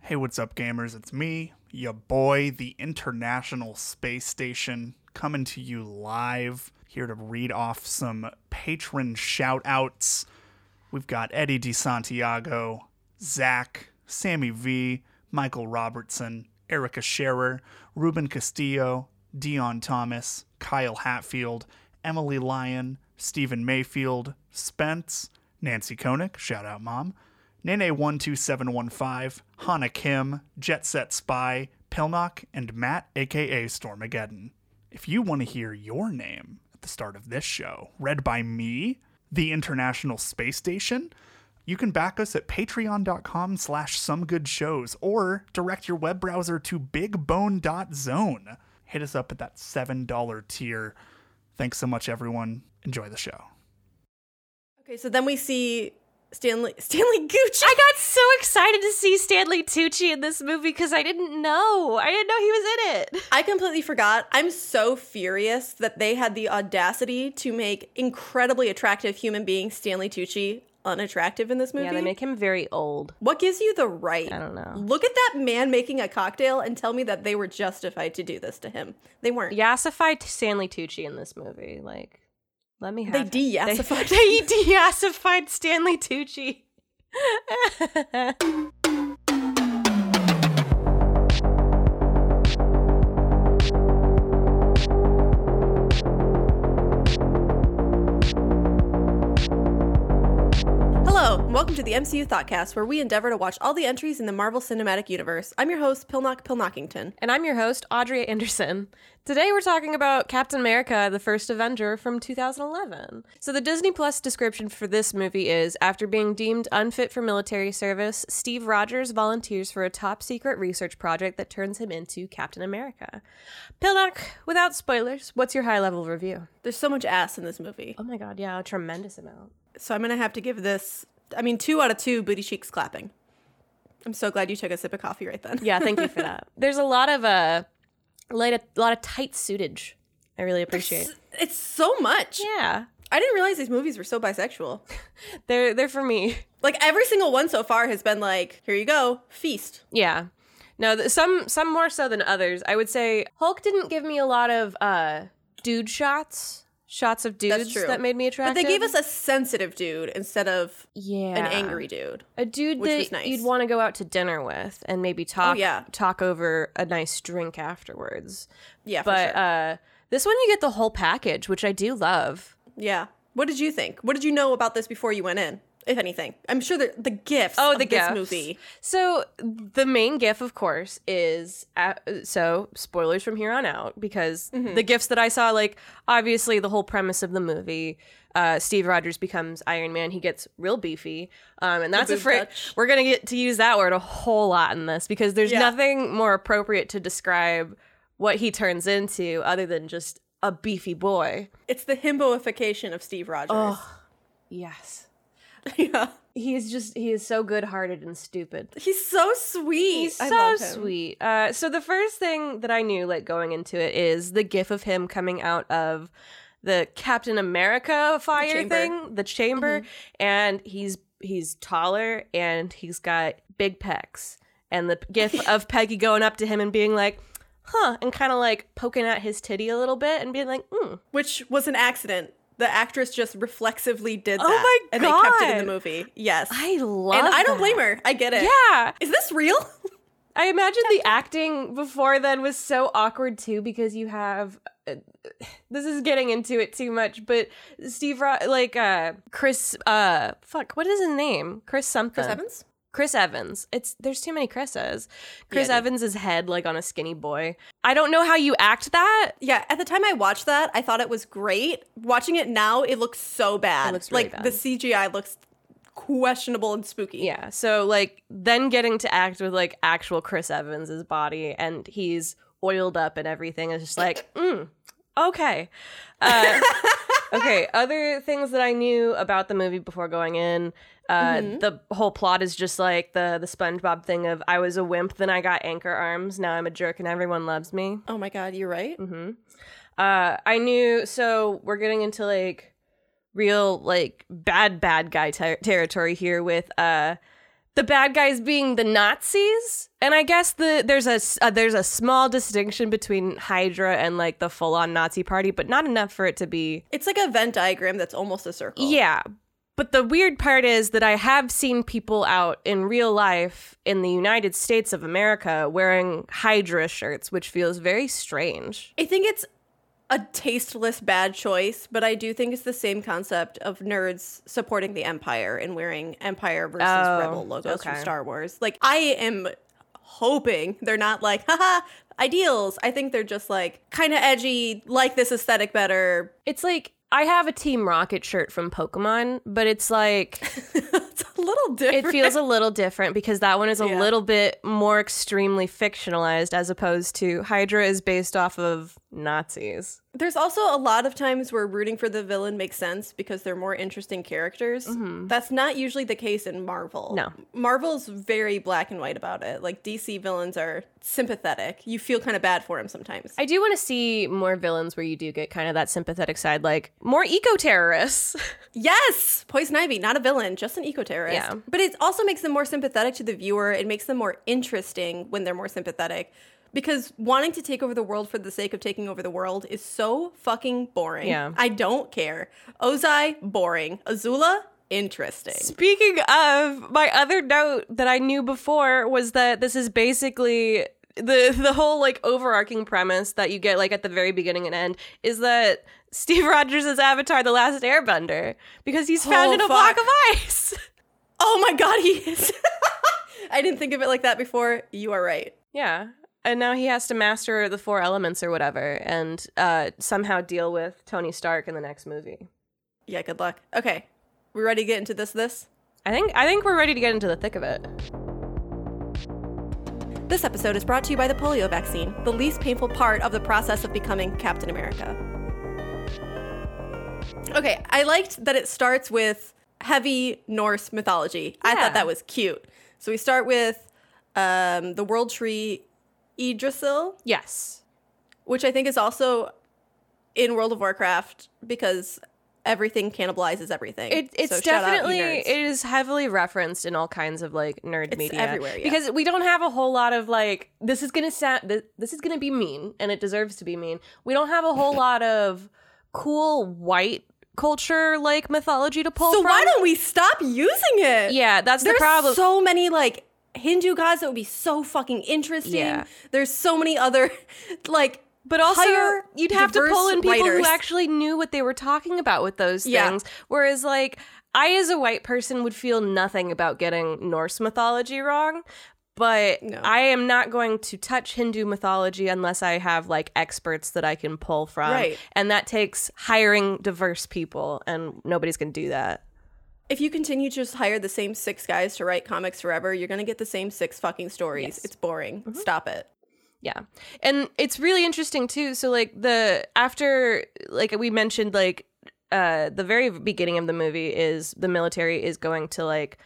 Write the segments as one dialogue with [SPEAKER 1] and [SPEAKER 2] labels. [SPEAKER 1] Hey, what's up, gamers? It's me, your boy, the International Space Station, coming to you live, here to read off some patron shout outs. We've got Eddie DeSantiago, Zach, Sammy V, Michael Robertson, Erica Scherer, Ruben Castillo, Dion Thomas, Kyle Hatfield, Emily Lyon, Stephen Mayfield, Spence, Nancy Koenig, shout out mom, Nene12715, Hana Kim, Jet Set Spy, Pilnock, and Matt, aka Stormageddon. If you want to hear your name at the start of this show, read by me, the International Space Station, you can back us at patreon.com slash somegoodshows or direct your web browser to bigbone.zone. Hit us up at that $7 tier. Thanks so much, everyone. Enjoy the show.
[SPEAKER 2] Okay, so then we see Stanley Stanley Gucci.
[SPEAKER 3] I got so excited to see Stanley Tucci in this movie because I didn't know. I didn't know he was in it.
[SPEAKER 2] I completely forgot. I'm so furious that they had the audacity to make incredibly attractive human being Stanley Tucci unattractive in this movie.
[SPEAKER 3] Yeah, they make him very old.
[SPEAKER 2] what gives you the right?
[SPEAKER 3] I don't know.
[SPEAKER 2] Look at that man making a cocktail and tell me that they were justified to do this to him. They weren't.
[SPEAKER 3] Yassified Stanley Tucci in this movie. Like, let me have
[SPEAKER 2] They
[SPEAKER 3] it.
[SPEAKER 2] de-yassified
[SPEAKER 3] They, they de-yassified Stanley Tucci.
[SPEAKER 2] Hello, and welcome to the MCU Thoughtcast, where we endeavor to watch all the entries in the Marvel Cinematic Universe. I'm your host, Pilnock Pilnockington.
[SPEAKER 3] And I'm your host, Audrey Anderson. Today we're talking about Captain America, the first Avenger from 2011. So, the Disney Plus description for this movie is After being deemed unfit for military service, Steve Rogers volunteers for a top secret research project that turns him into Captain America. Pilnock, without spoilers, what's your high level review?
[SPEAKER 2] There's so much ass in this movie.
[SPEAKER 3] Oh my god, yeah, a tremendous amount.
[SPEAKER 2] So I'm gonna have to give this. I mean, two out of two booty cheeks clapping. I'm so glad you took a sip of coffee right then.
[SPEAKER 3] Yeah, thank you for that. There's a lot of uh, light, a lot of tight suitage. I really appreciate.
[SPEAKER 2] it's so much.
[SPEAKER 3] Yeah,
[SPEAKER 2] I didn't realize these movies were so bisexual.
[SPEAKER 3] they're they're for me.
[SPEAKER 2] Like every single one so far has been like, here you go, feast.
[SPEAKER 3] Yeah. No, th- some some more so than others. I would say Hulk didn't give me a lot of uh dude shots, shots of dudes
[SPEAKER 2] true.
[SPEAKER 3] that made me
[SPEAKER 2] But
[SPEAKER 3] attractive.
[SPEAKER 2] they gave us a sensitive dude instead of
[SPEAKER 3] yeah.
[SPEAKER 2] an angry dude.
[SPEAKER 3] a dude
[SPEAKER 2] which
[SPEAKER 3] that
[SPEAKER 2] was nice. Oh,
[SPEAKER 3] you'd want to go out to dinner with and maybe talk
[SPEAKER 2] yeah.
[SPEAKER 3] talk over a nice drink afterwards.
[SPEAKER 2] Yeah,
[SPEAKER 3] But
[SPEAKER 2] for sure.
[SPEAKER 3] uh this one you get the whole package, which I do love.
[SPEAKER 2] yeah. What did you think? What did you know about this before you went in, if anything? I'm sure the the gifts.
[SPEAKER 3] Oh,
[SPEAKER 2] of
[SPEAKER 3] the
[SPEAKER 2] this
[SPEAKER 3] gifts.
[SPEAKER 2] movie.
[SPEAKER 3] So the main gif, of course, is uh, so spoilers from here on out because the gifts that I saw, like obviously the whole premise of the movie, uh, Steve Rogers becomes Iron Man. He gets real beefy, um, and that's a
[SPEAKER 2] boob
[SPEAKER 3] phrase
[SPEAKER 2] touch.
[SPEAKER 3] we're gonna get to use that word a whole lot in this because there's
[SPEAKER 2] Yeah.
[SPEAKER 3] nothing more appropriate to describe what he turns into other than just a beefy boy.
[SPEAKER 2] It's the himboification of Steve Rogers.
[SPEAKER 3] Oh. Yes.
[SPEAKER 2] yeah,
[SPEAKER 3] He is just he is so good hearted and stupid.
[SPEAKER 2] he's so sweet.
[SPEAKER 3] He's
[SPEAKER 2] I
[SPEAKER 3] so
[SPEAKER 2] love him.
[SPEAKER 3] sweet. Uh, so the first thing that I knew, like going into it, is the gif of him coming out of the Captain America fire
[SPEAKER 2] chamber.
[SPEAKER 3] thing, the chamber, and he's he's taller and he's got big pecs, and the gif of Peggy going up to him and being like, "Huh," and kind of like poking at his titty a little bit and being like, mm.
[SPEAKER 2] which was an accident. The actress just reflexively did that.
[SPEAKER 3] Oh my
[SPEAKER 2] And they kept it in the
[SPEAKER 3] God.
[SPEAKER 2] movie. Yes.
[SPEAKER 3] "I love,"
[SPEAKER 2] and I don't
[SPEAKER 3] that.
[SPEAKER 2] blame her. I get it.
[SPEAKER 3] Yeah,
[SPEAKER 2] Is this real?
[SPEAKER 3] I imagine the acting before then was so awkward too because you have uh, this is getting into it too much, but Steve Ro- like uh Chris uh fuck what is his name? Chris something.
[SPEAKER 2] Evans?
[SPEAKER 3] Chris Evans. It's there's too many Chris's. Chris
[SPEAKER 2] dude.
[SPEAKER 3] Evans' head like on a skinny boy. I don't know how you act that.
[SPEAKER 2] Yeah. At the time I watched that, I thought it was great. Watching it now, it looks so bad.
[SPEAKER 3] It looks really
[SPEAKER 2] like
[SPEAKER 3] bad.
[SPEAKER 2] the CGI looks questionable and spooky.
[SPEAKER 3] Yeah. So like then getting to act with like actual Chris Evans's body and he's oiled up and everything is just like, mm, okay. Uh, okay. Other things that I knew about the movie before going in, uh, the whole plot is just like the the SpongeBob thing of I was a wimp, then I got anchor arms, now I'm a jerk and everyone loves me.
[SPEAKER 2] Oh my god, you're right.
[SPEAKER 3] Mm-hmm. Uh, I knew. So we're getting into like real like bad bad guy ter- territory here with uh the bad guys being the Nazis, and I guess the there's a s- uh, there's a small distinction between Hydra and like the full on Nazi party, but not enough for it to be.
[SPEAKER 2] It's like a Venn diagram that's almost a circle.
[SPEAKER 3] Yeah, but the weird part is that I have seen people out in real life in the United States of America wearing Hydra shirts, which feels very strange.
[SPEAKER 2] I think it's a tasteless bad choice, but I do think it's the same concept of nerds supporting the Empire and wearing Empire versus
[SPEAKER 3] Oh,
[SPEAKER 2] Rebel logos from
[SPEAKER 3] okay.
[SPEAKER 2] Star Wars. Like, I am hoping they're not like, haha, ideals. I think they're just like kind of edgy, like this aesthetic better.
[SPEAKER 3] It's like I have a Team Rocket shirt from Pokemon, but it's like.
[SPEAKER 2] it's a little different.
[SPEAKER 3] it feels a little different because that one is a
[SPEAKER 2] Yeah.
[SPEAKER 3] little bit more extremely fictionalized as opposed to Hydra is based off of Nazis.
[SPEAKER 2] There's also a lot of times where rooting for the villain makes sense because they're more interesting characters. That's not usually the case in Marvel.
[SPEAKER 3] No.
[SPEAKER 2] Marvel's very black and white about it. Like DC villains are sympathetic. You feel kind of bad for them sometimes.
[SPEAKER 3] I do want to see more villains where you do get kind of that sympathetic side, like more eco terrorists.
[SPEAKER 2] yes! Poison Ivy, not a villain, just an eco terrorist.
[SPEAKER 3] Yeah.
[SPEAKER 2] But it also makes them more sympathetic to the viewer. It makes them more interesting when they're more sympathetic because wanting to take over the world for the sake of taking over the world is so fucking boring.
[SPEAKER 3] Yeah.
[SPEAKER 2] I don't care. Ozai, boring. Azula, interesting.
[SPEAKER 3] Speaking of, my other note that I knew before was that this is basically the the whole like overarching premise that you get like at the very beginning and end is that Steve Rogers is Avatar: The Last Airbender because he's found
[SPEAKER 2] Oh,
[SPEAKER 3] in a block
[SPEAKER 2] fuck.
[SPEAKER 3] of ice.
[SPEAKER 2] Oh my god, he is. I didn't think of it like that before. You are right.
[SPEAKER 3] Yeah. And now he has to master the four elements or whatever and uh, somehow deal with Tony Stark in the next movie.
[SPEAKER 2] Yeah, good luck. Okay. We ready to get into this this?
[SPEAKER 3] I think I think we're ready to get into the thick of it.
[SPEAKER 2] This episode is brought to you by the polio vaccine, the least painful part of the process of becoming Captain America. Okay, I liked that it starts with heavy Norse mythology. I
[SPEAKER 3] Yeah.
[SPEAKER 2] thought that was cute. So we start with um, the world tree Yggdrasil,
[SPEAKER 3] Yes.
[SPEAKER 2] which I think is also in World of Warcraft because everything cannibalizes everything.
[SPEAKER 3] It, it's
[SPEAKER 2] So shout out,
[SPEAKER 3] definitely
[SPEAKER 2] you
[SPEAKER 3] it
[SPEAKER 2] nerds.
[SPEAKER 3] is heavily referenced in all kinds of like nerd
[SPEAKER 2] It's
[SPEAKER 3] media
[SPEAKER 2] everywhere, yeah.
[SPEAKER 3] because we don't have a whole lot of like this is gonna sound this, this is gonna be mean and it deserves to be mean. We don't have a whole lot of cool white culture like mythology to pull
[SPEAKER 2] so
[SPEAKER 3] from.
[SPEAKER 2] why don't we stop using it?
[SPEAKER 3] yeah, that's
[SPEAKER 2] there's
[SPEAKER 3] the problem.
[SPEAKER 2] so many like Hindu gods that would be so fucking interesting.
[SPEAKER 3] Yeah.
[SPEAKER 2] There's so many other like
[SPEAKER 3] But also,
[SPEAKER 2] hire
[SPEAKER 3] you'd have to
[SPEAKER 2] diverse
[SPEAKER 3] pull in people
[SPEAKER 2] writers.
[SPEAKER 3] who actually knew what they were talking about with those
[SPEAKER 2] Yeah.
[SPEAKER 3] things. Whereas, like, I, as a white person, would feel nothing about getting Norse mythology wrong. But
[SPEAKER 2] No.
[SPEAKER 3] I am not going to touch Hindu mythology unless I have like experts that I can pull from.
[SPEAKER 2] Right.
[SPEAKER 3] And that takes hiring diverse people, and nobody's going to do that.
[SPEAKER 2] if you continue to just hire the same six guys to write comics forever, you're gonna get the same six fucking stories.
[SPEAKER 3] Yes. Mm-hmm.
[SPEAKER 2] It's boring. Stop it.
[SPEAKER 3] Yeah. And it's really interesting too. So like the after like we mentioned like uh the very beginning of the movie is the military is going to like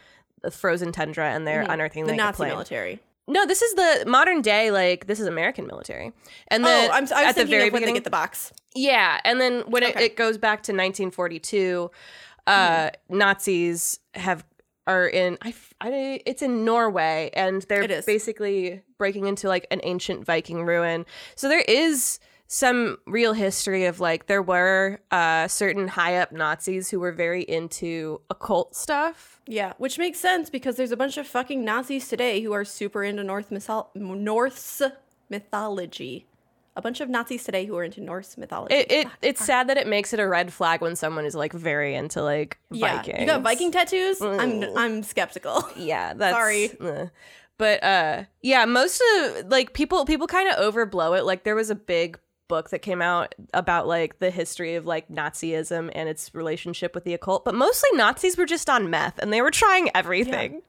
[SPEAKER 3] the frozen tundra and they're unearthing
[SPEAKER 2] Mm-hmm. The
[SPEAKER 3] like, a
[SPEAKER 2] Nazi
[SPEAKER 3] plane.
[SPEAKER 2] military.
[SPEAKER 3] No, this is the modern day like this is American military. And then
[SPEAKER 2] oh, I'm, I was
[SPEAKER 3] at the
[SPEAKER 2] thinking
[SPEAKER 3] very
[SPEAKER 2] of when
[SPEAKER 3] beginning
[SPEAKER 2] they get the box.
[SPEAKER 3] yeah, and then when it,
[SPEAKER 2] Okay.
[SPEAKER 3] it goes back to 1942, uh,
[SPEAKER 2] Hmm.
[SPEAKER 3] Nazis have are in I, f- I- it's in Norway, and
[SPEAKER 2] It
[SPEAKER 3] they're
[SPEAKER 2] is.
[SPEAKER 3] basically breaking into like an ancient Viking ruin. So there is some real history of like there were uh, certain high up Nazis who were very into occult stuff.
[SPEAKER 2] Yeah, which makes sense because there's a bunch of fucking Nazis today who are super into North mythol- Norse mythology. A bunch of Nazis today who are into Norse mythology.
[SPEAKER 3] It, it it's sad that it makes it a red flag when someone is like very into like
[SPEAKER 2] yeah,
[SPEAKER 3] Vikings. Mm.
[SPEAKER 2] you got Viking tattoos. I'm I'm skeptical.
[SPEAKER 3] yeah that's
[SPEAKER 2] Sorry.
[SPEAKER 3] Ugh. but uh yeah most of like people people kind of overblow it like there was a big book that came out about like the history of like nazism and its relationship with the occult but mostly nazis were just on meth and they were trying everything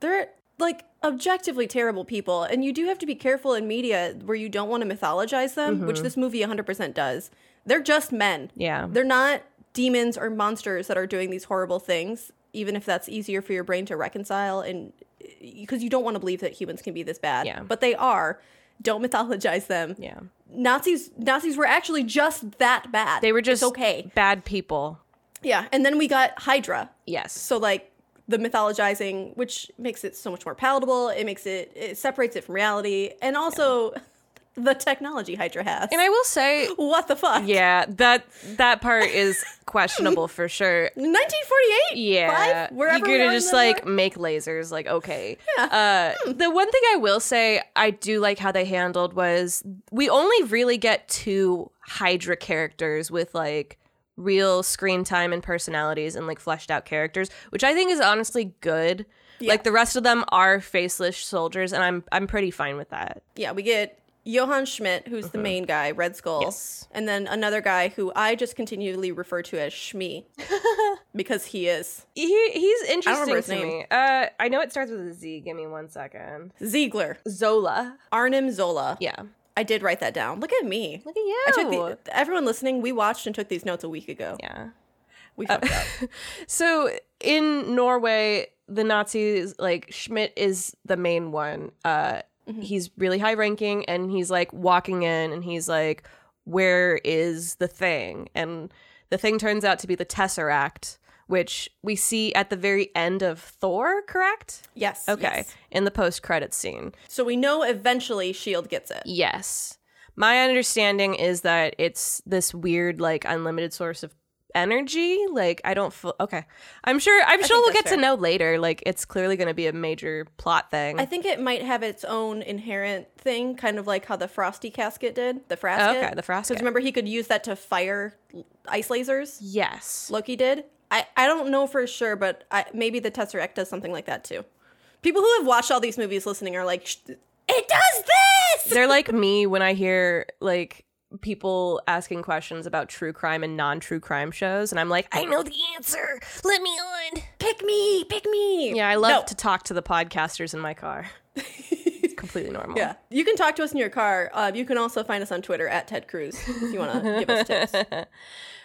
[SPEAKER 2] They're like objectively terrible people, and you do have to be careful in media where you don't want to mythologize them, which this movie 100% does. They're just men.
[SPEAKER 3] Mm-hmm. yeah
[SPEAKER 2] They're not demons or monsters that are doing these horrible things, even if that's easier for your brain to reconcile and because you don't want to believe that humans can be this bad.
[SPEAKER 3] Yeah.
[SPEAKER 2] But they are. Don't mythologize them.
[SPEAKER 3] yeah
[SPEAKER 2] Nazis Nazis were actually just that bad.
[SPEAKER 3] they were
[SPEAKER 2] It's
[SPEAKER 3] just
[SPEAKER 2] okay.
[SPEAKER 3] bad people
[SPEAKER 2] Yeah. And then we got Hydra.
[SPEAKER 3] yes
[SPEAKER 2] So like the mythologizing, which makes it so much more palatable. It makes it it separates it from reality, and also the technology Hydra has.
[SPEAKER 3] And I will say,
[SPEAKER 2] what the fuck?
[SPEAKER 3] yeah, that that part is questionable for sure.
[SPEAKER 2] 1948.
[SPEAKER 3] Yeah,
[SPEAKER 2] Five? Wherever
[SPEAKER 3] you
[SPEAKER 2] we
[SPEAKER 3] could
[SPEAKER 2] are in
[SPEAKER 3] have just
[SPEAKER 2] the
[SPEAKER 3] like
[SPEAKER 2] war.
[SPEAKER 3] make lasers. Like okay. Yeah. Uh, The one thing I will say I do like how they handled was we only really get two Hydra characters with like real screen time and personalities and like fleshed out characters, which I think is honestly good. Like the rest of them are faceless soldiers, and I'm I'm pretty fine with that.
[SPEAKER 2] yeah, we get Johann Schmidt, who's the main guy, Red Skull,
[SPEAKER 3] Mm-hmm. Yes.
[SPEAKER 2] and then another guy who I just continually refer to as Shmi because he is
[SPEAKER 3] He he's interesting
[SPEAKER 2] his
[SPEAKER 3] to
[SPEAKER 2] name.
[SPEAKER 3] me. Uh, I know it starts with a Z. Give me one second.
[SPEAKER 2] Ziegler,
[SPEAKER 3] Zola.
[SPEAKER 2] Arnim Zola.
[SPEAKER 3] Yeah.
[SPEAKER 2] I did write that down. Look at me.
[SPEAKER 3] Look at you.
[SPEAKER 2] I took the, everyone listening. We watched and took these notes a week ago.
[SPEAKER 3] yeah. Oh.
[SPEAKER 2] We fucked up.
[SPEAKER 3] So in Norway, the Nazis like Schmidt is the main one. Uh, he's really high ranking, and he's like walking in, and he's like, "Where is the thing?" And the thing turns out to be the Tesseract, which we see at the very end of Thor. Correct?
[SPEAKER 2] Yes.
[SPEAKER 3] Okay,
[SPEAKER 2] yes.
[SPEAKER 3] in the post credit scene.
[SPEAKER 2] So we know eventually Shield E gets it.
[SPEAKER 3] Yes. My understanding is that it's this weird, like, unlimited source of energy. Like, I don't feel okay. I'm sure, I'm sure
[SPEAKER 2] think
[SPEAKER 3] we'll
[SPEAKER 2] that's
[SPEAKER 3] get
[SPEAKER 2] fair.
[SPEAKER 3] to know later. Like, it's clearly going to be a major plot thing.
[SPEAKER 2] I think it might have its own inherent thing, kind of like how the Frosty casket did. The frasket.
[SPEAKER 3] Oh, okay, the
[SPEAKER 2] Because
[SPEAKER 3] frasket.
[SPEAKER 2] remember, he could use that to fire l- ice lasers.
[SPEAKER 3] yes.
[SPEAKER 2] Loki did. I, I don't know for sure, but I, maybe the Tesseract does something like that too. People who have watched all these movies listening are like, "Sh- it does this!
[SPEAKER 3] They're like me when I hear, like, people asking questions about true crime and non true crime shows. And I'm like, I know the answer. Let me on.
[SPEAKER 2] Pick me! Pick me!
[SPEAKER 3] Yeah, I love
[SPEAKER 2] No.
[SPEAKER 3] to talk to the podcasters in my car. it's completely normal.
[SPEAKER 2] Yeah. You can talk to us in your car. Uh, you can also find us on Twitter at Ted Cruz if you want to give us tips.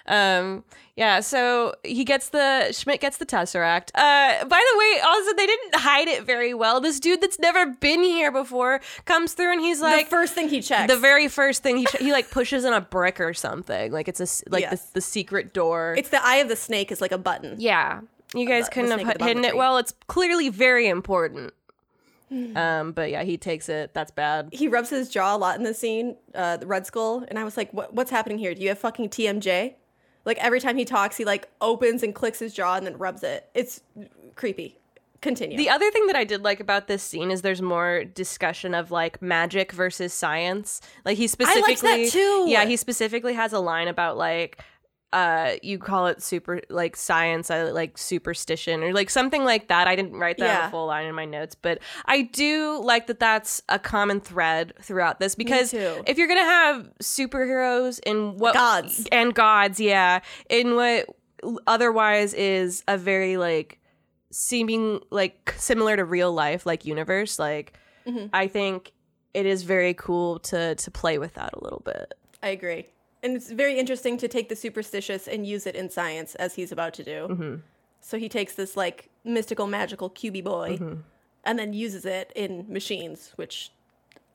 [SPEAKER 3] Um, yeah, so he gets the Schmidt gets the Tesseract. Uh, by the way, also they didn't hide it very well. This dude that's never been here before comes through and he's
[SPEAKER 2] The
[SPEAKER 3] like
[SPEAKER 2] first thing he checks.
[SPEAKER 3] the very first thing he he like pushes in a brick or something. Like it's a s- like
[SPEAKER 2] Yes.
[SPEAKER 3] the, the secret door.
[SPEAKER 2] it's the eye of the snake is like a button.
[SPEAKER 3] yeah, you guys
[SPEAKER 2] the
[SPEAKER 3] couldn't have
[SPEAKER 2] snake at the
[SPEAKER 3] h-
[SPEAKER 2] bottom
[SPEAKER 3] hidden
[SPEAKER 2] of the
[SPEAKER 3] it
[SPEAKER 2] tree.
[SPEAKER 3] well. It's clearly very important. um, but yeah, he takes it. That's bad.
[SPEAKER 2] He rubs his jaw a lot in the scene, uh, the Red Skull, and I was like, what, "What's happening here? Do you have fucking TMJ?" Like every time he talks, he like opens and clicks his jaw and then rubs it. It's creepy. Continue.
[SPEAKER 3] The other thing that I did like about this scene is there's more discussion of like magic versus science. Like he
[SPEAKER 2] liked
[SPEAKER 3] specifically,
[SPEAKER 2] that too.
[SPEAKER 3] yeah, he specifically has a line about like, uh, you call it super like science, I like superstition or like something like that. I didn't write that
[SPEAKER 2] Yeah.
[SPEAKER 3] a full line in my notes, but I do like that. That's a common thread throughout this because
[SPEAKER 2] too.
[SPEAKER 3] if you're gonna have superheroes in what
[SPEAKER 2] Gods.
[SPEAKER 3] and gods, yeah, in what otherwise is a very like seeming like similar to real life like universe like i think it is very cool to to play with that a little bit
[SPEAKER 2] I agree, and it's very interesting to take the superstitious and use it in science, as he's about to do.
[SPEAKER 3] Mm-hmm.
[SPEAKER 2] So he takes this like mystical, magical cubey boy,
[SPEAKER 3] Mm-hmm.
[SPEAKER 2] and then uses it in machines, which.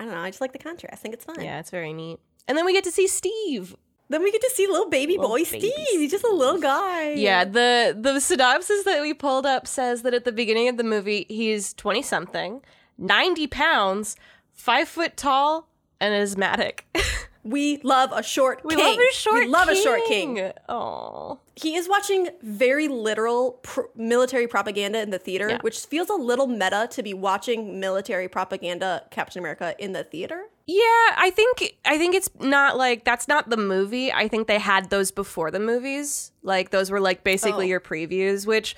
[SPEAKER 2] I don't know. I just like the contrast. I think it's fun.
[SPEAKER 3] yeah it's very neat and then we get to see steve
[SPEAKER 2] Then we get to see little baby boy
[SPEAKER 3] baby
[SPEAKER 2] Steve. He's just a little guy.
[SPEAKER 3] yeah the the synopsis that we pulled up says that at the beginning of the movie he's 20 something 90 pounds five foot tall and asthmatic
[SPEAKER 2] We love a short
[SPEAKER 3] we
[SPEAKER 2] king.
[SPEAKER 3] love a short
[SPEAKER 2] We love a short king.
[SPEAKER 3] oh
[SPEAKER 2] He is watching very literal pr- military propaganda in the theater,
[SPEAKER 3] Yeah.
[SPEAKER 2] which feels a little meta to be watching military propaganda Captain America in the theater.
[SPEAKER 3] Yeah, I think I think it's not like that's not the movie. I think they had those before the movies. Like those were like basically
[SPEAKER 2] Oh.
[SPEAKER 3] your previews, which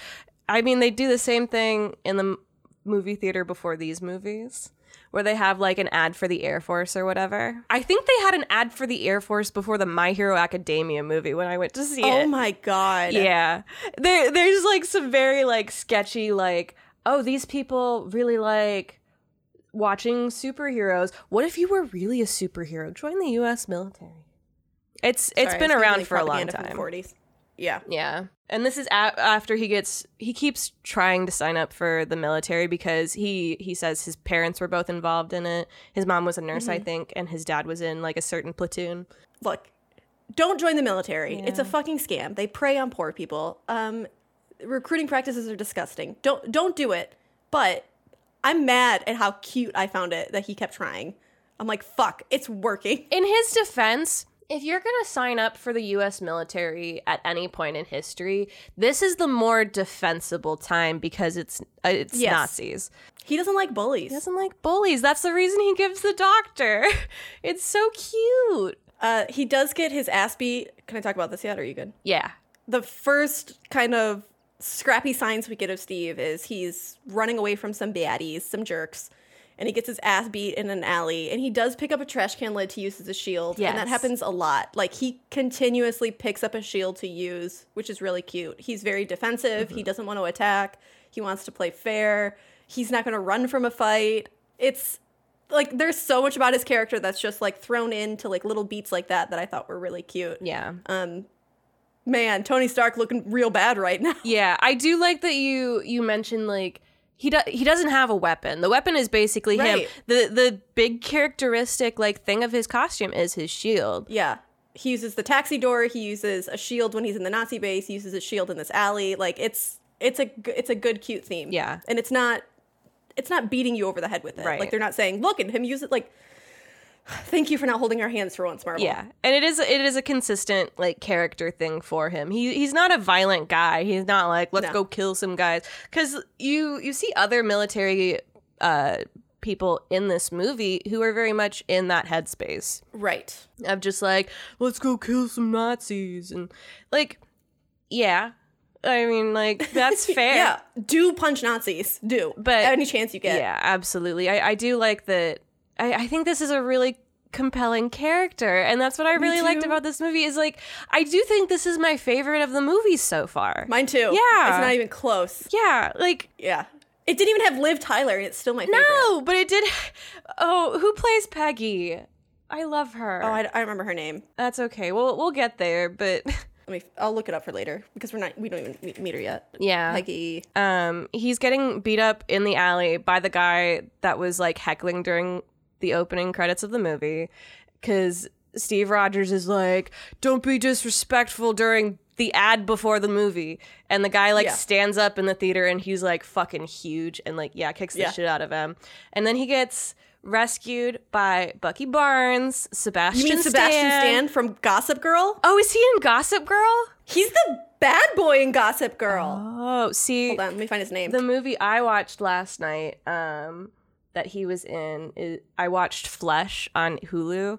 [SPEAKER 3] I mean they do the same thing in the m- movie theater before these movies where they have like an ad for the Air Force or whatever. I think they had an ad for the Air Force before the My Hero Academia movie when I went to see it.
[SPEAKER 2] Oh my god.
[SPEAKER 3] Yeah. There there's like some very like sketchy like, oh, these people really like watching superheroes. What if you were really a superhero? Join the US military. It's
[SPEAKER 2] Sorry,
[SPEAKER 3] it's
[SPEAKER 2] I
[SPEAKER 3] been
[SPEAKER 2] was
[SPEAKER 3] around
[SPEAKER 2] thinking
[SPEAKER 3] for a long
[SPEAKER 2] propaganda from the
[SPEAKER 3] time.
[SPEAKER 2] 40s. Yeah.
[SPEAKER 3] Yeah. And this is a- after he gets he keeps trying to sign up for the military because he he says his parents were both involved in it. His mom was a nurse,
[SPEAKER 2] Mm-hmm.
[SPEAKER 3] I think, and his dad was in like a certain platoon.
[SPEAKER 2] Look, don't join the military. It's a fucking scam. They prey on poor people. Um recruiting practices are disgusting. Don't don't do it. But I'm mad at how cute I found it that he kept trying. I'm like, fuck, it's working.
[SPEAKER 3] In his defense, if you're going to sign up for the US military at any point in history, this is the more defensible time because it's uh, it's
[SPEAKER 2] Yes.
[SPEAKER 3] Nazis.
[SPEAKER 2] He doesn't like bullies.
[SPEAKER 3] He doesn't like bullies. That's the reason he gives the doctor. It's so cute.
[SPEAKER 2] Uh, he does get his ass beat. Can I talk about this yet? Are you good?
[SPEAKER 3] Yeah.
[SPEAKER 2] The first kind of scrappy signs we get of Steve is he's running away from some baddies, some jerks, and he gets his ass beat in an alley. And he does pick up a trash can lid to use as a shield. And that
[SPEAKER 3] Yes.
[SPEAKER 2] happens a lot. Like he continuously picks up a shield to use, which is really cute. He's very defensive. He doesn't want to attack. He wants to play fair. He's not going to run from a fight. It's like there's so much about his character that's just like thrown into like little beats like that that I thought were really cute.
[SPEAKER 3] Yeah.
[SPEAKER 2] um, Man, Tony Stark looking real bad right now.
[SPEAKER 3] Yeah, I do like that you you mentioned like he do- he doesn't have a weapon. The weapon is basically him.
[SPEAKER 2] Right.
[SPEAKER 3] The the big characteristic like thing of his costume is his shield.
[SPEAKER 2] Yeah. He uses the taxi door, he uses a shield when he's in the Nazi base, he uses a shield in this alley. Like it's it's a g- it's a good cute theme.
[SPEAKER 3] Yeah.
[SPEAKER 2] And it's not it's not beating you over the head with it.
[SPEAKER 3] Right.
[SPEAKER 2] Like they're not saying, "Look at him use it like thank you for not holding our hands for once, Marvel."
[SPEAKER 3] Yeah, and it is it is a consistent like character thing for him. He he's not a violent guy. He's not like let's
[SPEAKER 2] No.
[SPEAKER 3] go kill some guys because you you see other military uh, people in this movie who are very much in that headspace
[SPEAKER 2] Right.
[SPEAKER 3] of just like let's go kill some Nazis and like yeah, I mean like that's fair.
[SPEAKER 2] Yeah. Do punch Nazis. Do.
[SPEAKER 3] But-
[SPEAKER 2] any chance you get.
[SPEAKER 3] Yeah, absolutely. I, I do like that. I, I think this is a really compelling character, and that's what I really liked
[SPEAKER 2] too.
[SPEAKER 3] about this movie. Is like I do think this is my favorite of the movies so far.
[SPEAKER 2] Mine too.
[SPEAKER 3] Yeah.
[SPEAKER 2] It's not even close.
[SPEAKER 3] yeah, like
[SPEAKER 2] Yeah. It didn't even have Liv Tyler and it's still my favorite.
[SPEAKER 3] no, but it did. Oh, who plays Peggy? I love her.
[SPEAKER 2] Oh, I, I remember her name.
[SPEAKER 3] that's okay. We'll we'll get there, but
[SPEAKER 2] Let me. I'll look it up for later because we're not. We don't even meet- meet her yet.
[SPEAKER 3] yeah.
[SPEAKER 2] Peggy.
[SPEAKER 3] Um, he's getting beat up in the alley by the guy that was like heckling during the opening credits of the movie because Steve Rogers is like, don't be disrespectful during the ad before the movie. And the guy like
[SPEAKER 2] Yeah.
[SPEAKER 3] stands up in the theater and he's like fucking huge and like, yeah, kicks the
[SPEAKER 2] Yeah.
[SPEAKER 3] shit out of him. And then he gets rescued by Bucky Barnes, Sebastian,
[SPEAKER 2] You mean Sebastian
[SPEAKER 3] Stan.
[SPEAKER 2] Stan from Gossip Girl?
[SPEAKER 3] Oh, is he in Gossip Girl?
[SPEAKER 2] He's the bad boy in Gossip Girl.
[SPEAKER 3] Oh, see,
[SPEAKER 2] Hold on, let me find his name.
[SPEAKER 3] the movie I watched last night um, that he was in, is, I watched Flesh on Hulu,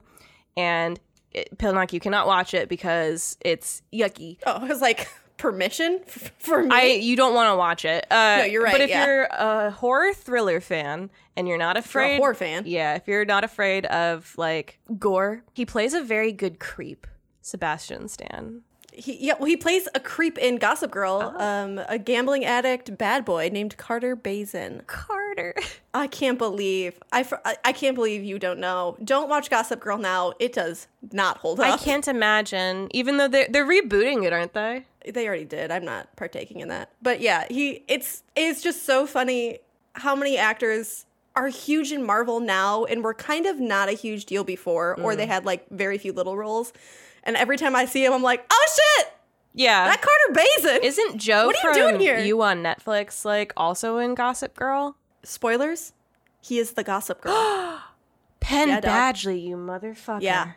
[SPEAKER 3] and it, Pilnock, you cannot watch it because it's yucky.
[SPEAKER 2] oh, I was like, permission F- for me?
[SPEAKER 3] I you don't want to watch it. Uh,
[SPEAKER 2] No, you're right,
[SPEAKER 3] But if
[SPEAKER 2] yeah.
[SPEAKER 3] you're a horror thriller fan and you're not
[SPEAKER 2] You're
[SPEAKER 3] afraid,
[SPEAKER 2] a horror fan.
[SPEAKER 3] yeah, if you're not afraid of like gore, he plays a very good creep, Sebastian Stan.
[SPEAKER 2] He, yeah, well, he plays a creep in Gossip Girl,
[SPEAKER 3] Oh.
[SPEAKER 2] um, a gambling addict bad boy named Carter Bazin.
[SPEAKER 3] Carter.
[SPEAKER 2] I can't believe I, fr- I I can't believe you don't know. Don't watch Gossip Girl now. It does not hold
[SPEAKER 3] I
[SPEAKER 2] up.
[SPEAKER 3] can't imagine. Even though they're they're rebooting it, aren't they?
[SPEAKER 2] they already did. I'm not partaking in that. But yeah, he it's it's just so funny how many actors are huge in Marvel now and were kind of not a huge deal before or they had like very few little roles. And every time I see him I'm like, "Oh shit,
[SPEAKER 3] Yeah.
[SPEAKER 2] that Carter Bazin."
[SPEAKER 3] Isn't Joe
[SPEAKER 2] What are
[SPEAKER 3] from
[SPEAKER 2] you doing here?
[SPEAKER 3] You on Netflix like also in Gossip Girl?
[SPEAKER 2] Spoilers? He is the gossip girl.
[SPEAKER 3] Penn
[SPEAKER 2] Yeah, dog.
[SPEAKER 3] Badgley, you motherfucker.
[SPEAKER 2] Yeah.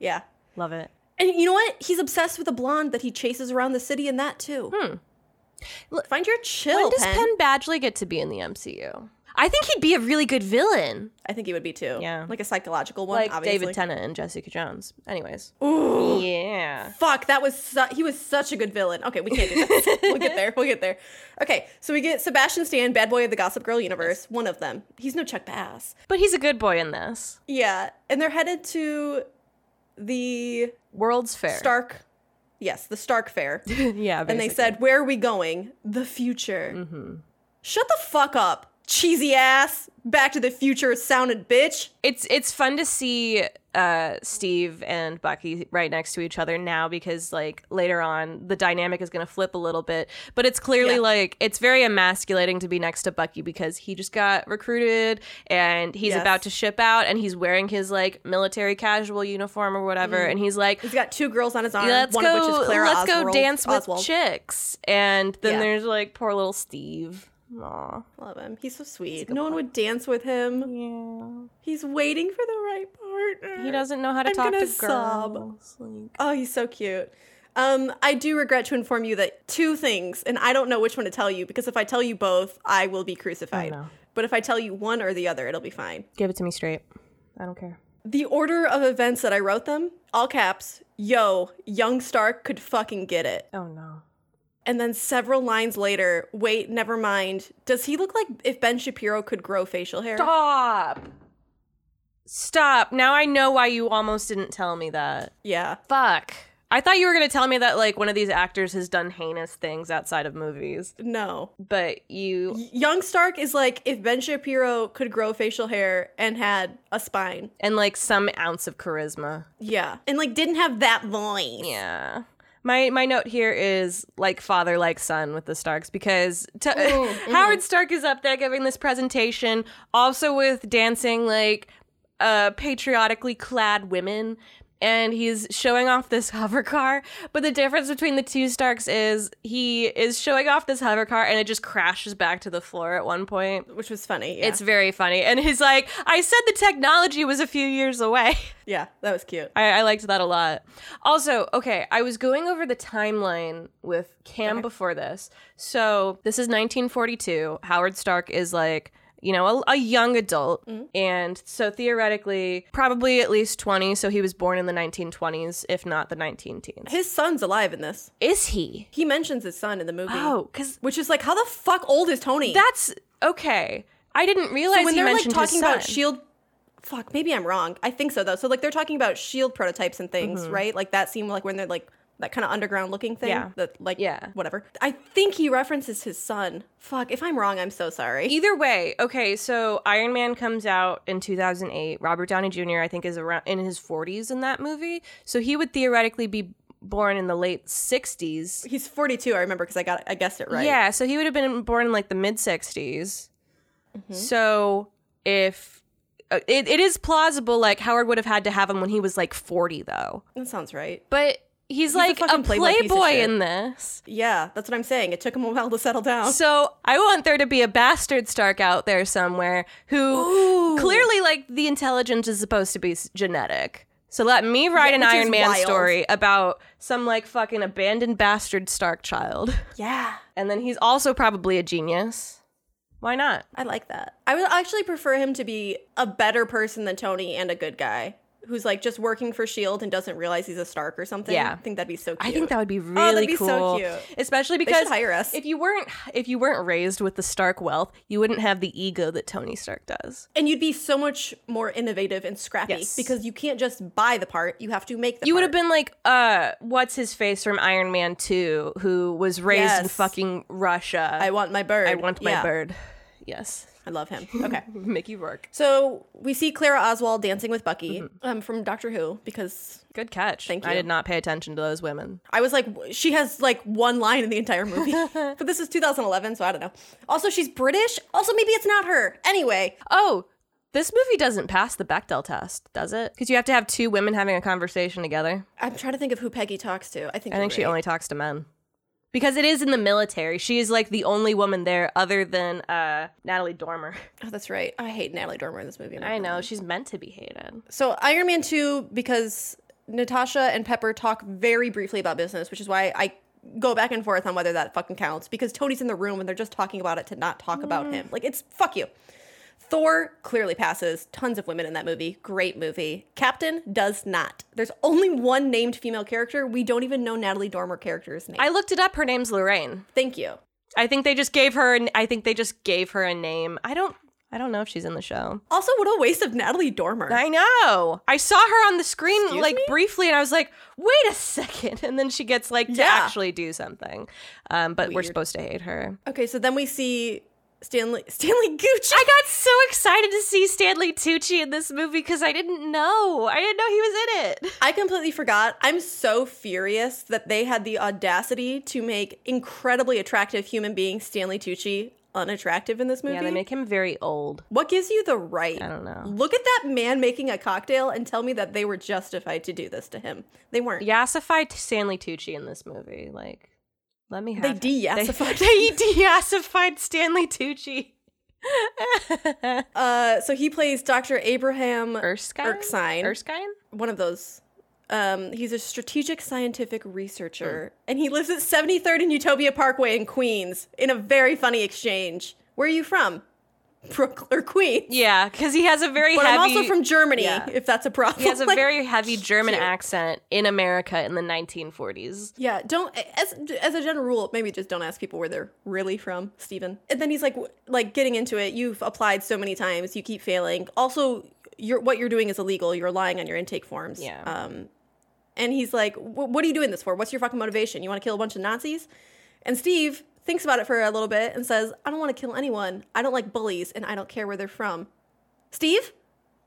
[SPEAKER 2] yeah.
[SPEAKER 3] Love it.
[SPEAKER 2] And you know what? He's obsessed with a blonde that he chases around the city in that too.
[SPEAKER 3] Look-
[SPEAKER 2] Find your chill,
[SPEAKER 3] When does
[SPEAKER 2] Pen.
[SPEAKER 3] Penn Badgley get to be in the MCU? I think he'd be a really good villain.
[SPEAKER 2] I think he would be too.
[SPEAKER 3] Yeah.
[SPEAKER 2] Like a psychological one,
[SPEAKER 3] Like
[SPEAKER 2] obviously.
[SPEAKER 3] David Tennant and Jessica Jones. Anyways.
[SPEAKER 2] Ooh.
[SPEAKER 3] Yeah.
[SPEAKER 2] Fuck, that was su- he was such a good villain. Okay, we can't do this. we'll get there. We'll get there. Okay, so we get Sebastian Stan, bad boy of the Gossip Girl universe, one of them. He's no Chuck Bass.
[SPEAKER 3] But he's a good boy in this.
[SPEAKER 2] Yeah, and they're headed to the
[SPEAKER 3] World's Fair.
[SPEAKER 2] Stark. Yes, the Stark Fair.
[SPEAKER 3] yeah,
[SPEAKER 2] and they
[SPEAKER 3] basically. Mm-hmm.
[SPEAKER 2] said, "Where are we going? The future." Shut the fuck up, cheesy ass. Back to the Future sounded bitch.
[SPEAKER 3] it's it's fun to see uh, Steve and Bucky right next to each other now because like later on the dynamic is going to flip a little bit. But it's clearly
[SPEAKER 2] Yeah.
[SPEAKER 3] like it's very emasculating to be next to Bucky because he just got recruited and he's
[SPEAKER 2] Yes.
[SPEAKER 3] about to ship out and he's wearing his like military casual uniform or whatever and he's like
[SPEAKER 2] Mm. He's got two girls on his arm.
[SPEAKER 3] let's
[SPEAKER 2] one
[SPEAKER 3] go
[SPEAKER 2] of which is Clara
[SPEAKER 3] let's
[SPEAKER 2] Oswald,
[SPEAKER 3] go dance with
[SPEAKER 2] Oswald.
[SPEAKER 3] chicks and then
[SPEAKER 2] Yeah.
[SPEAKER 3] there's like poor little Steve. Aw.
[SPEAKER 2] Love him. He's so sweet. No one would dance with him. He's waiting for the right partner.
[SPEAKER 3] He doesn't know how to
[SPEAKER 2] I'm
[SPEAKER 3] talk
[SPEAKER 2] gonna
[SPEAKER 3] to
[SPEAKER 2] sob.
[SPEAKER 3] girls. Like,
[SPEAKER 2] Oh, he's so cute. Um, I do regret to inform you that two things, and I don't know which one to tell you because if I tell you both, I will be crucified.
[SPEAKER 3] know.
[SPEAKER 2] But if I tell you one or the other, it'll be fine.
[SPEAKER 3] give it to me straight. I don't care.
[SPEAKER 2] The order of events that I wrote them, all caps, yo, young Stark could fucking get it.
[SPEAKER 3] Oh no.
[SPEAKER 2] And then several lines later, wait, never mind. Does he look like if Ben Shapiro could grow facial hair?
[SPEAKER 3] Stop. Stop. Now I know why you almost didn't tell me that.
[SPEAKER 2] Yeah.
[SPEAKER 3] Fuck. I thought you were going to tell me that like one of these actors has done heinous things outside of movies,
[SPEAKER 2] No.
[SPEAKER 3] but you
[SPEAKER 2] Young Stark is like if Ben Shapiro could grow facial hair and had a spine.
[SPEAKER 3] and like some ounce of charisma.
[SPEAKER 2] Yeah. And like didn't have that voice.
[SPEAKER 3] Yeah. My my note here is like father like son with the Starks because t- Howard Stark is up there giving this presentation also with dancing like uh patriotically clad women and he's showing off this hover car but the difference between the two Starks is he is showing off this hover car and it just crashes back to the floor at one point.
[SPEAKER 2] Which was funny. Yeah.
[SPEAKER 3] It's very funny and he's like I said the technology was a few years away.
[SPEAKER 2] yeah, that was cute.
[SPEAKER 3] I, I liked that a lot. Also, okay, I was going over the timeline with Cam before this. So this is 1942. Howard Stark is like, you know, a, a young adult.
[SPEAKER 2] Mm-hmm.
[SPEAKER 3] And so theoretically, probably at least 20. So he was born in the 1920s, if not the 19 teens.
[SPEAKER 2] His son's alive in this.
[SPEAKER 3] Is he?
[SPEAKER 2] He mentions his son in the movie.
[SPEAKER 3] Oh, because
[SPEAKER 2] Which is like, how the fuck old is Tony?
[SPEAKER 3] that's okay. I didn't realize
[SPEAKER 2] when
[SPEAKER 3] he
[SPEAKER 2] they're like
[SPEAKER 3] mentioned his
[SPEAKER 2] talking about
[SPEAKER 3] son.
[SPEAKER 2] shield fuck maybe i'm wrong i think so though so like they're talking about shield prototypes and things right like that seemed like when they're like that kind of underground looking thing
[SPEAKER 3] Mm-hmm. Yeah.
[SPEAKER 2] that like
[SPEAKER 3] Yeah.
[SPEAKER 2] whatever i think he references his son fuck if i'm wrong i'm so sorry
[SPEAKER 3] Either way, okay, so Iron Man comes out in 2008. Robert Downey Jr. I think is around in his 40s in that movie. So he would theoretically be born in the late 60s.
[SPEAKER 2] he's 42 i remember because i got i guessed it right
[SPEAKER 3] Yeah, so he would have been born in like the mid 60s.
[SPEAKER 2] Mm-hmm.
[SPEAKER 3] So if uh, it, it is plausible like Howard would have had to have him when he was like 40 though.
[SPEAKER 2] that sounds right
[SPEAKER 3] But he's, like a,
[SPEAKER 2] fucking playboy piece of
[SPEAKER 3] playboy
[SPEAKER 2] shit.
[SPEAKER 3] in this.
[SPEAKER 2] yeah that's what i'm saying it took him a while to settle down
[SPEAKER 3] So I want there to be a bastard Stark out there somewhere who clearly, like, the intelligence is supposed to be s- genetic. So let me write
[SPEAKER 2] Yeah,
[SPEAKER 3] an
[SPEAKER 2] which is
[SPEAKER 3] Iron Man
[SPEAKER 2] wild.
[SPEAKER 3] story about some like fucking abandoned bastard Stark child,
[SPEAKER 2] yeah
[SPEAKER 3] and then he's also probably a genius. Why not?
[SPEAKER 2] i like that i would actually prefer him to be a better person than tony and a good guy who's like just working for shield E and doesn't realize he's a stark or something
[SPEAKER 3] Yeah.
[SPEAKER 2] i think that'd be so cute
[SPEAKER 3] I think that would Oh, be really
[SPEAKER 2] that'd be
[SPEAKER 3] cool,
[SPEAKER 2] so cute.
[SPEAKER 3] especially
[SPEAKER 2] should
[SPEAKER 3] because
[SPEAKER 2] hire us.
[SPEAKER 3] if you weren't if you weren't raised with the Stark wealth, you wouldn't have the ego that Tony Stark does.
[SPEAKER 2] And you'd be so much more innovative and scrappy
[SPEAKER 3] Yes.
[SPEAKER 2] because you can't just buy the part, you have to make the
[SPEAKER 3] You would
[SPEAKER 2] part.
[SPEAKER 3] have been like, uh, what's his face from Iron Man 2 who was raised in
[SPEAKER 2] Yes.
[SPEAKER 3] fucking Russia.
[SPEAKER 2] I want my bird.
[SPEAKER 3] I want my
[SPEAKER 2] Yeah.
[SPEAKER 3] bird. Yes.
[SPEAKER 2] I love him. Okay.
[SPEAKER 3] Mickey Rourke.
[SPEAKER 2] so we see Clara Oswald dancing with Bucky
[SPEAKER 3] Mm-hmm.
[SPEAKER 2] um, from Doctor Who because
[SPEAKER 3] Good catch.
[SPEAKER 2] Thank
[SPEAKER 3] I
[SPEAKER 2] you.
[SPEAKER 3] did not pay attention to those women.
[SPEAKER 2] I was like, w- she has like one line in the entire movie. but this is 2011, so I don't know. Also, she's British. Also, maybe it's not her. Anyway,
[SPEAKER 3] Oh, this movie doesn't pass the Bechdel test, does it? Because you have to have two women having a conversation together.
[SPEAKER 2] I'm trying to think of who Peggy talks to. I think,
[SPEAKER 3] I think
[SPEAKER 2] you're
[SPEAKER 3] she
[SPEAKER 2] right.
[SPEAKER 3] only talks to men. Because it is in the military. She is like the only woman there other than uh, Natalie Dormer.
[SPEAKER 2] Oh, that's right. I hate Natalie Dormer in this movie. I'm not
[SPEAKER 3] I
[SPEAKER 2] gonna
[SPEAKER 3] know. She's meant to be hated.
[SPEAKER 2] So Iron Man 2 because Natasha and Pepper talk very briefly about business, which is why I go back and forth on whether that fucking counts because Tony's in the room and they're just talking about it to not talk about him. Like it's fuck you. Thor clearly passes. Tons of women in that movie. Great movie. Captain does not. There's only one named female character. We don't even know Natalie Dormer character's name.
[SPEAKER 3] I looked it up. Her name's Lorraine.
[SPEAKER 2] Thank you.
[SPEAKER 3] I think they just gave her. An, I think they just gave her a name. I don't. I don't know if she's in the show.
[SPEAKER 2] Also, what a waste of Natalie Dormer.
[SPEAKER 3] I know. I saw her on the screen
[SPEAKER 2] Excuse
[SPEAKER 3] like
[SPEAKER 2] me?
[SPEAKER 3] briefly, and I was like, "Wait a second. And then she gets like to
[SPEAKER 2] Yeah.
[SPEAKER 3] actually do something. Um, but we're
[SPEAKER 2] Weird.
[SPEAKER 3] supposed to hate her.
[SPEAKER 2] Okay, so then we see Stanley Stanley Gucci.
[SPEAKER 3] I got so excited to see Stanley Tucci in this movie because I didn't know. I didn't know he was in it.
[SPEAKER 2] I completely forgot. I'm so furious that they had the audacity to make incredibly attractive human being Stanley Tucci unattractive in this movie.
[SPEAKER 3] Yeah, they make him very old.
[SPEAKER 2] what gives you the right?
[SPEAKER 3] I don't know.
[SPEAKER 2] Look at that man making a cocktail and tell me that they were justified to do this to him. They weren't.
[SPEAKER 3] Yassified Stanley Tucci in this movie. Like, let me have
[SPEAKER 2] They
[SPEAKER 3] it.
[SPEAKER 2] de-yassified
[SPEAKER 3] They, they de-yassified Stanley Tucci.
[SPEAKER 2] Uh, so he plays Dr. Abraham
[SPEAKER 3] Erskine.
[SPEAKER 2] Erskine.
[SPEAKER 3] Erskine.
[SPEAKER 2] one of those. Um, he's a strategic scientific researcher,
[SPEAKER 3] Hmm.
[SPEAKER 2] and he lives at 73rd and Utopia Parkway in Queens. In a very funny exchange, where are you from? Brooklyn or Queens?
[SPEAKER 3] Yeah, because he has a very
[SPEAKER 2] But
[SPEAKER 3] heavy.
[SPEAKER 2] I'm also from Germany.
[SPEAKER 3] yeah.
[SPEAKER 2] If that's a problem,
[SPEAKER 3] He has a
[SPEAKER 2] Like,
[SPEAKER 3] very heavy German
[SPEAKER 2] cute.
[SPEAKER 3] accent in America in the 1940s.
[SPEAKER 2] yeah. Don't as as a general rule, maybe just don't ask people where they're really from, Stephen. And then he's like, w- like getting into it. You've applied so many times, you keep failing. Also, you're what you're doing is illegal. You're lying on your intake forms.
[SPEAKER 3] Yeah.
[SPEAKER 2] Um, and he's like, "Wh- "What are you doing this for? What's your fucking motivation? You want to kill a bunch of Nazis?" And Steve thinks about it for a little bit and says, "I don't want to kill anyone. I don't like bullies, and I don't care where they're from." Steve,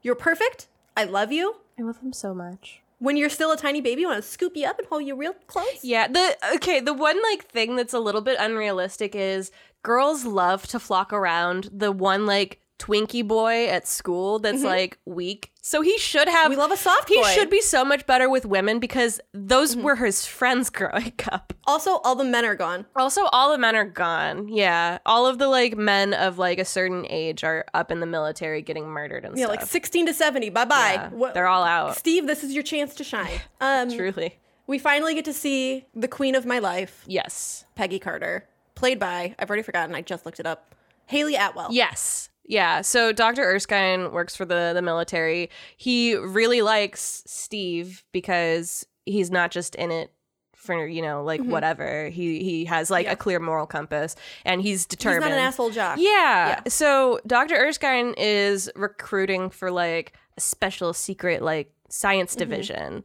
[SPEAKER 2] you're perfect. I love you.
[SPEAKER 3] I love him so much.
[SPEAKER 2] When you're still a tiny baby, I want to scoop you up and hold you real close.
[SPEAKER 3] Yeah, the okay, the one like thing that's a little bit unrealistic is girls love to flock around the one like Twinkie boy at school that's like weak. So he should have
[SPEAKER 2] Mm-hmm. We love a soft
[SPEAKER 3] He
[SPEAKER 2] boy. Mm-hmm.
[SPEAKER 3] should be so much better with women because those were his friends growing up.
[SPEAKER 2] Also, all the men are gone.
[SPEAKER 3] Also, all the men are gone. Yeah, all of the like men of like a certain age are up in the military getting murdered and
[SPEAKER 2] Yeah,
[SPEAKER 3] stuff.
[SPEAKER 2] like 16 to 70. Bye bye.
[SPEAKER 3] Yeah, they're all out.
[SPEAKER 2] Steve, this is your chance to shine. Um,
[SPEAKER 3] Truly,
[SPEAKER 2] We finally get to see the queen of my life,
[SPEAKER 3] yes,
[SPEAKER 2] Peggy Carter, played by, I've already forgotten, I just looked it up, Haley Atwell.
[SPEAKER 3] Yes. Yeah. So Dr. Erskine works for the, the military. He really likes Steve because he's not just in it for, you know, like whatever. He he has like
[SPEAKER 2] Mm-hmm. Yeah.
[SPEAKER 3] a clear moral compass and he's
[SPEAKER 2] He's
[SPEAKER 3] determined.
[SPEAKER 2] not an asshole jock.
[SPEAKER 3] Yeah. So Dr. Erskine is recruiting for like a special secret like science
[SPEAKER 2] Mm-hmm.
[SPEAKER 3] division.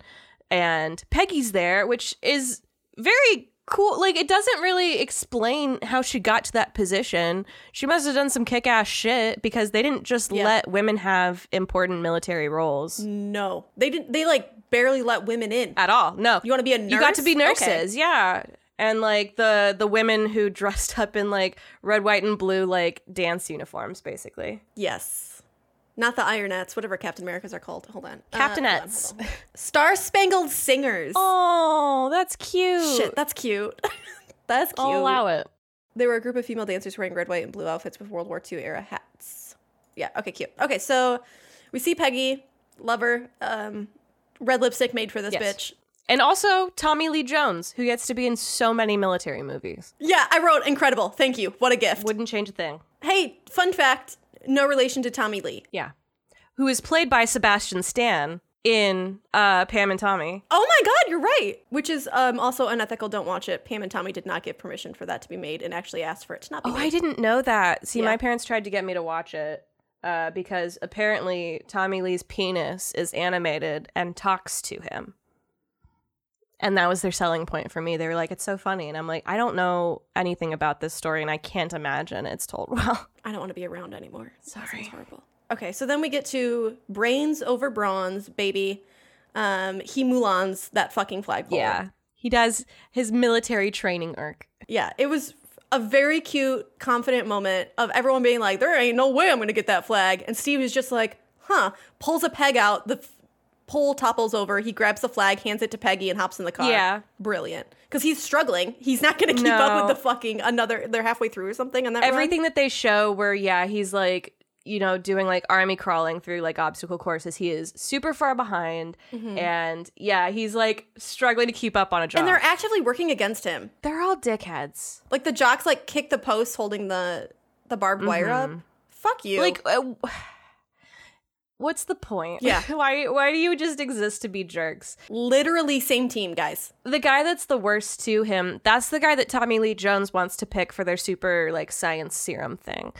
[SPEAKER 3] And Peggy's there, which is very cool. Like it doesn't really explain how she got to that position. She must have done some kick-ass shit because they didn't just
[SPEAKER 2] Yeah.
[SPEAKER 3] let women have important military roles
[SPEAKER 2] No. They didn't, they like barely let women in.
[SPEAKER 3] at all. No.
[SPEAKER 2] You want to be a nurse?
[SPEAKER 3] You got to be
[SPEAKER 2] Okay.
[SPEAKER 3] nurses, yeah. And like the the women who dressed up in like red, white, and blue like dance uniforms, basically.
[SPEAKER 2] Yes. Not the Ironettes, whatever Captain America's are called. Hold on. Uh, hold on, hold
[SPEAKER 3] Captainettes.
[SPEAKER 2] on. Star Spangled Singers.
[SPEAKER 3] Oh, that's cute.
[SPEAKER 2] Shit, that's cute. that's cute.
[SPEAKER 3] I'll allow it.
[SPEAKER 2] They were a group of female dancers wearing red, white, and blue outfits with World War II era hats. Yeah, okay, cute. Okay, so we see Peggy, love her, um, red lipstick made for this
[SPEAKER 3] Yes.
[SPEAKER 2] bitch.
[SPEAKER 3] And also Tommy Lee Jones, who gets to be in so many military movies.
[SPEAKER 2] Yeah, I wrote incredible. Thank you. What a gift.
[SPEAKER 3] Wouldn't change a thing.
[SPEAKER 2] hey, fun fact no relation to Tommy Lee.
[SPEAKER 3] Yeah. Who is played by Sebastian Stan in uh, Pam and Tommy.
[SPEAKER 2] Oh my god, you're right. Which is um, also unethical. Don't watch it. Pam and Tommy did not give permission for that to be made and actually asked for it to not be
[SPEAKER 3] Oh,
[SPEAKER 2] made.
[SPEAKER 3] I didn't know that. See,
[SPEAKER 2] Yeah.
[SPEAKER 3] my parents tried to get me to watch it uh, because apparently Tommy Lee's penis is animated and talks to him. And that was their selling point for me. They were like, it's so funny. And I'm like, I don't know anything about this story and I can't imagine it's told well.
[SPEAKER 2] I don't want to be around anymore. That
[SPEAKER 3] Sorry.
[SPEAKER 2] sounds horrible. Okay, so then we get to brains over bronze, baby. Um, he Mulan's that fucking flagpole.
[SPEAKER 3] Yeah. He does his military training arc.
[SPEAKER 2] yeah. It was a very cute, confident moment of everyone being like, "There ain't no way I'm gonna get that flag," and Steve is just like, "Huh?" Pulls a peg out. The f- pole topples over. He grabs the flag, hands it to Peggy, and hops in the car.
[SPEAKER 3] Yeah.
[SPEAKER 2] brilliant. Because he's struggling. He's not gonna keep up
[SPEAKER 3] No.
[SPEAKER 2] with the fucking another. They're halfway through or something, and that run.
[SPEAKER 3] Everything that they show where yeah, he's like, you know, doing like army crawling through like obstacle courses, he is super far behind and yeah, he's like struggling to keep up on a job.
[SPEAKER 2] And they're actively working against him.
[SPEAKER 3] they're all dickheads.
[SPEAKER 2] Like the jocks like kick the post holding the the barbed wire up. Fuck you.
[SPEAKER 3] Mm-hmm. Like uh, w- what's the point?
[SPEAKER 2] Yeah.
[SPEAKER 3] why why do you just exist to be jerks?
[SPEAKER 2] literally same team, guys.
[SPEAKER 3] the guy that's the worst to him that's the guy that tommy lee jones wants to pick for their super like science serum thing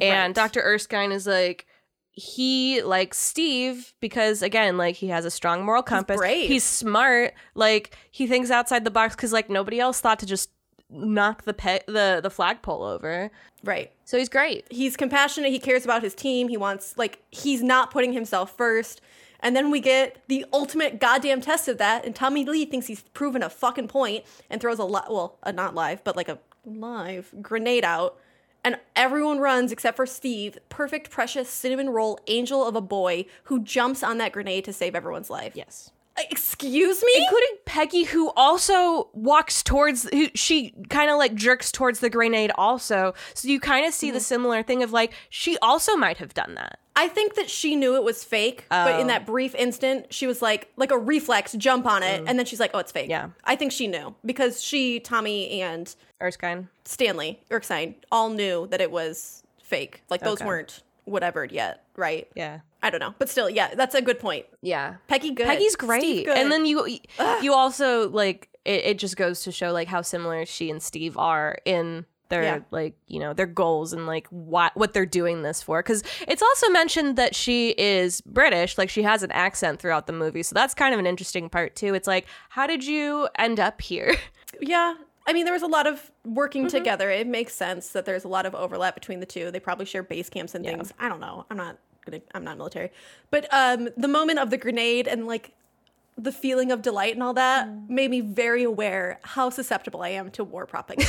[SPEAKER 3] and
[SPEAKER 2] Right.
[SPEAKER 3] dr erskine is like he likes steve because again like he has a strong moral compass
[SPEAKER 2] brave.
[SPEAKER 3] he's smart like he thinks outside the box because like nobody else thought to just knock the pe- the the flagpole over.
[SPEAKER 2] Right.
[SPEAKER 3] So he's great.
[SPEAKER 2] He's compassionate. He cares about his team. He wants, like, he's not putting himself first. And then we get the ultimate goddamn test of that. And Tommy Lee thinks he's proven a fucking point and throws a li- well, a not live, but like a live grenade out. And everyone runs except for Steve, perfect, precious cinnamon roll angel of a boy who jumps on that grenade to save everyone's life.
[SPEAKER 3] Yes.
[SPEAKER 2] Uh, Excuse me?
[SPEAKER 3] Including Peggy, who also walks towards, who she kind of like jerks towards the grenade also. So you kind of see the similar thing of like, she also might have done that.
[SPEAKER 2] I think that she knew it was fake, but
[SPEAKER 3] Oh.
[SPEAKER 2] in that brief instant, she was like, like a reflex, jump on it, and then she's like, oh, it's fake.
[SPEAKER 3] Mm. Yeah.
[SPEAKER 2] I think she knew because she, Tommy, and
[SPEAKER 3] Erskine.
[SPEAKER 2] Stanley Erskine all knew that it was fake. Like those weren't whatevered yet, right?
[SPEAKER 3] Yeah.
[SPEAKER 2] I don't know, but still, yeah, that's a good point.
[SPEAKER 3] Yeah.
[SPEAKER 2] Peggy, good.
[SPEAKER 3] Peggy's
[SPEAKER 2] Steve
[SPEAKER 3] great.
[SPEAKER 2] good.
[SPEAKER 3] And then you you also like it, it just goes to show like how similar she and Steve are in their
[SPEAKER 2] Yeah.
[SPEAKER 3] like, you know, their goals and like why, what they're doing this for cuz it's also mentioned that she is British, like she has an accent throughout the movie. So that's kind of an interesting part too. It's like how did you end up here?
[SPEAKER 2] yeah, I mean, there was a lot of working together. It makes sense that there's a lot of overlap between the two. They probably share base camps and things. I don't know. I'm not gonna. I'm not military, but um, the moment of the grenade and like the feeling of delight and all that made me very aware how susceptible I am to war propaganda.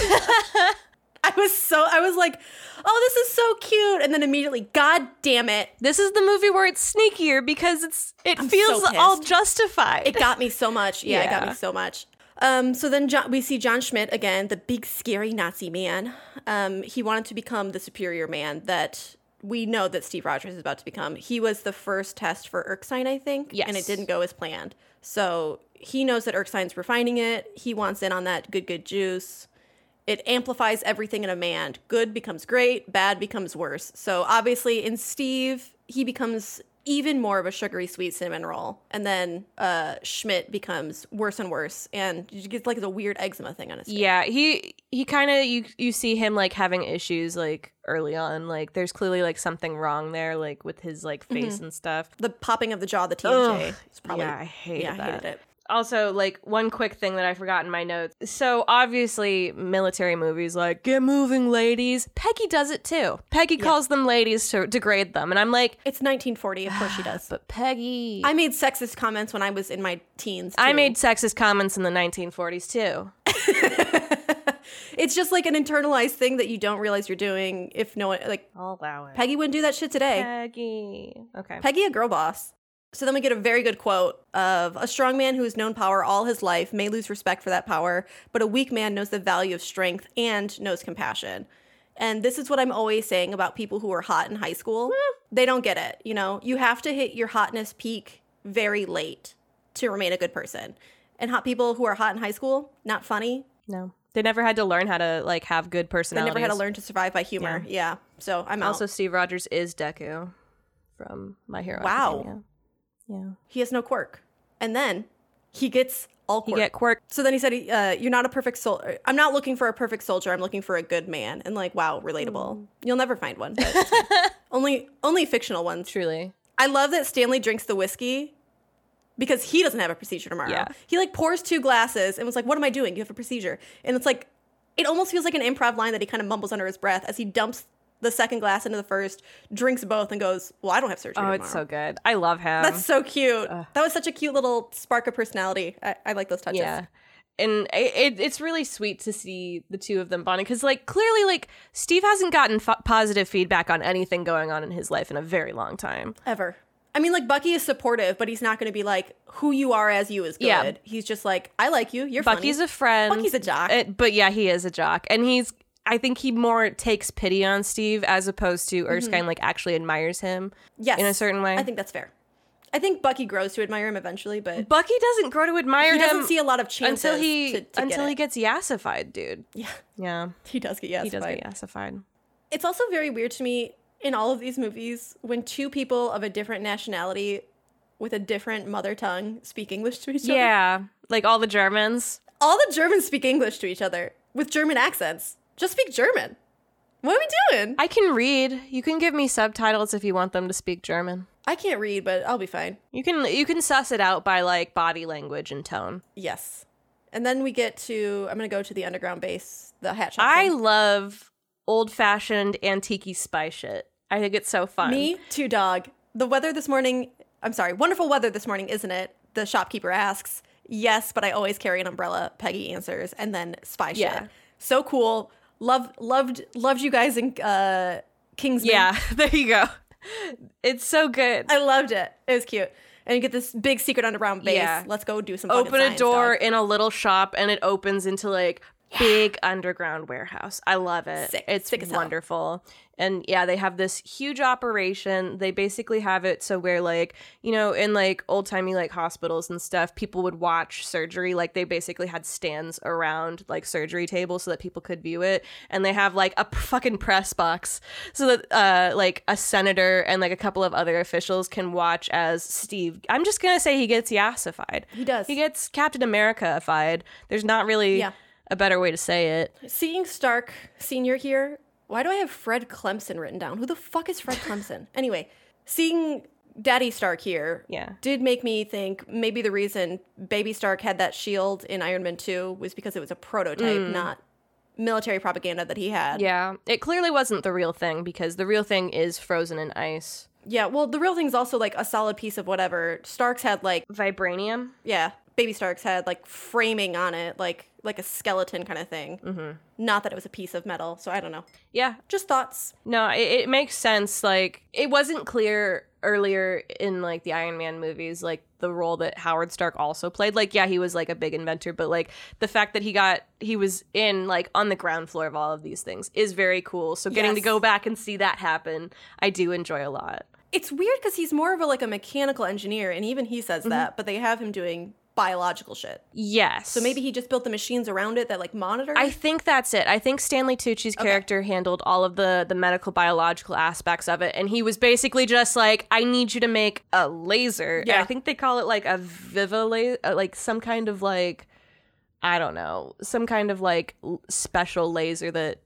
[SPEAKER 2] I was so I was like, oh, this is so cute, and then immediately, god damn it,
[SPEAKER 3] This is the movie where it's sneakier because it's it
[SPEAKER 2] I'm so
[SPEAKER 3] feels all
[SPEAKER 2] pissed.
[SPEAKER 3] justified.
[SPEAKER 2] It got me so much. Yeah, it got
[SPEAKER 3] Yeah.
[SPEAKER 2] me so much. Um, so then John, we see John Schmidt again, the big scary Nazi man. Um, he wanted to become the superior man that we know that Steve Rogers is about to become. He was the first test for Erskine, I think, and
[SPEAKER 3] Yes.
[SPEAKER 2] it didn't go as planned. So he knows that Erskine's refining it. He wants in on that good, good juice. It amplifies everything in a man. Good becomes great, bad becomes worse. So obviously, in Steve, he becomes even more of a sugary sweet cinnamon roll, and then uh, Schmidt becomes worse and worse, and you get like the weird eczema thing on his face.
[SPEAKER 3] Yeah, he he kind of you you see him like having issues like early on. Like there's clearly like something wrong there, like with his like face and stuff.
[SPEAKER 2] The popping of the jaw, the TMJ.
[SPEAKER 3] Ugh.
[SPEAKER 2] It's probably
[SPEAKER 3] yeah, I hated
[SPEAKER 2] yeah, I
[SPEAKER 3] that.
[SPEAKER 2] hated it.
[SPEAKER 3] Also, like one quick thing that I forgot in my notes. So obviously, military movies like "Get moving, ladies." Peggy does it too. Peggy calls them ladies to degrade them, and I'm like,
[SPEAKER 2] It's 1940, of course she does.
[SPEAKER 3] but Peggy,
[SPEAKER 2] I made sexist comments when I was in my teens.
[SPEAKER 3] I
[SPEAKER 2] too.
[SPEAKER 3] made sexist comments in the 1940s too.
[SPEAKER 2] it's just like an internalized thing that you don't realize you're doing if no one like
[SPEAKER 3] I'll allow it.
[SPEAKER 2] Peggy wouldn't do that shit today.
[SPEAKER 3] Peggy. Okay.
[SPEAKER 2] Peggy, a girl boss. So then we get a very good quote of a strong man who has known power all his life may lose respect for that power, but a weak man knows the value of strength and knows compassion. And this is what I'm always saying about people who are hot in high school. They don't get it. You know, you have to hit your hotness peak very late to remain a good person. And hot people who are hot in high school, not funny.
[SPEAKER 3] no, they never had to learn how to like have good
[SPEAKER 2] They
[SPEAKER 3] personalities.
[SPEAKER 2] never had to learn to survive by humor. Yeah. So I'm
[SPEAKER 3] Also,
[SPEAKER 2] out.
[SPEAKER 3] Steve Rogers is Deku from My Hero.
[SPEAKER 2] Wow.
[SPEAKER 3] Academia. Yeah.
[SPEAKER 2] He has no quirk. And then he gets all
[SPEAKER 3] He
[SPEAKER 2] quirk.
[SPEAKER 3] get quirk.
[SPEAKER 2] so then he said, uh, "You're not a perfect soldier. I'm not looking for a perfect soldier. I'm looking for a good man." And like, wow,
[SPEAKER 3] Hmm.
[SPEAKER 2] relatable. You'll never find one. but it's fine. only, only fictional ones.
[SPEAKER 3] Truly.
[SPEAKER 2] I love that Stanley drinks the whiskey because he doesn't have a procedure tomorrow.
[SPEAKER 3] Yeah.
[SPEAKER 2] He like pours two glasses and was like, "What am I doing? You have a procedure." And it's like, it almost feels like an improv line that he kind of mumbles under his breath as he dumps the second glass into the first, drinks both, and goes, "Well, I don't have surgery."
[SPEAKER 3] Oh,
[SPEAKER 2] tomorrow.
[SPEAKER 3] it's so good. I love him.
[SPEAKER 2] That's so cute. that was such a cute little spark of personality. I, I like those touches.
[SPEAKER 3] yeah. And it, it, it's really sweet to see the two of them bonding because, like, clearly, like Steve hasn't gotten f- positive feedback on anything going on in his life in a very long time.
[SPEAKER 2] Ever. I mean, like Bucky is supportive, but he's not going to be like who you are as you is good.
[SPEAKER 3] Yeah.
[SPEAKER 2] He's just like, I like you. You're
[SPEAKER 3] Bucky's
[SPEAKER 2] funny.
[SPEAKER 3] a friend.
[SPEAKER 2] Bucky's a jock.
[SPEAKER 3] Uh, but yeah, he is a jock, and he's. I think he more takes pity on Steve as opposed
[SPEAKER 2] Mm-hmm.
[SPEAKER 3] to Erskine, like actually admires him.
[SPEAKER 2] yes,
[SPEAKER 3] in a certain way.
[SPEAKER 2] I think that's fair. I think Bucky grows to admire him eventually, but
[SPEAKER 3] Bucky doesn't grow to admire
[SPEAKER 2] he
[SPEAKER 3] him.
[SPEAKER 2] doesn't see a lot of chances
[SPEAKER 3] until he
[SPEAKER 2] to, to
[SPEAKER 3] until
[SPEAKER 2] get
[SPEAKER 3] he
[SPEAKER 2] it.
[SPEAKER 3] gets yassified, dude.
[SPEAKER 2] yeah
[SPEAKER 3] Yeah,
[SPEAKER 2] he does get yes
[SPEAKER 3] he does
[SPEAKER 2] but-
[SPEAKER 3] get yassified.
[SPEAKER 2] it's also very weird to me in all of these movies when two people of a different nationality with a different mother tongue speak English to each other.
[SPEAKER 3] Yeah, like all the Germans.
[SPEAKER 2] all the Germans speak English to each other with German accents. Just speak German. What are we doing? I,
[SPEAKER 3] I can read. You can give me subtitles if you want them to speak German.
[SPEAKER 2] can't read, but I'll be fine.
[SPEAKER 3] You can you can suss it out by like body language and tone.
[SPEAKER 2] Yes. And then we get to I'm gonna go to the underground base, the hatch.
[SPEAKER 3] I love old fashioned antique spy shit. I think it's so fun.
[SPEAKER 2] me too, dog. The weather this morning. I'm sorry, wonderful weather this morning, isn't it? The shopkeeper asks. Yes, but I always carry an umbrella. Peggy answers, and then spy
[SPEAKER 3] Yeah.
[SPEAKER 2] shit. So cool. Love, loved, loved you guys in uh, Kingsman.
[SPEAKER 3] Yeah, there you go. It's so good.
[SPEAKER 2] I loved it. It was cute. And you get this big secret underground base.
[SPEAKER 3] Yeah.
[SPEAKER 2] Let's go do some. fucking
[SPEAKER 3] Open a
[SPEAKER 2] science,
[SPEAKER 3] door
[SPEAKER 2] dog.
[SPEAKER 3] in a little shop and it opens into like big underground warehouse. I love it.
[SPEAKER 2] Sick.
[SPEAKER 3] It's
[SPEAKER 2] Sick as hell.
[SPEAKER 3] wonderful. And yeah, they have this huge operation. They basically have it so where like, you know, in like old-timey like hospitals and stuff, people would watch surgery like they basically had stands around like surgery tables so that people could view it and they have like a p- fucking press box so that uh like a senator and like a couple of other officials can watch as Steve I'm just going to say he gets yassified.
[SPEAKER 2] He does.
[SPEAKER 3] He gets Captain America fied. There's not really
[SPEAKER 2] Yeah.
[SPEAKER 3] a better way to say it.
[SPEAKER 2] Seeing Stark Senior here. Why do I have Fred Clemson written down? Who the fuck is Fred Clemson? anyway, seeing Daddy Stark here
[SPEAKER 3] Yeah.
[SPEAKER 2] did make me think maybe the reason Baby Stark had that shield in Iron Man 2 was because it was a prototype, not military propaganda that he had.
[SPEAKER 3] Mm. Yeah. It clearly wasn't the real thing because the real thing is frozen in ice.
[SPEAKER 2] Yeah, well, the real thing's also like a solid piece of whatever. Stark's had like
[SPEAKER 3] Vibranium?
[SPEAKER 2] yeah, Baby Stark's had like framing on it, like like a skeleton kind of thing. Mm-hmm. Not that it was a piece of metal, so I don't know.
[SPEAKER 3] Yeah.
[SPEAKER 2] Just thoughts.
[SPEAKER 3] No, it, it makes sense. Like, it wasn't clear earlier in like the Iron Man movies, like the role that Howard Stark also played. Like, yeah, he was like a big inventor, but like the fact that he got he was in like on the ground floor of all of these things is very cool. So getting to
[SPEAKER 2] Yes.
[SPEAKER 3] go back and see that happen, I do enjoy a lot.
[SPEAKER 2] It's weird because he's more of a like a mechanical engineer, and even he
[SPEAKER 3] Mm-hmm.
[SPEAKER 2] says that, but they have him doing biological shit.
[SPEAKER 3] Yes.
[SPEAKER 2] So maybe he just built the machines around it that like monitor.
[SPEAKER 3] I think that's it. I think Stanley Tucci's character handled all of the the medical biological aspects of it, and he was basically just like, "I need you to make a laser." And
[SPEAKER 2] Yeah.
[SPEAKER 3] I think they call it like a viva laser, like some kind of like I don't know, some kind of like l- special laser that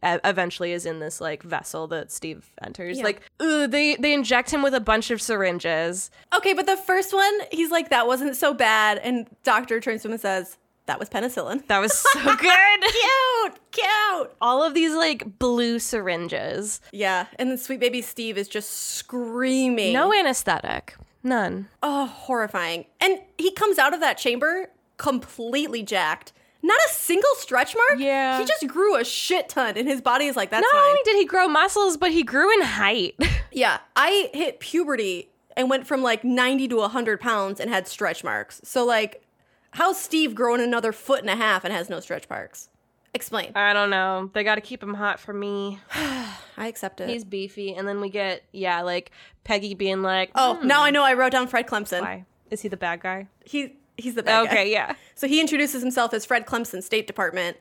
[SPEAKER 3] e- eventually is in this like vessel that Steve enters.
[SPEAKER 2] Yeah.
[SPEAKER 3] Like, ooh, they they inject him with a bunch of syringes.
[SPEAKER 2] okay, but the first one, he's like, that wasn't so bad, and Doctor turns to him and says, that was penicillin.
[SPEAKER 3] That was so good.
[SPEAKER 2] Cute, cute.
[SPEAKER 3] All of these like blue syringes.
[SPEAKER 2] Yeah, and then sweet baby Steve is just screaming.
[SPEAKER 3] No anesthetic. None.
[SPEAKER 2] Oh, horrifying. And he comes out of that chamber completely jacked. Not a single stretch mark.
[SPEAKER 3] Yeah.
[SPEAKER 2] He just grew a shit ton, and his body is like, that's
[SPEAKER 3] Not
[SPEAKER 2] fine.
[SPEAKER 3] only did he grow muscles, but he grew in height.
[SPEAKER 2] yeah. I hit puberty and went from like 90 to 100 pounds and had stretch marks. So, like, how's Steve growing another foot and a half and has no stretch marks? Explain.
[SPEAKER 3] I don't know. They got to keep him hot for me.
[SPEAKER 2] I accept it.
[SPEAKER 3] He's beefy, and then we get yeah, like Peggy being like,
[SPEAKER 2] oh, now I know I wrote down Fred Clemson.
[SPEAKER 3] hmm. why is he the bad guy?"
[SPEAKER 2] He, he's the bad guy.
[SPEAKER 3] okay, yeah,
[SPEAKER 2] So he introduces himself as Fred Clemson, State Department,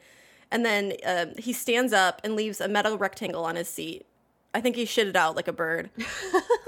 [SPEAKER 2] and then um, he stands up and leaves a metal rectangle on his seat. I think he shitted out like a bird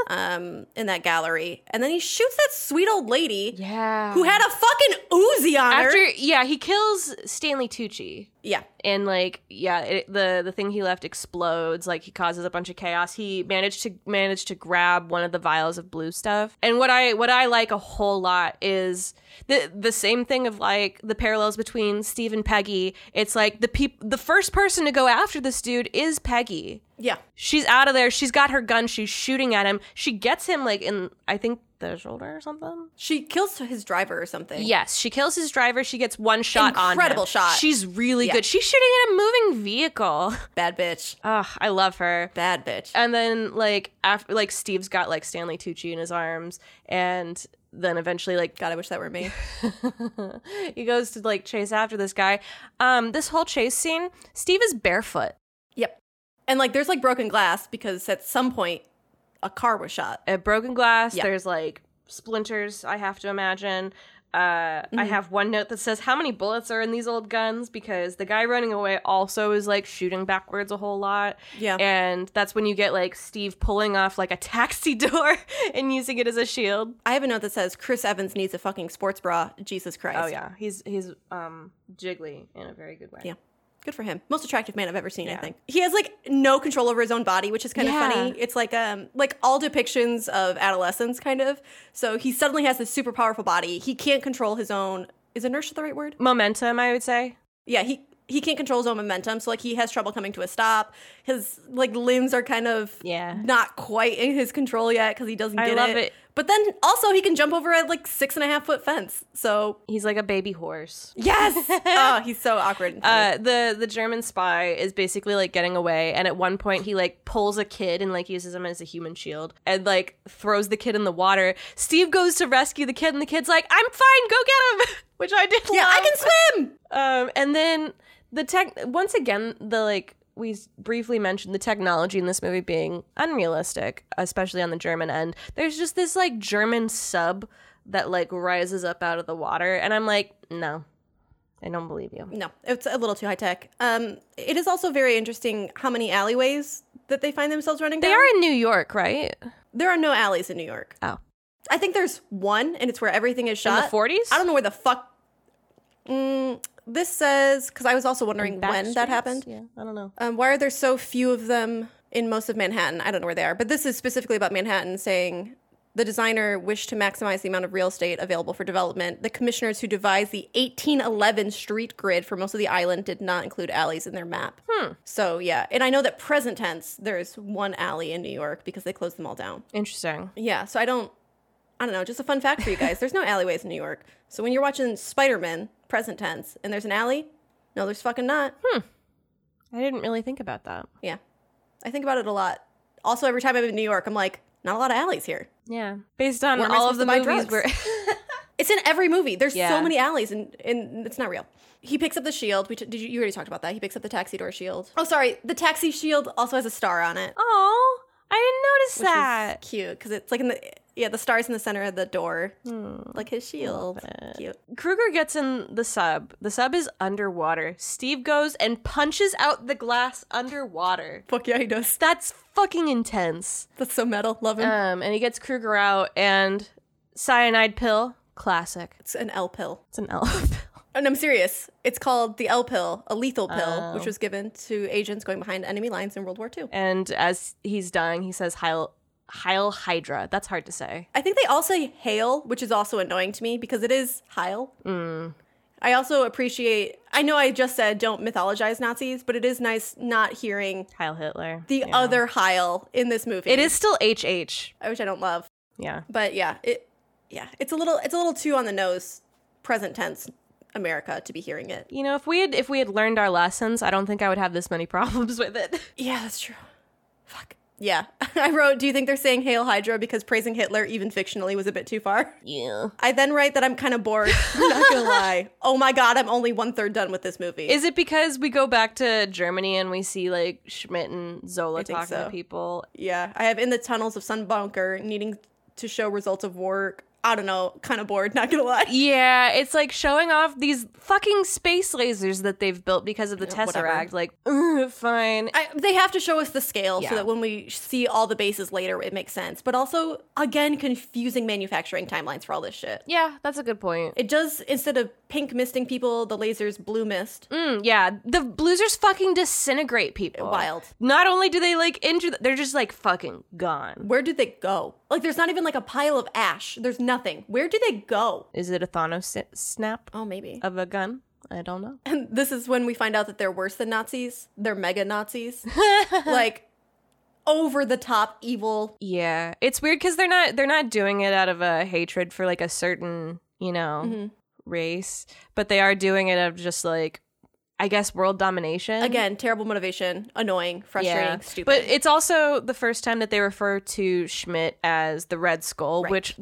[SPEAKER 2] um, in that gallery. And then he shoots that sweet old lady
[SPEAKER 3] yeah.
[SPEAKER 2] who had a fucking Uzi on her.
[SPEAKER 3] after yeah, he kills Stanley Tucci.
[SPEAKER 2] Yeah.
[SPEAKER 3] and like yeah it, the the thing he left explodes like he causes a bunch of chaos he managed to managed to grab one of the vials of blue stuff and what i what i like a whole lot is the the same thing of like the parallels between steve and peggy it's like the peop the first person to go after this dude is peggy
[SPEAKER 2] Yeah.
[SPEAKER 3] she's out of there she's got her gun she's shooting at him she gets him like in i think the shoulder or something
[SPEAKER 2] She kills his driver or something.
[SPEAKER 3] Yes, she kills his driver. She gets one shot on him.
[SPEAKER 2] Incredible shot.
[SPEAKER 3] She's really
[SPEAKER 2] Yeah.
[SPEAKER 3] good. She's shooting at a moving vehicle.
[SPEAKER 2] Bad bitch.
[SPEAKER 3] Ugh, I love her.
[SPEAKER 2] Bad bitch.
[SPEAKER 3] And then like after like Steve's got like Stanley Tucci in his arms, and then eventually like
[SPEAKER 2] God, I wish that were me.
[SPEAKER 3] he goes to like chase after this guy. Um, this whole chase scene, Steve is barefoot.
[SPEAKER 2] yep. And like, there's like broken glass because at some point a car was shot.
[SPEAKER 3] a broken glass.
[SPEAKER 2] Yeah.
[SPEAKER 3] There's like splinters. I have to imagine. Uh,
[SPEAKER 2] Mm-hmm.
[SPEAKER 3] I have one note that says how many bullets are in these old guns because the guy running away also is like shooting backwards a whole lot.
[SPEAKER 2] Yeah.
[SPEAKER 3] and that's when you get like Steve pulling off like a taxi door and using it as a shield.
[SPEAKER 2] I have a note that says Chris Evans needs a fucking sports bra. Jesus Christ.
[SPEAKER 3] Oh yeah, he's he's um jiggly in a very good way.
[SPEAKER 2] Yeah. Good for him. Most attractive man I've ever seen, I
[SPEAKER 3] Yeah.
[SPEAKER 2] think. He has like no control over his own body, which is kind
[SPEAKER 3] Yeah.
[SPEAKER 2] of funny. It's like um like all depictions of adolescence kind of. So he suddenly has this super powerful body. He can't control his own is inertia the right word?
[SPEAKER 3] Momentum, I would say.
[SPEAKER 2] Yeah, he he can't control his own momentum, so like he has trouble coming to a stop. His like limbs are kind of
[SPEAKER 3] Yeah.
[SPEAKER 2] not quite in his control yet because he doesn't
[SPEAKER 3] I
[SPEAKER 2] get
[SPEAKER 3] love
[SPEAKER 2] it.
[SPEAKER 3] it.
[SPEAKER 2] But then also he can jump over a like six and a half foot fence. So
[SPEAKER 3] He's like a baby horse.
[SPEAKER 2] yes, oh he's so awkward. And funny.
[SPEAKER 3] Uh, the the German spy is basically like getting away, and at one point he like pulls a kid and like uses him as a human shield, and like throws the kid in the water. Steve goes to rescue the kid, and the kid's like, "I'm fine, go get him," which I did.
[SPEAKER 2] yeah, I
[SPEAKER 3] love.
[SPEAKER 2] can swim.
[SPEAKER 3] Um, and then the tech. Once again, the like we s- briefly mentioned the technology in this movie being unrealistic, especially on the German end. There's just this like German sub that like rises up out of the water, and I'm like, no, I don't believe you.
[SPEAKER 2] No, it's a little too high tech. Um, it is also very interesting how many alleyways that they find themselves running
[SPEAKER 3] They
[SPEAKER 2] down.
[SPEAKER 3] are in New York, right?
[SPEAKER 2] There are no alleys in New York.
[SPEAKER 3] Oh.
[SPEAKER 2] I think there's one, and it's where everything is
[SPEAKER 3] In
[SPEAKER 2] shot.
[SPEAKER 3] the 40s?
[SPEAKER 2] I don't know where the fuck. Mm, this says because I was also wondering
[SPEAKER 3] Back
[SPEAKER 2] when that
[SPEAKER 3] streets?
[SPEAKER 2] happened.
[SPEAKER 3] Yeah, I don't know.
[SPEAKER 2] Um, why are there so few of them in most of Manhattan? I don't know where they are, but this is specifically about Manhattan, saying the designer wished to maximize the amount of real estate available for development. The commissioners who devised the 1811 street grid for most of the island did not include alleys in their map. Hmm. So yeah, and I know that present tense there's one alley in New York because they closed them all down.
[SPEAKER 3] Interesting.
[SPEAKER 2] Yeah, so I don't I don't know, just a fun fact for you guys. There's no alleyways in New York. So when you're watching Spider-Man present tense and there's an alley, no there's fucking not.
[SPEAKER 3] I didn't really think about that.
[SPEAKER 2] Yeah. I think about it a lot. Also every time I'm in New York, I'm like, not a lot of alleys here.
[SPEAKER 3] Yeah, based on
[SPEAKER 2] Where am I
[SPEAKER 3] all of the
[SPEAKER 2] supposed to buy
[SPEAKER 3] movies
[SPEAKER 2] drugs?
[SPEAKER 3] where
[SPEAKER 2] It's in every movie. There's
[SPEAKER 3] Yeah.
[SPEAKER 2] so many alleys and and it's not real. He picks up the shield. We t- did you, you already talked about that. He picks up the taxi door shield. Oh, sorry. The taxi shield also has a star on it.
[SPEAKER 3] oh, I didn't notice
[SPEAKER 2] Which is
[SPEAKER 3] that.
[SPEAKER 2] cute cuz it's like in the yeah, the star's in the center of the door.
[SPEAKER 3] Hmm.
[SPEAKER 2] Like his shield. Cute.
[SPEAKER 3] Kruger gets in the sub. The sub is underwater. Steve goes and punches out the glass underwater.
[SPEAKER 2] Fuck yeah, he does.
[SPEAKER 3] That's fucking intense.
[SPEAKER 2] That's so metal. Love him.
[SPEAKER 3] Um, and he gets Kruger out and cyanide pill. Classic.
[SPEAKER 2] it's an L pill.
[SPEAKER 3] It's an L pill.
[SPEAKER 2] And I'm serious. It's called the L pill, a lethal pill,
[SPEAKER 3] Oh.
[SPEAKER 2] which was given to agents going behind enemy lines in World War II.
[SPEAKER 3] And as he's dying, he says Heil, Heil Hydra. That's hard to say.
[SPEAKER 2] I think they all say hail, which is also annoying to me because it is Heil.
[SPEAKER 3] Mm.
[SPEAKER 2] I also appreciate, I know I just said don't mythologize Nazis, but it is nice not hearing
[SPEAKER 3] Heil Hitler.
[SPEAKER 2] the
[SPEAKER 3] Yeah.
[SPEAKER 2] other Heil in this movie.
[SPEAKER 3] It is still HH.
[SPEAKER 2] I which I don't love.
[SPEAKER 3] Yeah.
[SPEAKER 2] But yeah, it, yeah, it's a little, it's a little too on the nose, present tense America to be hearing it.
[SPEAKER 3] You know, if we had if we had learned our lessons, I don't think I would have this many problems with it.
[SPEAKER 2] Yeah, that's true. Fuck. Yeah. I wrote, do you think they're saying Hail Hydra because praising Hitler, even fictionally, was a bit too far?
[SPEAKER 3] Yeah.
[SPEAKER 2] I then write that I'm kind of bored. I'm not gonna lie. Oh my god, I'm only one third done with this movie.
[SPEAKER 3] Is it because we go back to Germany and we see like Schmidt and Zola
[SPEAKER 2] I think
[SPEAKER 3] talking to
[SPEAKER 2] so.
[SPEAKER 3] people?
[SPEAKER 2] yeah, I have in the tunnels of Sun Bunker, needing to show results of work. I don't know, kind of bored. Not gonna lie.
[SPEAKER 3] Yeah, it's like showing off these fucking space lasers that they've built because of the
[SPEAKER 2] Yeah,
[SPEAKER 3] Tesseract.
[SPEAKER 2] whatever.
[SPEAKER 3] Like, ugh, fine.
[SPEAKER 2] I, they have to show us the scale
[SPEAKER 3] Yeah.
[SPEAKER 2] so that when we see all the bases later, it makes sense. But also, again, confusing manufacturing timelines for all this shit.
[SPEAKER 3] yeah, that's a good point.
[SPEAKER 2] It does instead of pink misting people, the lasers blue mist.
[SPEAKER 3] Mm, yeah, the Bluesers fucking disintegrate people.
[SPEAKER 2] Wild.
[SPEAKER 3] Not only do they like injure, they're just like fucking gone.
[SPEAKER 2] Where did they go? Like, there's not even like a pile of ash. There's nothing. Where do they go?
[SPEAKER 3] Is it a Thanos si- snap
[SPEAKER 2] Oh, maybe.
[SPEAKER 3] of a gun? I don't know.
[SPEAKER 2] And this is when we find out that they're worse than Nazis. They're mega Nazis. like, over the top evil.
[SPEAKER 3] Yeah, it's weird because they're not they're not doing it out of a hatred for like a certain you know
[SPEAKER 2] Mm-hmm.
[SPEAKER 3] race, but they are doing it of just like I guess world domination
[SPEAKER 2] Again, terrible motivation, annoying, frustrating,
[SPEAKER 3] Yeah.
[SPEAKER 2] stupid.
[SPEAKER 3] But it's also the first time that they refer to Schmidt as the Red Skull,
[SPEAKER 2] Right.
[SPEAKER 3] which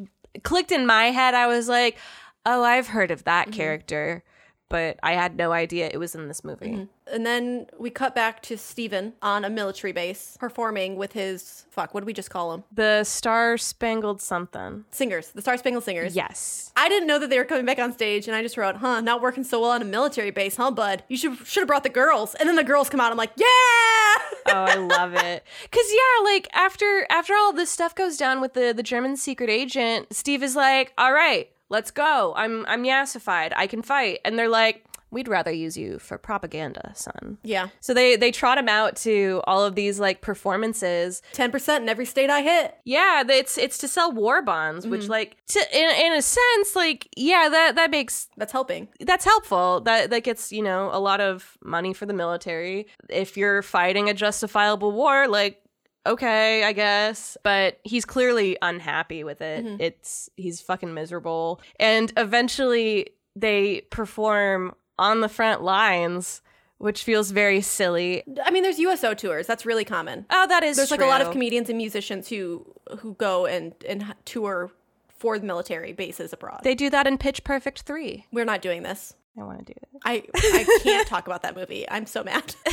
[SPEAKER 3] clicked in my head. I was like, oh, I've heard of that
[SPEAKER 2] Mm-hmm.
[SPEAKER 3] character, but I had no idea it was in this movie.
[SPEAKER 2] and then we cut back to Steven on a military base performing with his, fuck, what do we just call him?
[SPEAKER 3] The Star Spangled something.
[SPEAKER 2] Singers, the Star Spangled Singers.
[SPEAKER 3] Yes.
[SPEAKER 2] I didn't know that they were coming back on stage, and I just wrote, "Huh, not working so well on a military base, huh, bud? You should should have brought the girls." And then the girls come out. I'm like, "Yeah!"
[SPEAKER 3] oh, I love it. Cause yeah, like after after all this stuff goes down with the the German secret agent, Steve is like, "All right, let's go. I'm I'm yassified. I can fight." And they're like, we'd rather use you for propaganda, son.
[SPEAKER 2] Yeah.
[SPEAKER 3] So they they trot him out to all of these like performances.
[SPEAKER 2] 10% in every state I hit.
[SPEAKER 3] Yeah, th- it's it's to sell war bonds, which like to, in in a sense, like yeah, that that makes
[SPEAKER 2] That's helping.
[SPEAKER 3] that's helpful. That that gets you know a lot of money for the military. If you're fighting a justifiable war, like okay, I guess. But he's clearly unhappy with it.
[SPEAKER 2] Mm-hmm.
[SPEAKER 3] It's he's fucking miserable. And eventually they perform on the front lines, which feels very silly.
[SPEAKER 2] I mean, there's USO tours. That's really common.
[SPEAKER 3] Oh, that is
[SPEAKER 2] There's like a lot of
[SPEAKER 3] true.
[SPEAKER 2] comedians and musicians who who go and and h- tour for the military bases abroad.
[SPEAKER 3] They do that in Pitch Perfect 3.
[SPEAKER 2] We're not doing this.
[SPEAKER 3] I want to do it.
[SPEAKER 2] I I can't talk about that movie. I'm so mad.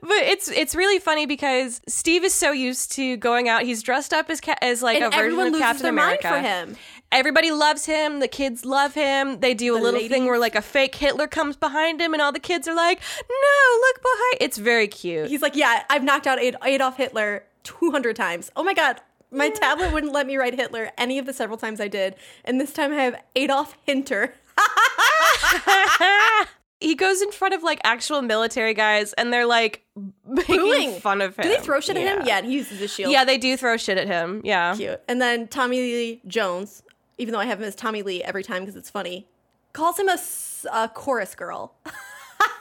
[SPEAKER 3] But it's it's really funny because Steve is so used to going out. He's dressed up as ca- as like
[SPEAKER 2] And
[SPEAKER 3] a version
[SPEAKER 2] everyone
[SPEAKER 3] of
[SPEAKER 2] loses
[SPEAKER 3] Captain
[SPEAKER 2] their
[SPEAKER 3] America.
[SPEAKER 2] mind for him.
[SPEAKER 3] Everybody loves him. The kids love him. They do a little thing where like a fake Hitler comes behind him, and all the kids are like, "No, look behind." It's very cute.
[SPEAKER 2] He's like, yeah, I've knocked out Ad- Adolf Hitler 200 times. Oh my god. My tablet wouldn't let me write Hitler any of the several times I did, and this time I have Adolf Hinter.
[SPEAKER 3] he goes in front of like actual military guys, and they're like making
[SPEAKER 2] Booing.
[SPEAKER 3] fun of him.
[SPEAKER 2] Do they throw shit at him? Yeah, and he uses a shield.
[SPEAKER 3] Yeah, they do throw shit at him. Yeah.
[SPEAKER 2] cute. And then Tommy Lee Jones, even though I have him as Tommy Lee every time because it's funny, calls him a, s- a chorus girl,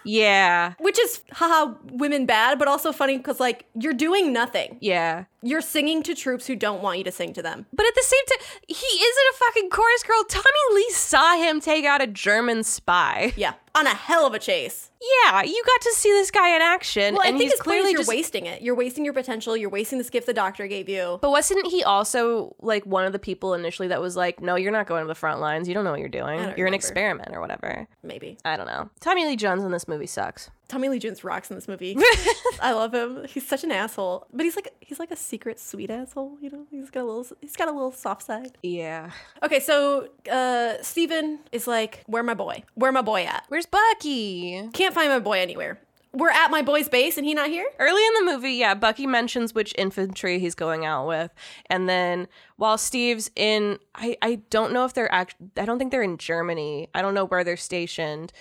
[SPEAKER 3] Yeah.
[SPEAKER 2] which is haha women bad, but also funny because like you're doing nothing.
[SPEAKER 3] Yeah.
[SPEAKER 2] You're singing to troops who don't want you to sing to them.
[SPEAKER 3] But at the same time, he isn't a fucking chorus girl. Tommy Lee saw him take out a German spy.
[SPEAKER 2] Yeah, on a hell of a chase.
[SPEAKER 3] Yeah, you got to see this guy in action,
[SPEAKER 2] Well,
[SPEAKER 3] and
[SPEAKER 2] I think
[SPEAKER 3] he's
[SPEAKER 2] his point is
[SPEAKER 3] clearly
[SPEAKER 2] you're
[SPEAKER 3] just.
[SPEAKER 2] wasting it. You're wasting your potential. You're wasting this gift the doctor gave you.
[SPEAKER 3] but wasn't he also like one of the people initially that was like, "No, you're not going to the front lines. You don't know what you're doing. You're
[SPEAKER 2] don't
[SPEAKER 3] an
[SPEAKER 2] remember."
[SPEAKER 3] experiment or whatever."
[SPEAKER 2] Maybe
[SPEAKER 3] I don't know. Tommy Lee Jones in this movie sucks.
[SPEAKER 2] Tommy Lee Jones rocks in this movie. I love him. He's such an asshole, but he's like he's like a secret sweet asshole. You know, he's got a little he's got a little soft side.
[SPEAKER 3] Yeah.
[SPEAKER 2] Okay, so uh, Steven is like, Where my boy? Where my boy at?
[SPEAKER 3] Where's Bucky?
[SPEAKER 2] Can't find my boy anywhere. We're at my boy's base and he not here?
[SPEAKER 3] Early in the movie, yeah, Bucky mentions which infantry he's going out with, and then while Steve's in, I I don't know if they're act, I don't think they're in Germany. I don't know where they're stationed,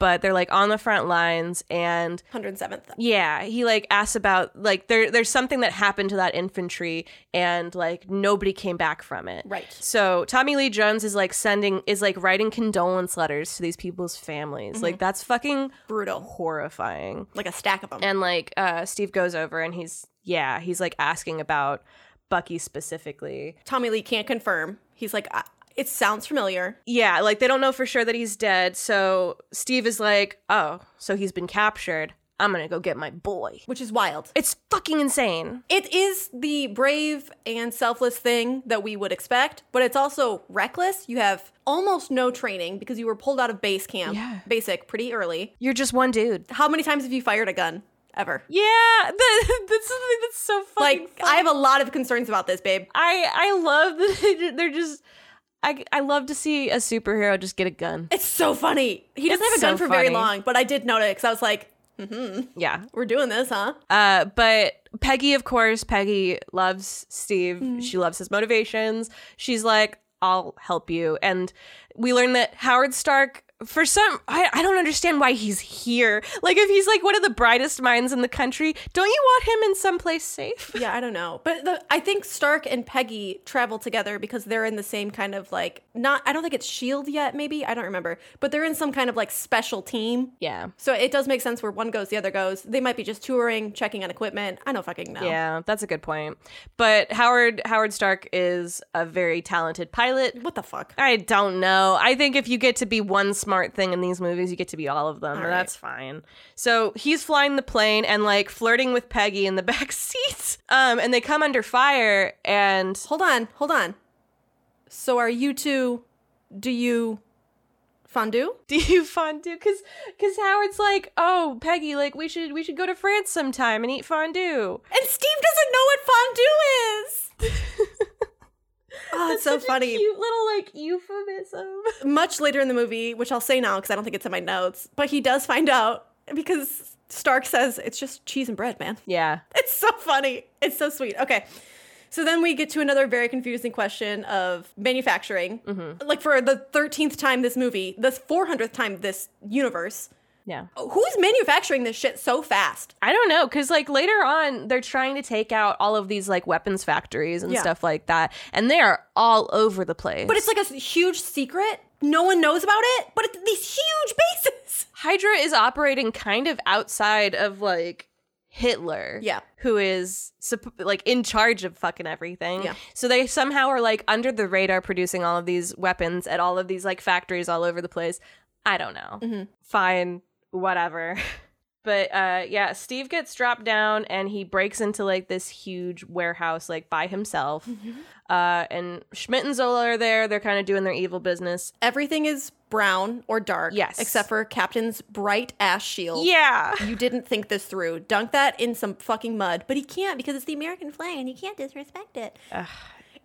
[SPEAKER 3] but they're like on the front lines, and
[SPEAKER 2] 107th.
[SPEAKER 3] yeah, he like asks about like there there's something that happened to that infantry, and like nobody came back from it.
[SPEAKER 2] Right.
[SPEAKER 3] So Tommy Lee Jones is like sending is like writing condolence letters to these people's families. Like that's fucking
[SPEAKER 2] Brutal.
[SPEAKER 3] horrifying
[SPEAKER 2] Like a stack of them.
[SPEAKER 3] and like uh steve goes over and he's yeah he's like asking about bucky specifically
[SPEAKER 2] Tommy Lee can't confirm. He's like, I- It sounds familiar.
[SPEAKER 3] yeah like they don't know for sure that he's dead so steve is like oh so he's been captured i'm gonna go get my boy
[SPEAKER 2] Which is wild.
[SPEAKER 3] it's fucking insane
[SPEAKER 2] It is the brave and selfless thing that we would expect, but it's also reckless. You have almost no training because you were pulled out of base camp,
[SPEAKER 3] Yeah.
[SPEAKER 2] basic, pretty early.
[SPEAKER 3] you're just one dude
[SPEAKER 2] How many times have you fired a gun ever?
[SPEAKER 3] yeah that, that's something that's so fucking
[SPEAKER 2] Like, I have a lot of concerns about this, babe.
[SPEAKER 3] i i love that they're just I, I love to see a superhero just get a gun.
[SPEAKER 2] It's so funny. He doesn't have
[SPEAKER 3] It's
[SPEAKER 2] a gun
[SPEAKER 3] so
[SPEAKER 2] for very
[SPEAKER 3] funny.
[SPEAKER 2] long, but I did note it because I was like,
[SPEAKER 3] Yeah.
[SPEAKER 2] we're doing this, huh?
[SPEAKER 3] Uh, but Peggy, of course, Peggy loves Steve. She loves his motivations. She's like, I'll help you. And we learn that Howard Stark, for some, I, I don't understand why he's here. Like, if he's like one of the brightest minds in the country, don't you want him in someplace safe?
[SPEAKER 2] yeah, I don't know. But the, I think Stark and Peggy travel together because they're in the same kind of like, not, I don't think it's S.H.I.E.L.D. yet, maybe. I don't remember. But they're in some kind of like special team.
[SPEAKER 3] Yeah.
[SPEAKER 2] So it does make sense where one goes, the other goes. They might be just touring, checking on equipment. I don't fucking know.
[SPEAKER 3] Yeah, that's a good point. But Howard Howard Stark is a very talented pilot.
[SPEAKER 2] What the fuck?
[SPEAKER 3] I don't know. I think if you get to be one smart thing in these movies, you get to be all of them. and
[SPEAKER 2] right.
[SPEAKER 3] That's fine. So he's flying the plane and like flirting with Peggy in the back seats. Um, and they come under fire and
[SPEAKER 2] Hold on, hold on. So are you two, do you fondue?
[SPEAKER 3] do you fondue? Cause cause Howard's like, oh Peggy, like we should we should go to France sometime and eat fondue.
[SPEAKER 2] And Steve doesn't know what fondue is. oh, it's so
[SPEAKER 3] Such a
[SPEAKER 2] funny.
[SPEAKER 3] cute little like euphemism.
[SPEAKER 2] Much later in the movie, which I'll say now because I don't think it's in my notes, but he does find out because Stark says it's just cheese and bread, man.
[SPEAKER 3] Yeah.
[SPEAKER 2] It's so funny. It's so sweet. Okay. So then we get to another very confusing question of manufacturing.
[SPEAKER 3] Mm-hmm.
[SPEAKER 2] Like for the 13th time this movie, the 400th time this universe,
[SPEAKER 3] Yeah.
[SPEAKER 2] who's manufacturing this shit so fast?
[SPEAKER 3] I don't know, because like later on, they're trying to take out all of these like weapons factories and
[SPEAKER 2] Yeah.
[SPEAKER 3] stuff like that, and they are all over the place.
[SPEAKER 2] But it's like a s- huge secret. No one knows about it, but it's these huge bases.
[SPEAKER 3] Hydra is operating kind of outside of like Hitler.
[SPEAKER 2] Yeah.
[SPEAKER 3] Who is supp- like in charge of fucking everything.
[SPEAKER 2] Yeah.
[SPEAKER 3] So they somehow are like under the radar producing all of these weapons at all of these like factories all over the place. I don't know.
[SPEAKER 2] Mm-hmm.
[SPEAKER 3] Fine, whatever. But uh yeah, Steve gets dropped down and he breaks into like this huge warehouse like by himself.
[SPEAKER 2] Mm-hmm.
[SPEAKER 3] Uh and Schmidt and Zola are there. They're kind of doing their evil business.
[SPEAKER 2] Everything is brown or dark.
[SPEAKER 3] Yes.
[SPEAKER 2] Except for Captain's bright ass shield.
[SPEAKER 3] Yeah.
[SPEAKER 2] You didn't think this through. Dunk that in some fucking mud, but he can't because it's the American flag and you can't disrespect it.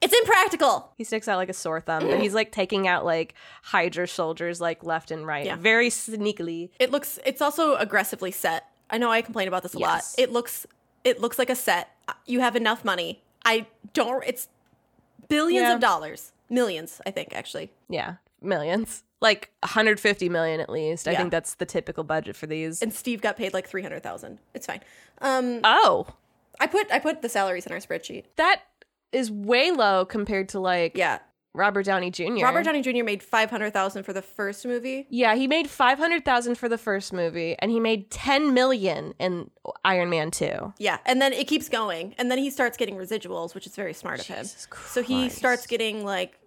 [SPEAKER 2] It's impractical.
[SPEAKER 3] He sticks out like a sore thumb, but he's like taking out like Hydra soldiers like left and right,
[SPEAKER 2] Yeah.
[SPEAKER 3] very sneakily.
[SPEAKER 2] It looks it's also aggressively set. I know I complain about this a
[SPEAKER 3] Yes.
[SPEAKER 2] lot. It looks it looks like a set. You have enough money. I don't it's billions
[SPEAKER 3] Yeah.
[SPEAKER 2] of dollars. Millions, I think actually.
[SPEAKER 3] Yeah, millions, like 150 million at least. I
[SPEAKER 2] Yeah.
[SPEAKER 3] think that's the typical budget for these.
[SPEAKER 2] And Steve got paid like 300,000. It's fine. Um
[SPEAKER 3] oh,
[SPEAKER 2] I put I put the salaries in our spreadsheet.
[SPEAKER 3] that is way low compared to like
[SPEAKER 2] Yeah.
[SPEAKER 3] Robert Downey Jr.
[SPEAKER 2] Robert Downey Jr. made 500,000 for the first movie.
[SPEAKER 3] Yeah, he made 500,000 for the first movie and he made 10 million in Iron Man 2.
[SPEAKER 2] Yeah, and then it keeps going, and then he starts getting residuals, which is very smart of him.
[SPEAKER 3] Jesus
[SPEAKER 2] So he
[SPEAKER 3] Christ.
[SPEAKER 2] starts getting like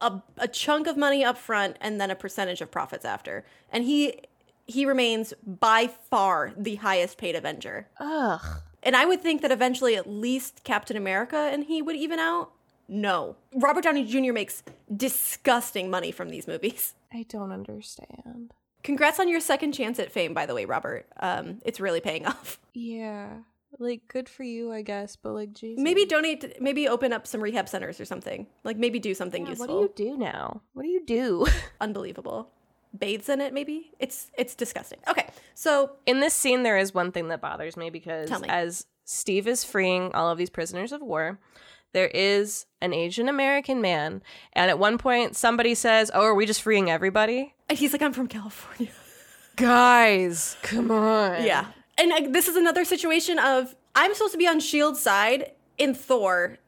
[SPEAKER 2] a, a chunk of money up front, and then a percentage of profits after. And he he remains by far the highest paid Avenger.
[SPEAKER 3] Ugh.
[SPEAKER 2] And I would think that eventually, at least Captain America and he would even out. No, Robert Downey Jr. makes disgusting money from these movies.
[SPEAKER 3] I don't understand.
[SPEAKER 2] Congrats on your second chance at fame, by the way, Robert. Um, it's really paying off.
[SPEAKER 3] Yeah. Like good for you, I guess, but like Jesus.
[SPEAKER 2] Maybe donate. Maybe open up some rehab centers or something. Like maybe do something
[SPEAKER 3] Yeah,
[SPEAKER 2] useful.
[SPEAKER 3] What do you do now? What do you do?
[SPEAKER 2] Unbelievable. Bathes in it. Maybe it's it's disgusting. Okay, so
[SPEAKER 3] In this scene, there is one thing that bothers me because
[SPEAKER 2] Tell me.
[SPEAKER 3] as Steve is freeing all of these prisoners of war, there is an Asian American man. And at one point, somebody says, Oh, are we just freeing everybody?
[SPEAKER 2] and he's like, I'm from California.
[SPEAKER 3] Guys, come on.
[SPEAKER 2] Yeah, and like, this is another situation of I'm supposed to be on Shield's side in Thor,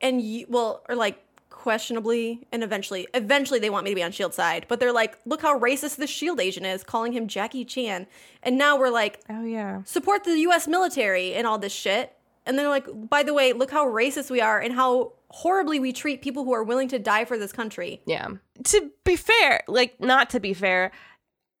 [SPEAKER 2] and you well or like questionably and eventually eventually they want me to be on Shield's side, but they're like, look how racist this Shield agent is, calling him Jackie Chan, and now we're like,
[SPEAKER 3] Oh, yeah.
[SPEAKER 2] support the US military and all this shit. And they're like, by the way, look how racist we are and how horribly we treat people who are willing to die for this country.
[SPEAKER 3] Yeah. To be fair, like, not to be fair,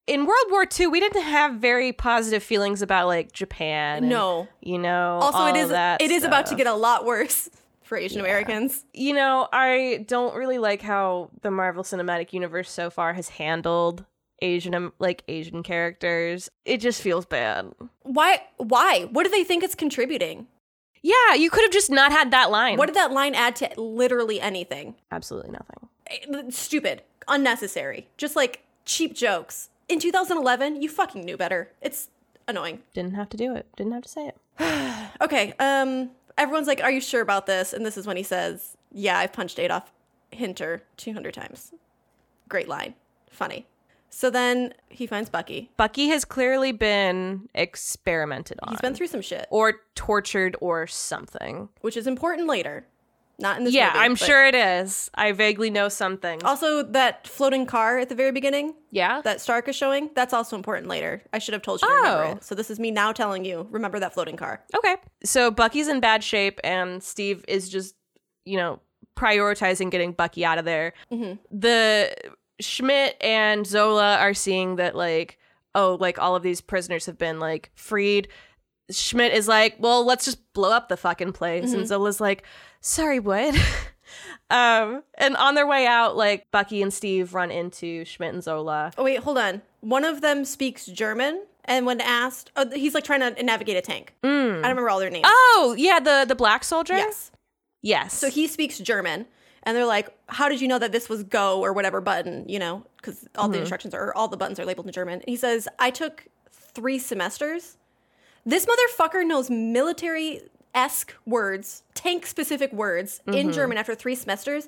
[SPEAKER 3] in World War II, we didn't have very positive feelings about like Japan. and,
[SPEAKER 2] No.
[SPEAKER 3] you know.
[SPEAKER 2] Also,
[SPEAKER 3] all
[SPEAKER 2] it is
[SPEAKER 3] that
[SPEAKER 2] it is about to
[SPEAKER 3] stuff.
[SPEAKER 2] get a lot worse for Asian Americans.
[SPEAKER 3] you know, I don't really like how the Marvel Cinematic Universe so far has handled Asian um, like Asian characters. It just feels bad.
[SPEAKER 2] Why why? What do they think it's contributing?
[SPEAKER 3] Yeah, you could have just not had that line.
[SPEAKER 2] What did that line add to literally anything?
[SPEAKER 3] Absolutely nothing.
[SPEAKER 2] Eh, Stupid. Unnecessary. Just like cheap jokes. In 2011, you fucking knew better. It's annoying.
[SPEAKER 3] Didn't have to do it. Didn't have to say it.
[SPEAKER 2] okay um everyone's like are you sure about this and this is when he says yeah i've punched adolf hinter 200 times great line funny so then he finds bucky
[SPEAKER 3] Bucky has clearly been experimented on.
[SPEAKER 2] he's been through some shit
[SPEAKER 3] or tortured or something.
[SPEAKER 2] which is important later not in this
[SPEAKER 3] yeah,
[SPEAKER 2] movie,
[SPEAKER 3] I'm
[SPEAKER 2] but-
[SPEAKER 3] sure it is. I vaguely know something.
[SPEAKER 2] also that floating car at the very beginning
[SPEAKER 3] yeah.
[SPEAKER 2] that stark is showing that's also important later i should have told you to
[SPEAKER 3] Oh.
[SPEAKER 2] remember it so this is me now telling you remember that floating car
[SPEAKER 3] Okay. So Bucky's in bad shape, and Steve is just, you know, prioritizing getting Bucky out of there.
[SPEAKER 2] Mm-hmm.
[SPEAKER 3] The Schmidt and Zola are seeing that, like, oh, like all of these prisoners have been, like, freed. Schmidt is like, well, let's just blow up the fucking place.
[SPEAKER 2] Mm-hmm.
[SPEAKER 3] And Zola's like, sorry, what? um, and on their way out, like, Bucky and Steve run into Schmidt and Zola.
[SPEAKER 2] Oh wait, hold on. One of them speaks German, and when asked, oh, he's like trying to navigate a tank. I don't remember all their names.
[SPEAKER 3] Hmm. Oh, yeah, the, the black soldier?
[SPEAKER 2] Yes.
[SPEAKER 3] Yes.
[SPEAKER 2] So he speaks German, and they're like, "How did you know that this was go or whatever button?" You know, because all the instructions are all the buttons are labeled in German. And he says, "I took three semesters." This motherfucker knows military esque words, tank specific words in German after three semesters.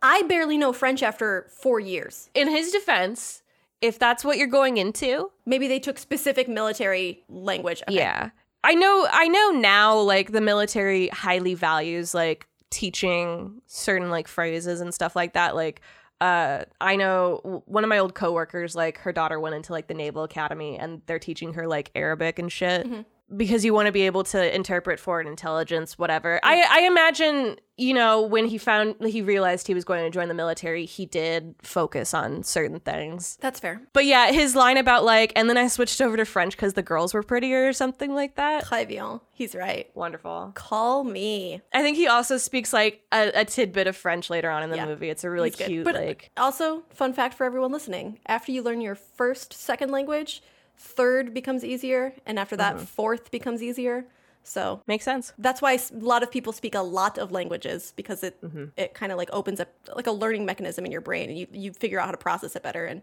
[SPEAKER 2] I barely know French after four years.
[SPEAKER 3] In his defense, if that's what you're going into,
[SPEAKER 2] Maybe they took specific military language. Okay.
[SPEAKER 3] yeah. I know I know now like the military highly values like teaching certain like phrases and stuff like that like uh I know w- one of my old coworkers like her daughter went into like the Naval Academy and they're teaching her like Arabic and shit. Because you want to be able to interpret foreign intelligence, whatever. I, I imagine, you know, when he found he realized he was going to join the military, he did focus on certain things.
[SPEAKER 2] That's fair.
[SPEAKER 3] But yeah, his line about like, and then I switched over to French because the girls were prettier or something like that.
[SPEAKER 2] Très bien. He's right.
[SPEAKER 3] Wonderful.
[SPEAKER 2] Call me.
[SPEAKER 3] I think he also speaks like a, a tidbit of French later on in the
[SPEAKER 2] Yeah.
[SPEAKER 3] movie. It's a really
[SPEAKER 2] He's good.
[SPEAKER 3] cute,
[SPEAKER 2] But
[SPEAKER 3] like,
[SPEAKER 2] also, fun fact for everyone listening after you learn your first second language, third becomes easier. And after that,
[SPEAKER 3] Uh-huh.
[SPEAKER 2] fourth becomes easier. So
[SPEAKER 3] makes sense.
[SPEAKER 2] that's why s- a lot of people speak a lot of languages because it
[SPEAKER 3] Mm-hmm.
[SPEAKER 2] it kind of like opens up like a learning mechanism in your brain and you, you figure out how to process it better and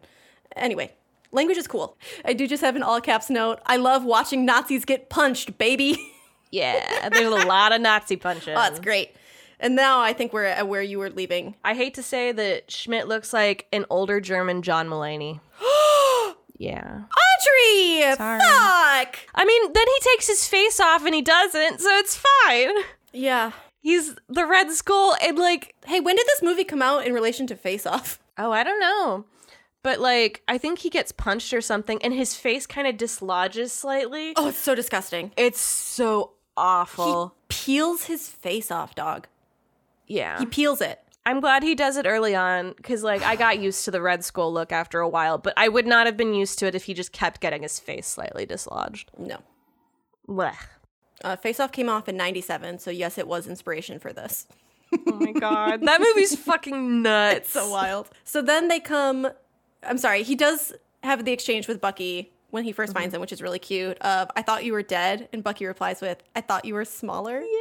[SPEAKER 2] anyway language is cool i do just have an all caps note i love watching nazis get punched baby
[SPEAKER 3] Yeah, there's a lot of Nazi punches.
[SPEAKER 2] oh it's great and now i think we're at where you were leaving
[SPEAKER 3] I hate to say that Schmidt looks like an older German John Mulaney. yeah.
[SPEAKER 2] audrey
[SPEAKER 3] Sorry.
[SPEAKER 2] fuck
[SPEAKER 3] I mean, then he takes his face off and he doesn't, so it's fine.
[SPEAKER 2] yeah
[SPEAKER 3] He's the Red Skull and like
[SPEAKER 2] hey when did this movie come out in relation to face off
[SPEAKER 3] Oh, I don't know. But like I think he gets punched or something and his face kind of dislodges slightly.
[SPEAKER 2] oh it's so disgusting Oh.
[SPEAKER 3] It's so awful.
[SPEAKER 2] he peels his face off dog
[SPEAKER 3] yeah.
[SPEAKER 2] he peels it
[SPEAKER 3] I'm glad he does it early on cuz like I got used to the red skull look after a while, but I would not have been used to it if he just kept getting his face slightly dislodged.
[SPEAKER 2] no
[SPEAKER 3] Blech.
[SPEAKER 2] Uh, Face Off came off in 97, so yes, it was inspiration for this.
[SPEAKER 3] Oh my god. that movie's fucking nuts.
[SPEAKER 2] wild. So then they come. I'm sorry, he does have the exchange with Bucky when he 1st finds him, which is really cute. Of, I thought you were dead. And Bucky replies with, I thought you were smaller.
[SPEAKER 3] yeah.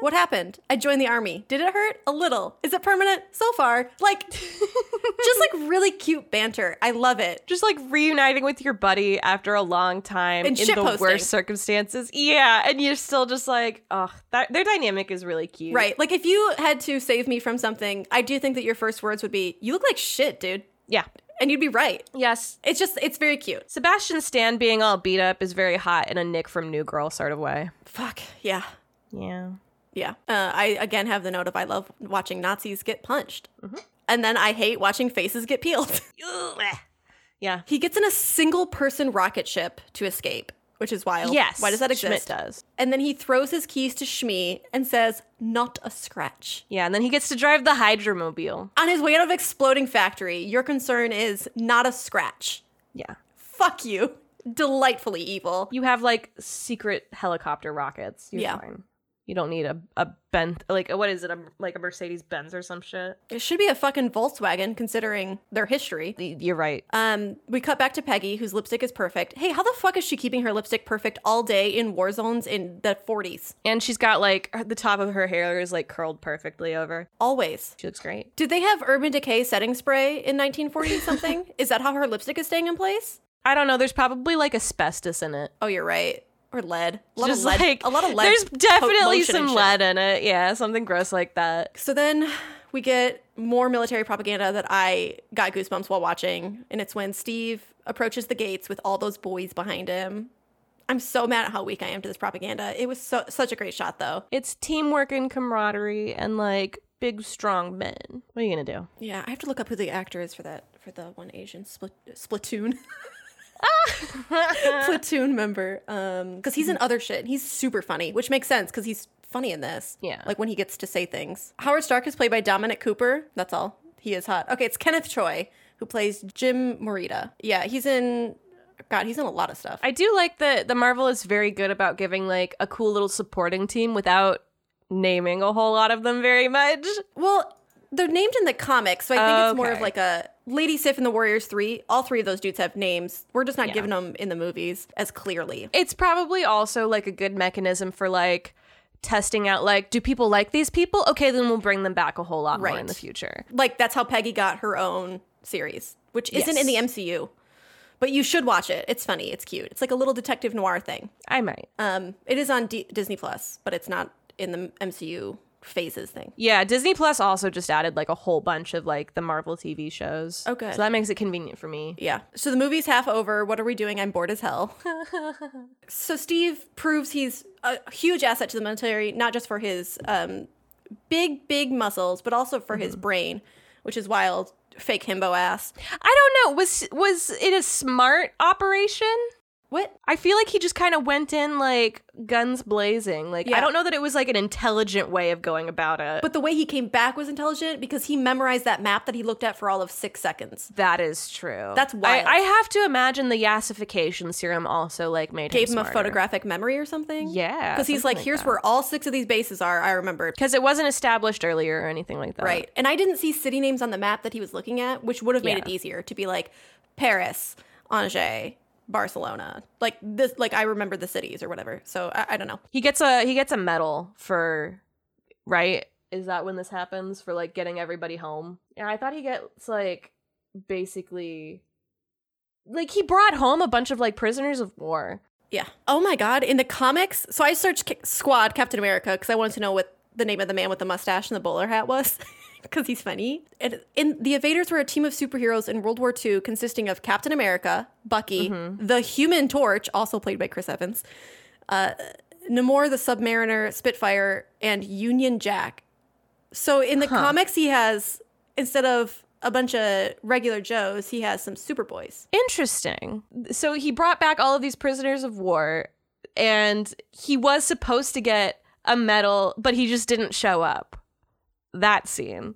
[SPEAKER 2] What happened? I joined the army. Did it hurt? A little. Is it permanent? So far. Like, just like really cute banter. I love it.
[SPEAKER 3] Just like reuniting with your buddy after a long time
[SPEAKER 2] And
[SPEAKER 3] in the
[SPEAKER 2] shitposting.
[SPEAKER 3] worst circumstances. Yeah, and you're still just like, oh, that, their dynamic is really cute.
[SPEAKER 2] Right. Like, if you had to save me from something, I do think that your first words would be, You look like shit, dude.
[SPEAKER 3] Yeah.
[SPEAKER 2] And you'd be right.
[SPEAKER 3] Yes.
[SPEAKER 2] It's just, it's very cute.
[SPEAKER 3] Sebastian Stan being all beat up is very hot in a Nick from New Girl sort of way.
[SPEAKER 2] Fuck. Yeah.
[SPEAKER 3] Yeah.
[SPEAKER 2] Yeah. Uh, I again have the note of I love watching Nazis get punched. And then I hate watching faces get peeled.
[SPEAKER 3] Yeah.
[SPEAKER 2] he gets in a single person rocket ship to escape, which is wild.
[SPEAKER 3] Yes.
[SPEAKER 2] Why does that
[SPEAKER 3] Schmidt
[SPEAKER 2] exist?
[SPEAKER 3] does.
[SPEAKER 2] And then he throws his keys to Shmi and says, Not a scratch.
[SPEAKER 3] Yeah, and then he gets to drive the Hydromobile.
[SPEAKER 2] On his way out of exploding factory, your concern is not a scratch.
[SPEAKER 3] Yeah.
[SPEAKER 2] Fuck you. Delightfully evil.
[SPEAKER 3] You have like secret helicopter rockets. You're
[SPEAKER 2] Yeah.
[SPEAKER 3] fine. You don't need a a Benz like what is it? A, like a Mercedes Benz or some shit.
[SPEAKER 2] It should be a fucking Volkswagen considering their history.
[SPEAKER 3] Y- You're right.
[SPEAKER 2] Um, we cut back to Peggy, whose lipstick is perfect. Hey, how the fuck is she keeping her lipstick perfect all day in war zones in the 40s?
[SPEAKER 3] And she's got like her- the top of her hair is like curled perfectly over.
[SPEAKER 2] Always.
[SPEAKER 3] She looks great.
[SPEAKER 2] Did they have Urban Decay setting spray in 1940 something? is that how her lipstick is staying in place?
[SPEAKER 3] I don't know. There's probably like asbestos in it.
[SPEAKER 2] Oh, you're right. Or lead. A lot
[SPEAKER 3] Just
[SPEAKER 2] of lead.
[SPEAKER 3] like
[SPEAKER 2] a lot of lead.
[SPEAKER 3] There's
[SPEAKER 2] po- lotion
[SPEAKER 3] definitely
[SPEAKER 2] and
[SPEAKER 3] some
[SPEAKER 2] shit.
[SPEAKER 3] lead in it. Yeah, something gross like that.
[SPEAKER 2] So then we get more military propaganda that I got goosebumps while watching, and it's when Steve approaches the gates with all those boys behind him. I'm so mad at how weak I am to this propaganda. It was so, such a great shot, though.
[SPEAKER 3] It's teamwork and camaraderie and like big strong men. What are you gonna do?
[SPEAKER 2] Yeah, I have to look up who the actor is for that for the one Asian split, Splatoon
[SPEAKER 3] Ah.
[SPEAKER 2] Platoon member. Um, because
[SPEAKER 3] Mm-hmm.
[SPEAKER 2] he's in other shit. and He's super funny, which makes sense because he's funny in this.
[SPEAKER 3] Yeah.
[SPEAKER 2] like when he gets to say things. Howard Stark is played by Dominic Cooper. That's all. He is hot. Okay, it's Kenneth Choi who plays Jim Morita. Yeah, he's in. God, he's in a lot of stuff.
[SPEAKER 3] I do like that the Marvel is very good about giving like a cool little supporting team without naming a whole lot of them very much.
[SPEAKER 2] Well, they're named in the comics, so I think it's more of
[SPEAKER 3] Okay.
[SPEAKER 2] like a Lady Sif and the Warriors Three. All three of those dudes have names. We're just not giving them in the movies as clearly.
[SPEAKER 3] It's probably also like a good mechanism for like testing out like do people like these people? Okay, then we'll bring them back a whole lot more in
[SPEAKER 2] Right.
[SPEAKER 3] the future.
[SPEAKER 2] like that's how Peggy got her own series, which isn't in the
[SPEAKER 3] Yes.
[SPEAKER 2] MCU. But you should watch it. It's funny. It's cute. It's like a little detective noir thing.
[SPEAKER 3] I might.
[SPEAKER 2] Um, it is on D- Disney Plus, but it's not in the MCU phases thing.
[SPEAKER 3] Yeah, Disney Plus also just added like a whole bunch of like the Marvel TV shows.
[SPEAKER 2] Oh, good.
[SPEAKER 3] So that makes it convenient for me.
[SPEAKER 2] Yeah. So the movie's half over. What are we doing? I'm bored as hell. so Steve proves he's a huge asset to the military, not just for his um, big, big muscles, but also for
[SPEAKER 3] Mm-hmm.
[SPEAKER 2] his brain, which is wild. Fake himbo ass.
[SPEAKER 3] I don't know. Was was it a smart operation?
[SPEAKER 2] What?
[SPEAKER 3] I feel like he just kind of went in like guns blazing. Like
[SPEAKER 2] Yeah.
[SPEAKER 3] I don't know that it was like an intelligent way of going about it.
[SPEAKER 2] But the way he came back was intelligent because he memorized that map that he looked at for all of six seconds.
[SPEAKER 3] that is true.
[SPEAKER 2] That's
[SPEAKER 3] why
[SPEAKER 2] wild.
[SPEAKER 3] I, I have to imagine the yassification serum also like made
[SPEAKER 2] Gave him a
[SPEAKER 3] smarter.
[SPEAKER 2] photographic memory or something.
[SPEAKER 3] Yeah,
[SPEAKER 2] Because he's
[SPEAKER 3] something
[SPEAKER 2] like,
[SPEAKER 3] like
[SPEAKER 2] here's
[SPEAKER 3] that.
[SPEAKER 2] where all six of these bases are. I remembered.
[SPEAKER 3] because it wasn't established earlier or anything like that.
[SPEAKER 2] Right. And I didn't see city names on the map that he was looking at, which would have made it
[SPEAKER 3] Yeah.
[SPEAKER 2] easier to be like Paris, Angers, Barcelona. Like this like I remember the cities or whatever. So I, I don't know.
[SPEAKER 3] He gets a he gets a medal for right. Is that when this happens for like getting everybody home? Yeah, I thought he gets like basically like he brought home a bunch of like prisoners of war.
[SPEAKER 2] Yeah. Oh my god, in the comics, so I searched Ca- Squad Captain America cuz I wanted to know what the name of the man with the mustache and the bowler hat was. Because he's funny. And in the Invaders were a team of superheroes in World War II consisting of Captain America, Bucky, the Human Torch, also played by Chris Evans, uh, Namor the Submariner, Spitfire, and Union Jack. So in the comics, he has instead of a bunch of regular Joes, he has some Superboys.
[SPEAKER 3] Interesting. So he brought back all of these prisoners of war and he was supposed to get a medal, but he just didn't show up. That scene.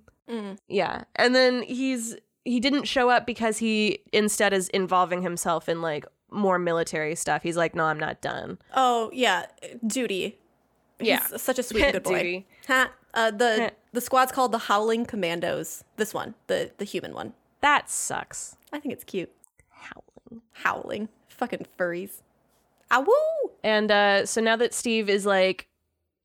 [SPEAKER 3] Yeah. And then he's he didn't show up because he instead is involving himself in like more military stuff. He's like, "No, I'm not done."
[SPEAKER 2] Oh yeah, Duty.
[SPEAKER 3] Yeah.
[SPEAKER 2] He's such a sweet good boy.
[SPEAKER 3] Duty.
[SPEAKER 2] Huh. Uh, the the squad's called the Howling Commandos. This one, the the human one.
[SPEAKER 3] That sucks.
[SPEAKER 2] I think it's cute.
[SPEAKER 3] Howling.
[SPEAKER 2] Howling, fucking furries. Ah woo!
[SPEAKER 3] And uh so now that Steve is like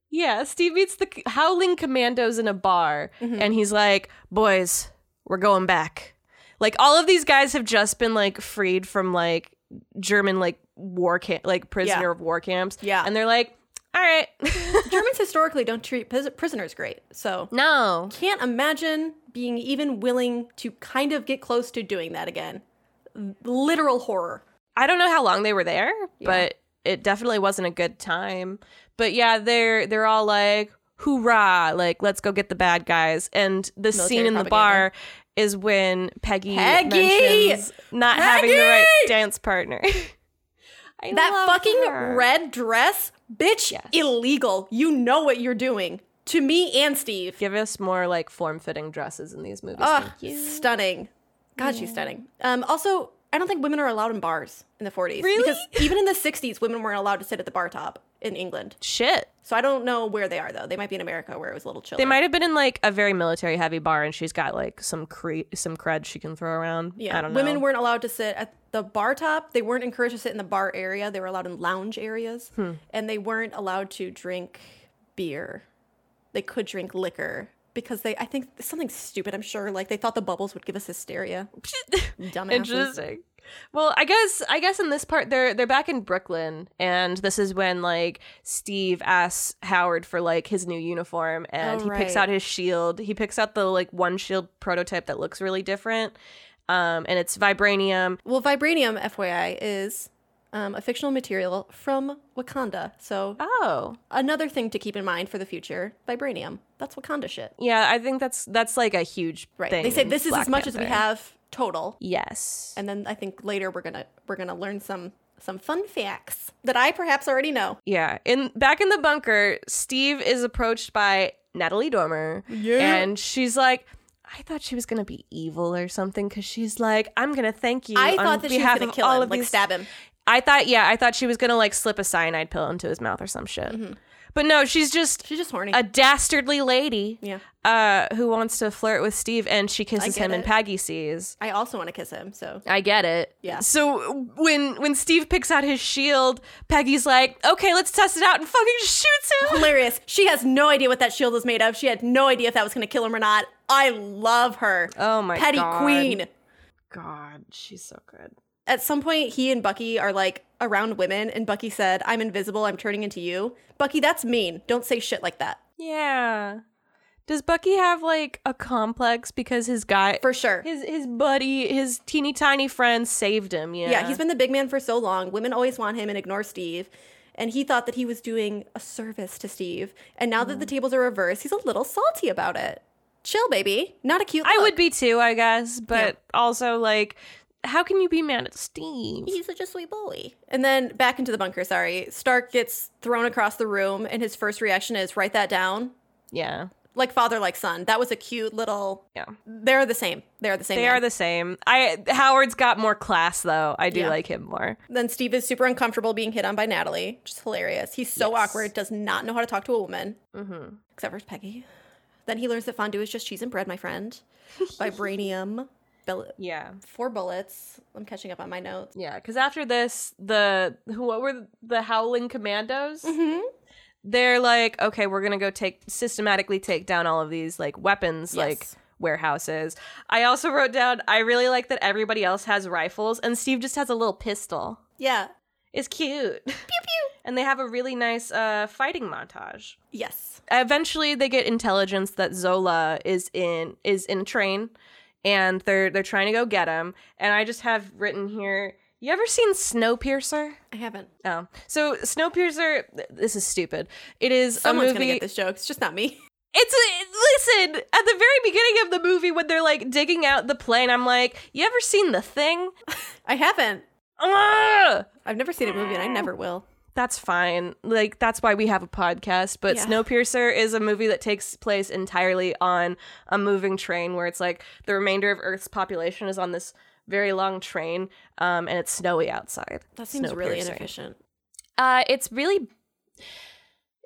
[SPEAKER 3] yeah, Steve meets the c- Howling Commandos in a bar and he's like, "Boys, we're going back." Like all of these guys have just been like freed from like German like war camp like prisoner of war camps.
[SPEAKER 2] Yeah.
[SPEAKER 3] And they're like, "All right."
[SPEAKER 2] Germans historically don't treat pris- prisoners great, so
[SPEAKER 3] no.
[SPEAKER 2] can't imagine being even willing to kind of get close to doing that again. Literal horror.
[SPEAKER 3] I don't know how long they were there, but it definitely wasn't a good time. But yeah, they're they're all like, "Hoorah!" Like, let's go get the bad guys. And the scene in the bar
[SPEAKER 2] propaganda.
[SPEAKER 3] is when Peggy,
[SPEAKER 2] Peggy!
[SPEAKER 3] mentions not having the right
[SPEAKER 2] Peggy!
[SPEAKER 3] dance partner. I
[SPEAKER 2] That
[SPEAKER 3] love
[SPEAKER 2] fucking
[SPEAKER 3] her.
[SPEAKER 2] red dress, bitch,
[SPEAKER 3] Yes.
[SPEAKER 2] illegal. You know what you're doing to me and Steve.
[SPEAKER 3] Give us more like form fitting dresses in these movies.
[SPEAKER 2] Ugh,
[SPEAKER 3] thank you.
[SPEAKER 2] stunning. God, she's stunning. Um, also, I don't think women are allowed in bars in the 40s.
[SPEAKER 3] Really?
[SPEAKER 2] Because even in the 60s, women weren't allowed to sit at the bar top in England.
[SPEAKER 3] Shit.
[SPEAKER 2] So I don't know where they are, though. They might be in America where it was a little chilly.
[SPEAKER 3] They might have been in like a very military heavy bar, and she's got like some cre- some crud she can throw around.
[SPEAKER 2] Yeah,
[SPEAKER 3] I don't know.
[SPEAKER 2] women weren't allowed to sit at the bar top. They weren't encouraged to sit in the bar area. They were allowed in lounge areas,
[SPEAKER 3] Hmm.
[SPEAKER 2] and they weren't allowed to drink beer. They could drink liquor because they, I think, something stupid. I'm sure, like they thought the bubbles would give us hysteria. Dumbasses.
[SPEAKER 3] Interesting. Well, I guess I guess in this part they're they're back in Brooklyn, and this is when like Steve asks Howard for like his new uniform, and
[SPEAKER 2] Oh,
[SPEAKER 3] he picks
[SPEAKER 2] right.
[SPEAKER 3] out his shield. He picks out the like one shield prototype that looks really different, um, and it's vibranium.
[SPEAKER 2] Well, vibranium, FYI, is um, a fictional material from Wakanda. So
[SPEAKER 3] Oh,
[SPEAKER 2] another thing to keep in mind for the future: vibranium. That's Wakanda shit.
[SPEAKER 3] yeah, I think that's that's like a huge
[SPEAKER 2] Right.
[SPEAKER 3] Thing
[SPEAKER 2] They say
[SPEAKER 3] in
[SPEAKER 2] this is
[SPEAKER 3] Black
[SPEAKER 2] as much as we
[SPEAKER 3] Panther.
[SPEAKER 2] have total.
[SPEAKER 3] Yes.
[SPEAKER 2] and then I think later we're gonna we're gonna learn some some fun facts that I perhaps already know.
[SPEAKER 3] Yeah. In back in the bunker, Steve is approached by Natalie Dormer. Yeah. And she's like, I thought she was gonna be evil or something, because she's like, I'm gonna thank you.
[SPEAKER 2] I
[SPEAKER 3] on
[SPEAKER 2] thought that she was
[SPEAKER 3] behalf
[SPEAKER 2] gonna
[SPEAKER 3] of
[SPEAKER 2] kill
[SPEAKER 3] all
[SPEAKER 2] him,
[SPEAKER 3] of
[SPEAKER 2] like
[SPEAKER 3] these-"
[SPEAKER 2] stab him.
[SPEAKER 3] I thought, yeah, I thought she was gonna like slip a cyanide pill into his mouth or some shit. But no, she's just
[SPEAKER 2] Mm-hmm. She's just horny.
[SPEAKER 3] a dastardly lady
[SPEAKER 2] Yeah.
[SPEAKER 3] uh, who wants to flirt with Steve, and she kisses
[SPEAKER 2] get
[SPEAKER 3] him, and
[SPEAKER 2] it.
[SPEAKER 3] Peggy sees.
[SPEAKER 2] I also want to kiss him. So
[SPEAKER 3] I get it.
[SPEAKER 2] Yeah.
[SPEAKER 3] So when when Steve picks out his shield, Peggy's like, "Okay, let's test it out," and fucking shoots
[SPEAKER 2] Oh,
[SPEAKER 3] him.
[SPEAKER 2] hilarious. She has no idea what that shield is made of. She had no idea if that was gonna kill him or not. I love her.
[SPEAKER 3] Oh my
[SPEAKER 2] petty
[SPEAKER 3] God.
[SPEAKER 2] queen.
[SPEAKER 3] God, she's so good.
[SPEAKER 2] at some point he and Bucky are like around women and Bucky said, "I'm invisible, I'm turning into you." Bucky, that's mean. Don't say shit like that.
[SPEAKER 3] Yeah. Does Bucky have like a complex because his guy
[SPEAKER 2] For sure.
[SPEAKER 3] his his buddy, his teeny tiny friend saved him, yeah.
[SPEAKER 2] yeah, he's been the big man for so long. Women always want him and ignore Steve. And he thought that he was doing a service to Steve. And now
[SPEAKER 3] Mm.
[SPEAKER 2] that the tables are reversed, he's a little salty about it. Chill, baby. Not a cute
[SPEAKER 3] I
[SPEAKER 2] look.
[SPEAKER 3] would be too, I guess, but also like how can you be mad at Steve?
[SPEAKER 2] He's such a sweet boy. And then back into the bunker, sorry. Stark gets thrown across the room, and his first reaction is write that down.
[SPEAKER 3] Yeah.
[SPEAKER 2] Like father, like son. That was a cute little.
[SPEAKER 3] Yeah.
[SPEAKER 2] They're the same. They're the same.
[SPEAKER 3] They
[SPEAKER 2] man.
[SPEAKER 3] are the same. I Howard's got more class though. I do
[SPEAKER 2] Yeah.
[SPEAKER 3] like him more.
[SPEAKER 2] Then Steve is super uncomfortable being hit on by Natalie, which is hilarious. He's so awkward, does not know how to talk to a woman,
[SPEAKER 3] Mhm.
[SPEAKER 2] except for Peggy. Then he learns that fondue is just cheese and bread, my friend. Vibranium, bill-
[SPEAKER 3] Yeah.
[SPEAKER 2] four bullets. I'm catching up on my notes.
[SPEAKER 3] Yeah, because after this, the who what were the Howling Commandos?
[SPEAKER 2] Mm-hmm.
[SPEAKER 3] They're like, okay, we're gonna go take systematically take down all of these like weapons like
[SPEAKER 2] Yes.
[SPEAKER 3] warehouses. I also wrote down, I really like that everybody else has rifles and Steve just has a little pistol.
[SPEAKER 2] Yeah.
[SPEAKER 3] It's cute. Pew pew. and they have a really nice uh, fighting montage.
[SPEAKER 2] Yes.
[SPEAKER 3] Eventually, they get intelligence that Zola is in is in a train, and they're they're trying to go get him. And I just have written here. You ever seen Snowpiercer?
[SPEAKER 2] I haven't.
[SPEAKER 3] Oh, so Snowpiercer. th- This is stupid. It is
[SPEAKER 2] Someone's
[SPEAKER 3] a movie.
[SPEAKER 2] going to get this joke. It's just not me.
[SPEAKER 3] It's a, listen at the very beginning of the movie when they're like digging out the plane. I'm like, you ever seen the thing? Ah!
[SPEAKER 2] I haven't.
[SPEAKER 3] Ugh!
[SPEAKER 2] I've never seen a movie, and I never will.
[SPEAKER 3] That's fine. Like that's why we have a podcast. But
[SPEAKER 2] Yeah.
[SPEAKER 3] Snowpiercer is a movie that takes place entirely on a moving train, where it's like the remainder of Earth's population is on this very long train, um, and it's snowy outside.
[SPEAKER 2] That seems really
[SPEAKER 3] Snowpiercer.
[SPEAKER 2] inefficient.
[SPEAKER 3] Uh, it's really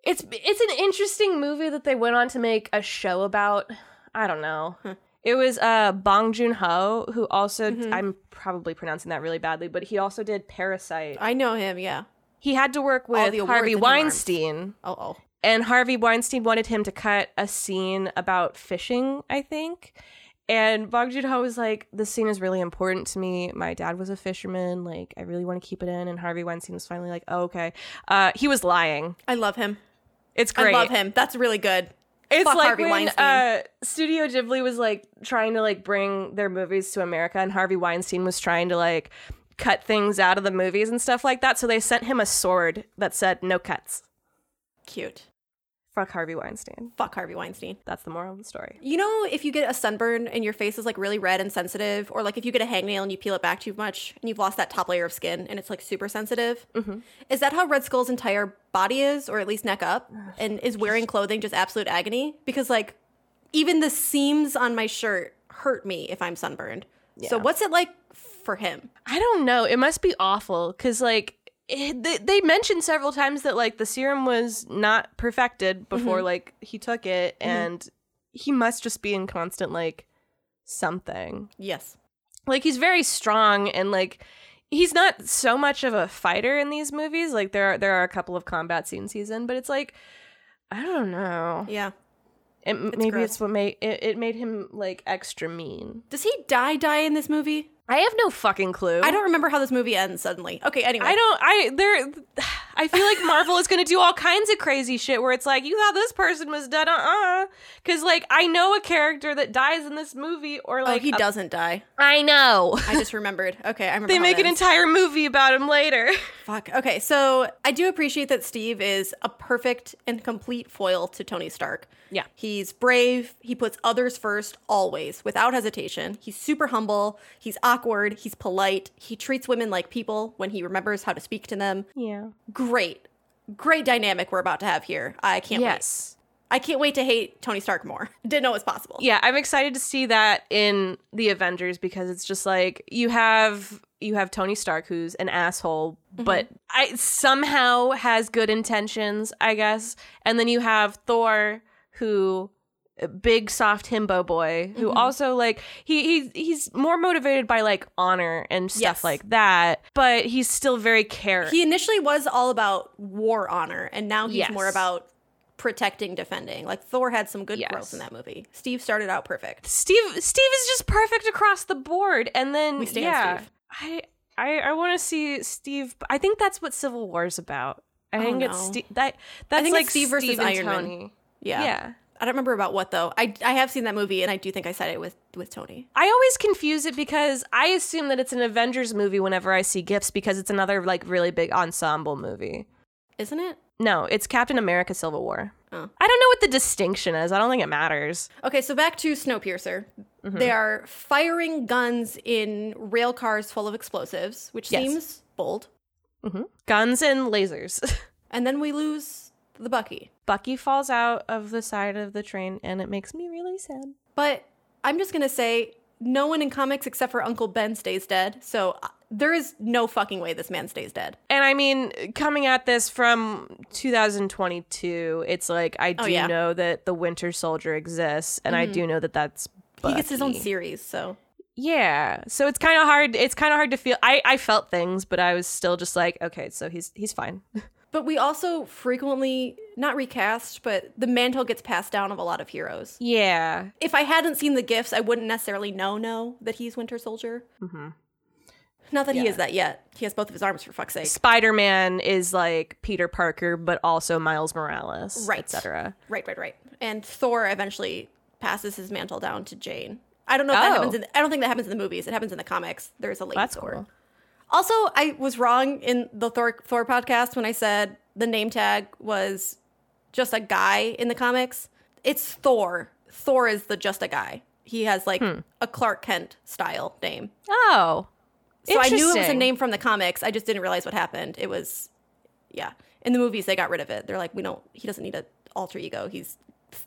[SPEAKER 3] it's it's an interesting movie that they went on to make a show about. I don't know. It was uh Bong Joon Ho who also I'm probably pronouncing that really badly, but he also did Parasite.
[SPEAKER 2] I know him, yeah.
[SPEAKER 3] He had to work
[SPEAKER 2] All
[SPEAKER 3] with
[SPEAKER 2] the awards
[SPEAKER 3] Harvey
[SPEAKER 2] that he won.
[SPEAKER 3] Weinstein,
[SPEAKER 2] Oh, oh.
[SPEAKER 3] and Harvey Weinstein wanted him to cut a scene about fishing, I think. And Bong Joon Ho was like, "This scene is really important to me. My dad was a fisherman. Like, I really want to keep it in." And Harvey Weinstein was finally like, oh, "Okay." Uh, he was lying.
[SPEAKER 2] I love him.
[SPEAKER 3] It's great.
[SPEAKER 2] I love him. That's really good.
[SPEAKER 3] It's
[SPEAKER 2] Fuck
[SPEAKER 3] like
[SPEAKER 2] Harvey
[SPEAKER 3] when
[SPEAKER 2] Weinstein.
[SPEAKER 3] Uh, Studio Ghibli was like trying to like bring their movies to America, and Harvey Weinstein was trying to like cut things out of the movies and stuff like that. So they sent him a sword that said "No cuts."
[SPEAKER 2] Cute.
[SPEAKER 3] Fuck Harvey Weinstein.
[SPEAKER 2] Fuck Harvey Weinstein.
[SPEAKER 3] That's the moral of the story.
[SPEAKER 2] You know, if you get a sunburn and your face is like really red and sensitive, or like if you get a hangnail and you peel it back too much and you've lost that top layer of skin and it's like super sensitive,
[SPEAKER 3] Mm-hmm.
[SPEAKER 2] is that how Red Skull's entire body is, or at least neck up? And is wearing clothing just absolute agony? Because like even the seams on my shirt hurt me if I'm sunburned. So
[SPEAKER 3] Yeah.
[SPEAKER 2] what's it like for him?
[SPEAKER 3] I don't know. It must be awful because like. It, they, they mentioned several times that like the serum was not perfected before like he took it and he must just be in constant like something
[SPEAKER 2] Yes.
[SPEAKER 3] like he's very strong and like he's not so much of a fighter in these movies like there are there are a couple of combat scenes he's in but it's like i don't know
[SPEAKER 2] Yeah.
[SPEAKER 3] it, maybe
[SPEAKER 2] gross.
[SPEAKER 3] it's what made it, it made him like extra mean
[SPEAKER 2] Does he die die in this movie?
[SPEAKER 3] i have no fucking clue
[SPEAKER 2] I don't remember how this movie ends suddenly. Okay, anyway.
[SPEAKER 3] i don't i there i feel like marvel is gonna do all kinds of crazy shit where it's like you thought this person was dead uh-uh because like i know a character that dies in this movie or
[SPEAKER 2] Oh,
[SPEAKER 3] like
[SPEAKER 2] he
[SPEAKER 3] a-
[SPEAKER 2] doesn't die.
[SPEAKER 3] i know
[SPEAKER 2] I just remembered. Okay, I remember.
[SPEAKER 3] they
[SPEAKER 2] how
[SPEAKER 3] make
[SPEAKER 2] it
[SPEAKER 3] an
[SPEAKER 2] ends.
[SPEAKER 3] entire movie about him later
[SPEAKER 2] Fuck. Okay, so I do appreciate that Steve is a perfect and complete foil to Tony Stark.
[SPEAKER 3] Yeah.
[SPEAKER 2] He's brave. He puts others first always, without hesitation. He's super humble. He's awkward. He's polite. He treats women like people when he remembers how to speak to them.
[SPEAKER 3] yeah
[SPEAKER 2] Great. Great dynamic we're about to have here. I can't
[SPEAKER 3] yes
[SPEAKER 2] wait. I can't wait to hate Tony Stark more. Didn't know it was possible.
[SPEAKER 3] yeah i'm excited to see that in the avengers because it's just like you have you have tony stark who's an asshole but i somehow has good intentions i guess and then you have thor who big soft himbo boy who also like he he's he's more motivated by like honor and stuff
[SPEAKER 2] Yes.
[SPEAKER 3] like that but he's still very caring
[SPEAKER 2] He initially was all about war honor, and now he's
[SPEAKER 3] Yes.
[SPEAKER 2] more about protecting, defending. Like Thor had some good
[SPEAKER 3] Yes.
[SPEAKER 2] growth in that movie. Steve started out perfect.
[SPEAKER 3] Steve Steve is just perfect across the board, and then
[SPEAKER 2] We stand
[SPEAKER 3] yeah,
[SPEAKER 2] Steve.
[SPEAKER 3] I I I want to see Steve. I think that's what Civil War is about. I
[SPEAKER 2] Oh,
[SPEAKER 3] think
[SPEAKER 2] no.
[SPEAKER 3] it's Steve. That that's
[SPEAKER 2] think it's
[SPEAKER 3] like
[SPEAKER 2] Steve versus
[SPEAKER 3] and
[SPEAKER 2] Iron Man.
[SPEAKER 3] Tony.
[SPEAKER 2] Yeah.
[SPEAKER 3] yeah.
[SPEAKER 2] I don't remember about what though. I, I have seen that movie and I do think I said it with with Tony.
[SPEAKER 3] I always confuse it because I assume that it's an Avengers movie whenever I see GIFs because it's another like really big ensemble movie.
[SPEAKER 2] Isn't it?
[SPEAKER 3] No, it's Captain America Civil War.
[SPEAKER 2] Oh.
[SPEAKER 3] I don't know what the distinction is. I don't think it matters.
[SPEAKER 2] Okay, so back to Snowpiercer.
[SPEAKER 3] Mm-hmm.
[SPEAKER 2] They are firing guns in rail cars full of explosives, which
[SPEAKER 3] Yes.
[SPEAKER 2] seems bold.
[SPEAKER 3] Mm-hmm. Guns and lasers.
[SPEAKER 2] And then we lose the Bucky.
[SPEAKER 3] Bucky falls out of the side of the train and it makes me really sad.
[SPEAKER 2] But I'm just going to say no one in comics except for Uncle Ben stays dead. So uh, there is no fucking way this man stays dead.
[SPEAKER 3] And I mean, coming at this from 2022, it's like I do
[SPEAKER 2] Oh, yeah. Mm-hmm.
[SPEAKER 3] know that the Winter Soldier exists and I do know that that's
[SPEAKER 2] He gets his own
[SPEAKER 3] Bucky.
[SPEAKER 2] series, so
[SPEAKER 3] Yeah. So it's kind of hard. It's kind of hard to feel. I I felt things, but I was still just like, okay, so he's he's fine.
[SPEAKER 2] But we also frequently not recast, but the mantle gets passed down of a lot of heroes.
[SPEAKER 3] Yeah.
[SPEAKER 2] If I hadn't seen the gifts, I wouldn't necessarily know no that he's Winter Soldier.
[SPEAKER 3] Mm-hmm.
[SPEAKER 2] Not that he is that yet. He has both of his arms for fuck's sake.
[SPEAKER 3] Spider Man is like Peter Parker, but also Miles Morales,
[SPEAKER 2] Right.
[SPEAKER 3] Etc.
[SPEAKER 2] Right, right, right. And Thor eventually passes his mantle down to Jane. I don't know if that
[SPEAKER 3] Oh.
[SPEAKER 2] happens. In, I don't think that happens in the movies. It happens in the comics. There is a lady
[SPEAKER 3] That's
[SPEAKER 2] Thor.
[SPEAKER 3] cool.
[SPEAKER 2] Also, I was wrong in the Thor Thor podcast when I said the name tag was just a guy in the comics. It's Thor. Thor is the just a guy. He has like
[SPEAKER 3] Hmm.
[SPEAKER 2] a Clark Kent style name.
[SPEAKER 3] Oh,
[SPEAKER 2] So I knew it was a
[SPEAKER 3] Interesting.
[SPEAKER 2] name from the comics. I just didn't realize what happened. It was yeah. In the movies they got rid of it. They're like, we don't he doesn't need an alter ego. He's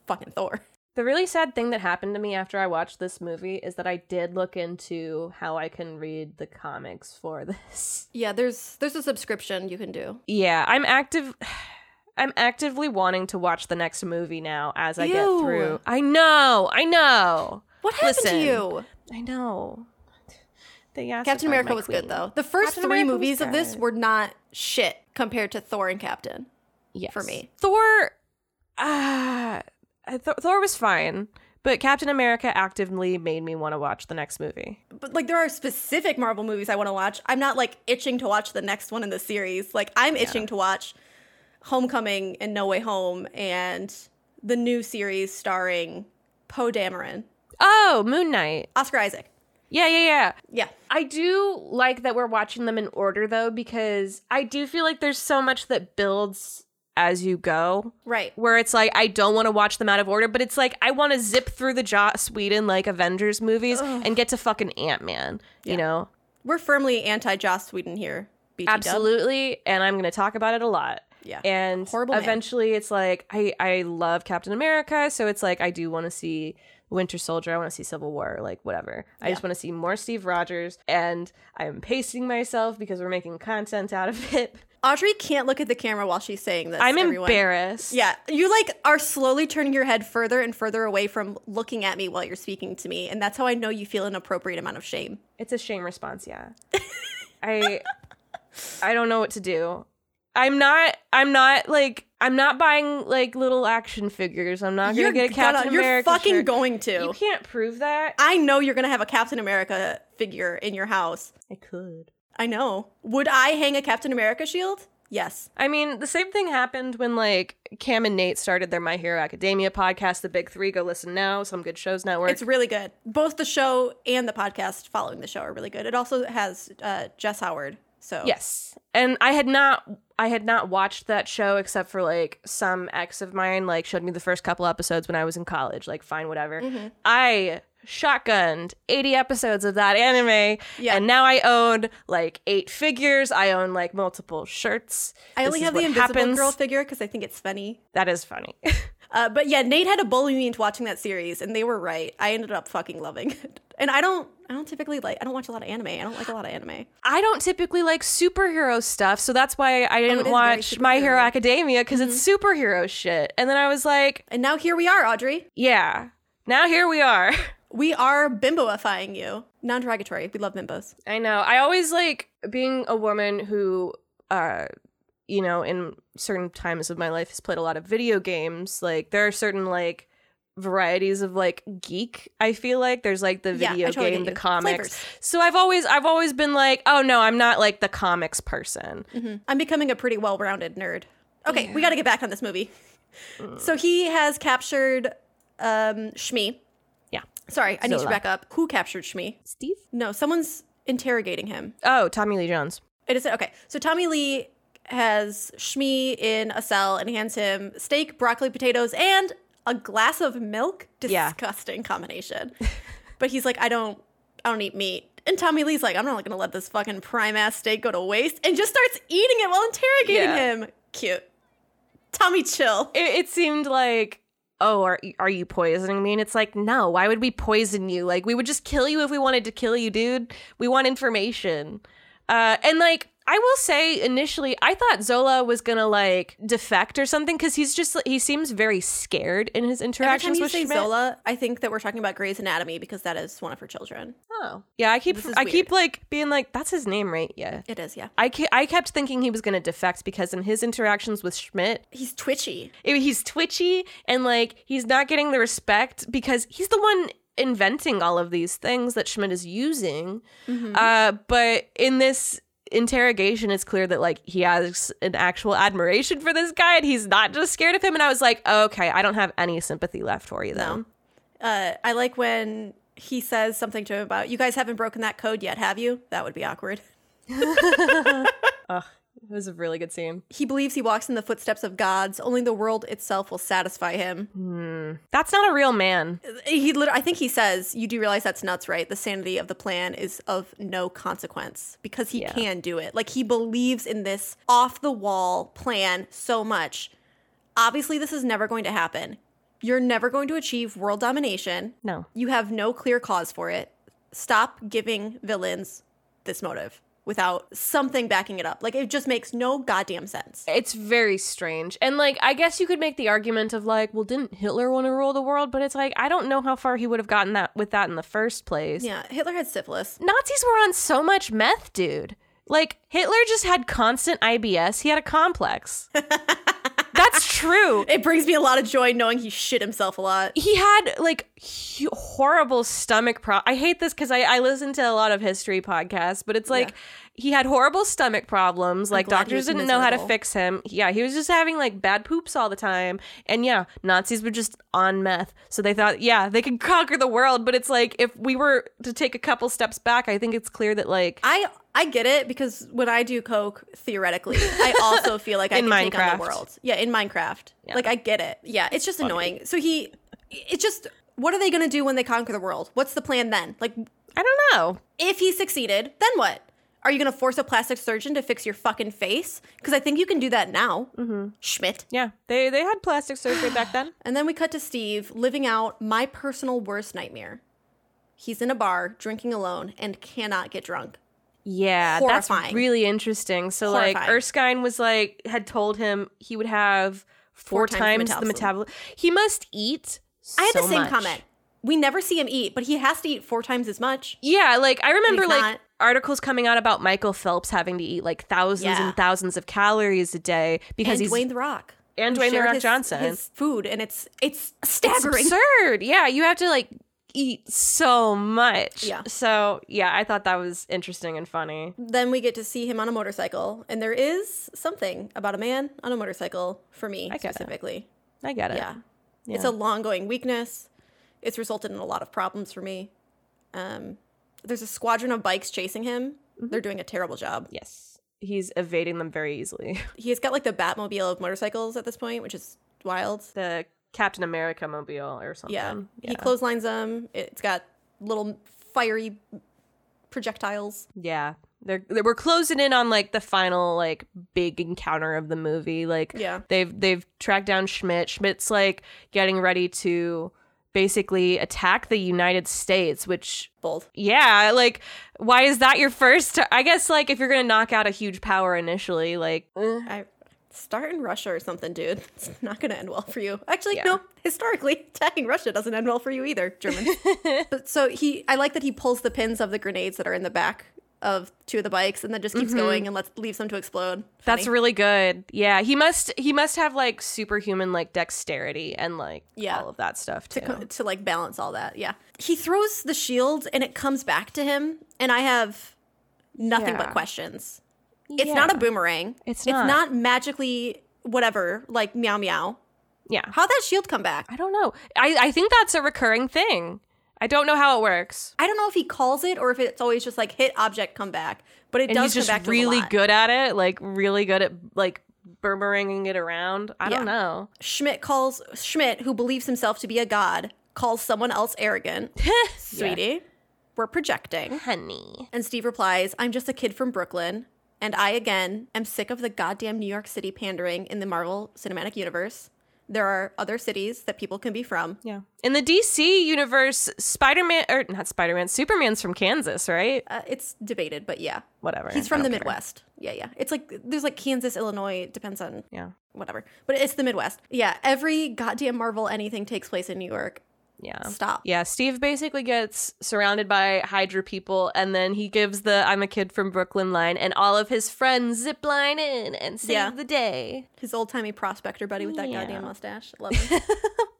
[SPEAKER 2] fucking Thor.
[SPEAKER 3] The really sad thing that happened to me after I watched this movie is that I did look into how I can read the comics for this.
[SPEAKER 2] Yeah, there's there's a subscription you can do.
[SPEAKER 3] Yeah, I'm active. I'm actively wanting to watch the next movie now as I get
[SPEAKER 2] Ew.
[SPEAKER 3] through. I know, I know.
[SPEAKER 2] What happened
[SPEAKER 3] Listen.
[SPEAKER 2] to you?
[SPEAKER 3] I know. They asked
[SPEAKER 2] Captain
[SPEAKER 3] about
[SPEAKER 2] America
[SPEAKER 3] my
[SPEAKER 2] was
[SPEAKER 3] queen.
[SPEAKER 2] good though. The first
[SPEAKER 3] Captain
[SPEAKER 2] three
[SPEAKER 3] America was
[SPEAKER 2] movies of this
[SPEAKER 3] good.
[SPEAKER 2] were not shit compared to Thor and Captain.
[SPEAKER 3] Yes.
[SPEAKER 2] for me.
[SPEAKER 3] Thor, uh, Th- Thor was fine, but Captain America actively made me want to watch the next movie.
[SPEAKER 2] But like there are specific Marvel movies I want to watch. I'm not like itching to watch the next one in the series. Like I'm itching to watch Homecoming and No Way Home and the new series starring Poe Dameron,
[SPEAKER 3] Oh, Moon Knight.
[SPEAKER 2] Oscar Isaac.
[SPEAKER 3] Yeah, yeah, yeah.
[SPEAKER 2] Yeah.
[SPEAKER 3] I do like that we're watching them in order though, because I do feel like there's so much that builds as you go.
[SPEAKER 2] Right.
[SPEAKER 3] Where it's like I don't want to watch them out of order, but it's like I want to zip through the Joss Whedon like Avengers movies and get to fucking Ant Man. You know,
[SPEAKER 2] We're firmly anti Joss Whedon here. BT dub.
[SPEAKER 3] absolutely and i'm going to talk about it a lot
[SPEAKER 2] Yeah.
[SPEAKER 3] and
[SPEAKER 2] Horrible man.
[SPEAKER 3] eventually it's like i i love captain america so it's like i do want to see winter soldier i want to see civil war like whatever i just want to see more steve rogers and i'm pacing myself because we're making content out of it
[SPEAKER 2] Audrey can't look at the camera while she's saying this.
[SPEAKER 3] i'm
[SPEAKER 2] everyone.
[SPEAKER 3] embarrassed
[SPEAKER 2] Yeah, you like are slowly turning your head further and further away from looking at me while you're speaking to me, and that's how I know you feel an appropriate amount of shame.
[SPEAKER 3] it's a shame response yeah i i don't know what to do i'm not i'm not like i'm not buying like little action figures i'm not
[SPEAKER 2] you're
[SPEAKER 3] gonna get a captain
[SPEAKER 2] gonna-
[SPEAKER 3] america
[SPEAKER 2] You're fucking
[SPEAKER 3] shirt.
[SPEAKER 2] going to.
[SPEAKER 3] You can't prove that.
[SPEAKER 2] I know you're gonna have a Captain America figure in your house.
[SPEAKER 3] I could.
[SPEAKER 2] I know. Would I hang a Captain America shield? Yes.
[SPEAKER 3] I mean, the same thing happened when like Cam and Nate started their My Hero Academia podcast, The Big Three. Go listen now. Some good shows network.
[SPEAKER 2] It's really good. Both the show and the podcast following the show are really good. It also has uh, Jess Howard. So
[SPEAKER 3] yes, and I had not. I had not watched that show except for like some ex of mine like showed me the first couple episodes when I was in college. Like fine, whatever.
[SPEAKER 2] Mm-hmm.
[SPEAKER 3] I shotgunned 80 episodes of that anime
[SPEAKER 2] Yeah.
[SPEAKER 3] and now I own like eight figures. I own like multiple shirts.
[SPEAKER 2] I
[SPEAKER 3] This
[SPEAKER 2] only
[SPEAKER 3] is
[SPEAKER 2] have the
[SPEAKER 3] what
[SPEAKER 2] Invisible
[SPEAKER 3] happens.
[SPEAKER 2] Girl figure because I think it's funny.
[SPEAKER 3] That is funny.
[SPEAKER 2] Uh, but yeah, Nate had a bully me into watching that series, and they were right. I ended up fucking loving it. And I don't, I don't typically like, I don't watch a lot of anime. I don't like a lot of anime.
[SPEAKER 3] I don't typically like superhero stuff, so that's
[SPEAKER 2] Oh, it
[SPEAKER 3] why I
[SPEAKER 2] is
[SPEAKER 3] didn't
[SPEAKER 2] very Mm-hmm.
[SPEAKER 3] watch My Hero
[SPEAKER 2] superhero.
[SPEAKER 3] Academia because it's superhero shit. And then I was like,
[SPEAKER 2] And now here we are, Audrey.
[SPEAKER 3] yeah, now here we are.
[SPEAKER 2] We are bimboifying you. Non derogatory. We love bimbos.
[SPEAKER 3] I know. I always like being a woman who, uh, you know, in certain times of my life has played a lot of video games. Like there are certain like varieties of like geek i feel like there's like the
[SPEAKER 2] Yeah, I
[SPEAKER 3] video
[SPEAKER 2] totally
[SPEAKER 3] game
[SPEAKER 2] get
[SPEAKER 3] the
[SPEAKER 2] you.
[SPEAKER 3] comics
[SPEAKER 2] Flavors.
[SPEAKER 3] so i've always i've always been like oh no i'm not like the comics person
[SPEAKER 2] I'm becoming a pretty well rounded nerd. Okay, we got to get back on this movie. So he has captured um, Shmi.
[SPEAKER 3] Yeah.
[SPEAKER 2] Sorry, I need to
[SPEAKER 3] Zola.
[SPEAKER 2] back up. Who captured Shmi?
[SPEAKER 3] steve
[SPEAKER 2] No, someone's interrogating him.
[SPEAKER 3] oh tommy lee jones
[SPEAKER 2] It is okay. So Tommy Lee has Shmi in a cell and hands him steak, broccoli, potatoes, and a glass of milk.
[SPEAKER 3] Yeah.
[SPEAKER 2] Disgusting combination. but he's like, I don't, I don't eat meat. And Tommy Lee's like, I'm not gonna let this fucking prime ass steak go to waste, and just starts eating it while interrogating
[SPEAKER 3] Yeah.
[SPEAKER 2] him. Cute. Tommy, chill.
[SPEAKER 3] it, it seemed like oh are, are you poisoning me and it's like no why would we poison you like we would just kill you if we wanted to kill you dude we want information uh and like i will say initially i thought zola was gonna like defect or something because he's just he seems very scared in his
[SPEAKER 2] Every time
[SPEAKER 3] interactions
[SPEAKER 2] you
[SPEAKER 3] with
[SPEAKER 2] say
[SPEAKER 3] Schmidt.
[SPEAKER 2] Zola, I think that we're talking about Grey's Anatomy because that is one of her children.
[SPEAKER 3] oh yeah i keep
[SPEAKER 2] This is
[SPEAKER 3] i keep like being like that's his name right yeah
[SPEAKER 2] It is, yeah.
[SPEAKER 3] I, ke- I kept thinking he was going to defect because in his interactions with Schmidt,
[SPEAKER 2] He's twitchy.
[SPEAKER 3] it- he's twitchy and like he's not getting the respect because he's the one inventing all of these things that Schmidt is using. Uh, but in this interrogation, it's clear that like he has an actual admiration for this guy and he's not just scared of him. And I was like, okay, I don't have any sympathy left for you then.
[SPEAKER 2] uh, I like when he says something to him about, "You guys haven't broken that code yet, have you?" That would be awkward.
[SPEAKER 3] It was a really good scene.
[SPEAKER 2] He believes he walks in the footsteps of gods. Only the world itself will satisfy him.
[SPEAKER 3] That's not a real man.
[SPEAKER 2] He, lit- I think he says, "You do realize that's nuts, right? The sanity of the plan is of no consequence because he
[SPEAKER 3] Yeah.
[SPEAKER 2] can do it. Like he believes in this off-the-wall plan so much. Obviously, this is never going to happen. You're never going to achieve world domination.
[SPEAKER 3] No.
[SPEAKER 2] You have no clear cause for it. Stop giving villains this motive without something backing it up. Like it just makes no goddamn sense.
[SPEAKER 3] It's very strange. And like I guess you could make the argument of like, well, didn't Hitler want to rule the world? But it's like I don't know how far he would have gotten that with that in the first place.
[SPEAKER 2] Yeah, Hitler had syphilis.
[SPEAKER 3] Nazis were on so much meth, dude. Like Hitler just had constant IBS. He had a complex. That's true.
[SPEAKER 2] It brings me a lot of joy knowing he shit himself a lot.
[SPEAKER 3] He had like hu horrible stomach problems. I hate this because I, I listen to a lot of history podcasts, but it's like he had horrible stomach problems. like
[SPEAKER 2] glad he
[SPEAKER 3] doctors
[SPEAKER 2] was
[SPEAKER 3] didn't know how to
[SPEAKER 2] miserable.
[SPEAKER 3] fix him. Yeah, he was just having like bad poops all the time. And yeah, Nazis were just on meth. So they thought, yeah, they could conquer the world. But it's like if we were to take a couple steps back, I think it's clear that like
[SPEAKER 2] I I get it because when I do coke, theoretically, I also feel like I
[SPEAKER 3] In
[SPEAKER 2] can take on
[SPEAKER 3] Minecraft.
[SPEAKER 2] the world. Yeah, in Minecraft. Like I get it. Yeah, it's just annoying. So he, it's just what are they gonna do when they conquer the world? What's the plan then? Like
[SPEAKER 3] I don't know.
[SPEAKER 2] If he succeeded, then what? Are you going to force a plastic surgeon to fix your fucking face? Because I think you can do that now,
[SPEAKER 3] Mm-hmm.
[SPEAKER 2] Schmidt.
[SPEAKER 3] Yeah, they they had plastic surgery back then.
[SPEAKER 2] And then we cut to Steve living out my personal worst nightmare. He's in a bar, drinking alone, and cannot get drunk.
[SPEAKER 3] Yeah, that's
[SPEAKER 2] Horrifying.
[SPEAKER 3] really interesting. So like
[SPEAKER 2] Horrifying.
[SPEAKER 3] Erskine was like had told him he would have
[SPEAKER 2] Four
[SPEAKER 3] four,
[SPEAKER 2] times the
[SPEAKER 3] times, the
[SPEAKER 2] metabolism.
[SPEAKER 3] metabolism. He must eat.
[SPEAKER 2] I had
[SPEAKER 3] so
[SPEAKER 2] the same
[SPEAKER 3] much.
[SPEAKER 2] comment. We never see him eat, but he has to eat four times as much.
[SPEAKER 3] Yeah, like I remember
[SPEAKER 2] he's
[SPEAKER 3] like
[SPEAKER 2] not.
[SPEAKER 3] articles coming out about Michael Phelps having to eat like thousands
[SPEAKER 2] Yeah.
[SPEAKER 3] and thousands of calories a day because
[SPEAKER 2] And
[SPEAKER 3] he's
[SPEAKER 2] Dwayne the Rock.
[SPEAKER 3] and
[SPEAKER 2] who
[SPEAKER 3] Dwayne The
[SPEAKER 2] shared
[SPEAKER 3] Rock
[SPEAKER 2] his-
[SPEAKER 3] Johnson.
[SPEAKER 2] His food, and it's it's
[SPEAKER 3] it's
[SPEAKER 2] staggering.
[SPEAKER 3] absurd. Yeah, you have to like eat so much.
[SPEAKER 2] Yeah.
[SPEAKER 3] So yeah, I thought that was interesting and funny.
[SPEAKER 2] then we get to see him on a motorcycle, and there is something about a man on a motorcycle for me
[SPEAKER 3] get it.
[SPEAKER 2] specifically.
[SPEAKER 3] I get it.
[SPEAKER 2] Yeah. It's a long going weakness. It's resulted in a lot of problems for me. Um, there's a squadron of bikes chasing him. They're doing a terrible job.
[SPEAKER 3] Yes. He's evading them very easily.
[SPEAKER 2] He's got like the Batmobile of motorcycles at this point, which is wild.
[SPEAKER 3] the Captain America mobile or something.
[SPEAKER 2] Yeah. He clotheslines them. It's got little fiery projectiles.
[SPEAKER 3] yeah. They're, they we're closing in on like the final like big encounter of the movie. Like
[SPEAKER 2] Yeah.
[SPEAKER 3] they've they've tracked down Schmidt. Schmidt's like getting ready to basically attack the United States, which
[SPEAKER 2] Bold.
[SPEAKER 3] yeah, like why is that your first? I guess like if you're gonna knock out a huge power initially, like eh.
[SPEAKER 2] I start in Russia or something, dude. It's not going to end well for you. Actually,
[SPEAKER 3] Yeah.
[SPEAKER 2] no. Historically, attacking Russia doesn't end well for you either, German. but so he, I like that he pulls the pins of the grenades that are in the back of two of the bikes and then just keeps going and lets leaves them to explode.
[SPEAKER 3] Mm-hmm. That's
[SPEAKER 2] Funny.
[SPEAKER 3] really good. Yeah, he must he must have like superhuman like dexterity and like
[SPEAKER 2] Yeah.
[SPEAKER 3] all of that stuff too.
[SPEAKER 2] to, co- Uh, to like balance all that. Yeah. He throws the shield and it comes back to him and I have nothing
[SPEAKER 3] Yeah.
[SPEAKER 2] but questions. It's not a boomerang.
[SPEAKER 3] It's
[SPEAKER 2] It's
[SPEAKER 3] not.
[SPEAKER 2] not magically whatever like meow meow.
[SPEAKER 3] yeah.
[SPEAKER 2] How'd that shield come back?
[SPEAKER 3] I don't know. I I think that's a recurring thing. I don't know how it works.
[SPEAKER 2] I don't know if he calls it or if it's always just like hit object come back, but it
[SPEAKER 3] And
[SPEAKER 2] does
[SPEAKER 3] he's
[SPEAKER 2] come
[SPEAKER 3] just
[SPEAKER 2] back to him a
[SPEAKER 3] really
[SPEAKER 2] lot.
[SPEAKER 3] good at it, like really good at like boomeranging it around. I don't
[SPEAKER 2] Yeah.
[SPEAKER 3] know.
[SPEAKER 2] Schmidt calls Schmidt, who believes himself to be a god, calls someone else arrogant. Sweetie, we're projecting.
[SPEAKER 3] Honey.
[SPEAKER 2] And Steve replies, I'm just a kid from Brooklyn. And I, again, am sick of the goddamn New York City pandering in the Marvel Cinematic Universe. There are other cities that people can be from.
[SPEAKER 3] Yeah. In the DC universe, Spider-Man or not Spider-Man, Superman's from Kansas, right?
[SPEAKER 2] Uh, it's debated, but yeah.
[SPEAKER 3] Whatever.
[SPEAKER 2] He's
[SPEAKER 3] I
[SPEAKER 2] from the
[SPEAKER 3] don't care.
[SPEAKER 2] Midwest. Yeah, yeah. It's like there's like Kansas, Illinois, depends on
[SPEAKER 3] Yeah.
[SPEAKER 2] whatever. But it's the Midwest. Yeah, every goddamn Marvel anything takes place in New York.
[SPEAKER 3] Yeah.
[SPEAKER 2] Stop.
[SPEAKER 3] Yeah, Steve basically gets surrounded by Hydra people, and then he gives the "I'm a kid from Brooklyn" line, and all of his friends zip line in and save
[SPEAKER 2] Yeah.
[SPEAKER 3] the day.
[SPEAKER 2] His old timey prospector buddy with that
[SPEAKER 3] Yeah.
[SPEAKER 2] goddamn mustache. Love him.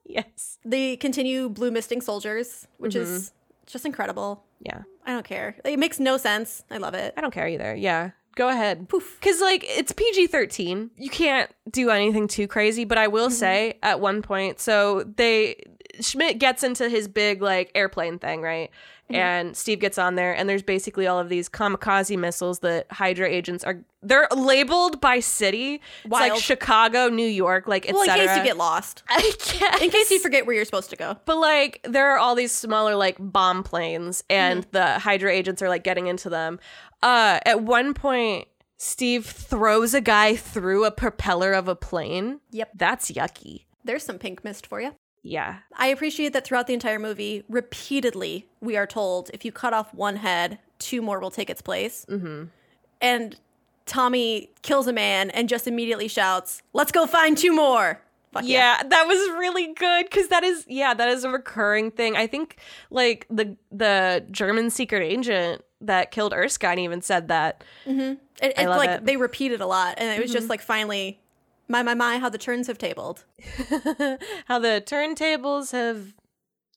[SPEAKER 3] Yes.
[SPEAKER 2] they continue blue misting soldiers, which is just incredible.
[SPEAKER 3] Yeah,
[SPEAKER 2] I don't care. It makes no sense. I love it.
[SPEAKER 3] I don't care either. Yeah, go ahead. Poof. Because like it's PG thirteen, you can't do anything too crazy. But I will
[SPEAKER 2] Mm-hmm.
[SPEAKER 3] say, at one point, so they Schmidt gets into his big like airplane thing, right?
[SPEAKER 2] Mm-hmm.
[SPEAKER 3] And Steve gets on there, and there's basically all of these kamikaze missiles that Hydra agents are. They're labeled by city. It's
[SPEAKER 2] Wild.
[SPEAKER 3] like Chicago, New York, like etc.
[SPEAKER 2] Well, in case you get lost,
[SPEAKER 3] I guess.
[SPEAKER 2] in case you forget where you're supposed to go.
[SPEAKER 3] But like there are all these smaller like bomb planes and
[SPEAKER 2] Mm-hmm.
[SPEAKER 3] the Hydra agents are like getting into them. Uh at one point Steve throws a guy through a propeller of a plane.
[SPEAKER 2] Yep.
[SPEAKER 3] That's yucky.
[SPEAKER 2] There's some pink mist for you.
[SPEAKER 3] Yeah.
[SPEAKER 2] I appreciate that throughout the entire movie, repeatedly we are told if you cut off one head, two more will take its place. Mm-hmm. And Tommy kills a man and just immediately shouts, "Let's go find two more!" Fuck yeah.
[SPEAKER 3] yeah that was really good because that is yeah that is a recurring thing i think like the the german secret agent that killed erskine even said that
[SPEAKER 2] It, it's
[SPEAKER 3] love
[SPEAKER 2] like
[SPEAKER 3] it.
[SPEAKER 2] they repeat it a lot, and it was just like finally, my my my, how the turns have tabled.
[SPEAKER 3] how the turntables have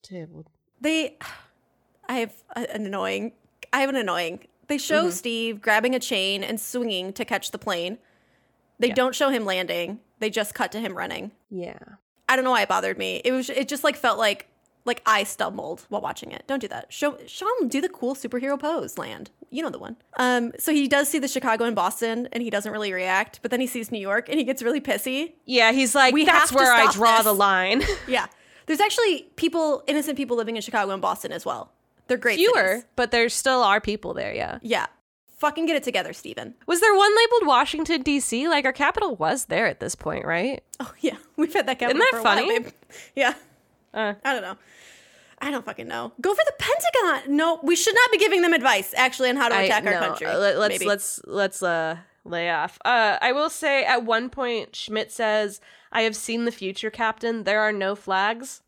[SPEAKER 3] tabled
[SPEAKER 2] They, I have a- an annoying. I have an annoying. They show Steve grabbing a chain and swinging to catch the plane. They don't show him landing. They just cut to him running.
[SPEAKER 3] yeah
[SPEAKER 2] I don't know why it bothered me. It was. It just like felt like like I stumbled while watching it. Don't do that. Show show him do the cool superhero pose. Land. You know the one. Um. So he does see the Chicago and Boston, and he doesn't really react. But then he sees New York, and he gets really pissy.
[SPEAKER 3] yeah he's like
[SPEAKER 2] We have
[SPEAKER 3] that's
[SPEAKER 2] to
[SPEAKER 3] where i
[SPEAKER 2] stop
[SPEAKER 3] draw
[SPEAKER 2] this."
[SPEAKER 3] the line
[SPEAKER 2] Yeah. There's actually people, innocent people living in Chicago and Boston as well. They're great.
[SPEAKER 3] fewer
[SPEAKER 2] cities.
[SPEAKER 3] but there still are people there yeah
[SPEAKER 2] Yeah. Fucking get it together, Steven.
[SPEAKER 3] was there one labeled washington dc like our capital was there at this point right
[SPEAKER 2] Oh yeah, we've had that capital
[SPEAKER 3] Isn't that
[SPEAKER 2] for a
[SPEAKER 3] funny?
[SPEAKER 2] while, babe. Yeah.
[SPEAKER 3] Uh.
[SPEAKER 2] I don't know. I don't fucking know. Go for the Pentagon. No, we should not be giving them advice actually on how to
[SPEAKER 3] I-
[SPEAKER 2] attack
[SPEAKER 3] no,
[SPEAKER 2] our country.
[SPEAKER 3] uh, Let, us
[SPEAKER 2] maybe.
[SPEAKER 3] let's let's uh lay off. Uh, I will say at one point Schmidt says, "I have seen the future, Captain. There are no flags."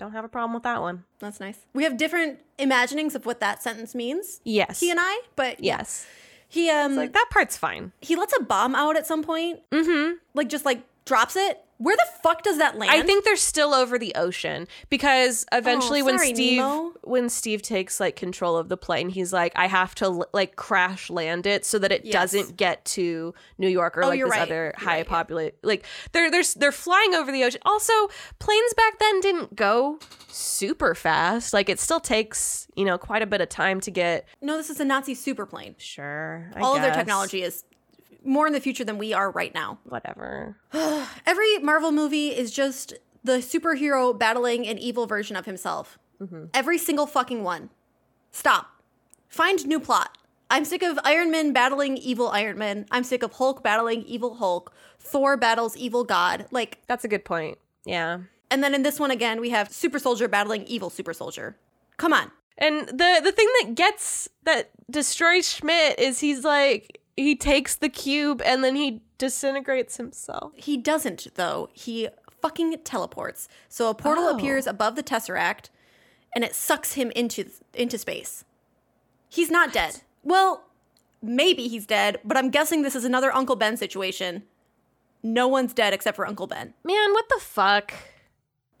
[SPEAKER 3] Don't have a problem with that one.
[SPEAKER 2] That's nice. We have different imaginings of what that sentence means.
[SPEAKER 3] Yes.
[SPEAKER 2] He and I, but yeah.
[SPEAKER 3] yes.
[SPEAKER 2] He um
[SPEAKER 3] Like that part's fine.
[SPEAKER 2] he lets a bomb out at some point. Mm-hmm. Like just like drops it. Where the fuck does that land?
[SPEAKER 3] I think they're still over the ocean because eventually when
[SPEAKER 2] Oh, sorry,
[SPEAKER 3] Steve
[SPEAKER 2] Nemo.
[SPEAKER 3] when Steve takes like control of the plane, he's like, I have to l- like crash land it so that it
[SPEAKER 2] Yes. Oh,
[SPEAKER 3] doesn't get to New York or like
[SPEAKER 2] you're
[SPEAKER 3] this
[SPEAKER 2] right.
[SPEAKER 3] other
[SPEAKER 2] You're
[SPEAKER 3] high
[SPEAKER 2] right, yeah.
[SPEAKER 3] populate like they're they're s- they're flying over the ocean. Also, planes back then didn't go super fast. Like it still takes you know quite a bit of time to get
[SPEAKER 2] No, this is a Nazi superplane.
[SPEAKER 3] sure I
[SPEAKER 2] All of their
[SPEAKER 3] guess.
[SPEAKER 2] technology is more in the future than we are right now.
[SPEAKER 3] Whatever.
[SPEAKER 2] Every Marvel movie is just the superhero battling an evil version of himself. Every single fucking one. Stop. Find new plot. I'm sick of Iron Man battling evil Iron Man. I'm sick of Hulk battling evil Hulk. Thor battles evil God. Like,
[SPEAKER 3] That's a good point. Yeah.
[SPEAKER 2] and then in this one again, we have super soldier battling evil super soldier. Come on.
[SPEAKER 3] And the the thing that gets that destroys Schmidt is he's like he takes the cube and then he disintegrates himself.
[SPEAKER 2] He doesn't, though. He fucking teleports. So a portal
[SPEAKER 3] Oh.
[SPEAKER 2] appears above the Tesseract and it sucks him into into space. He's not dead. Well, maybe he's dead, but I'm guessing this is another Uncle Ben situation. No one's dead except for Uncle Ben.
[SPEAKER 3] Man, what the fuck?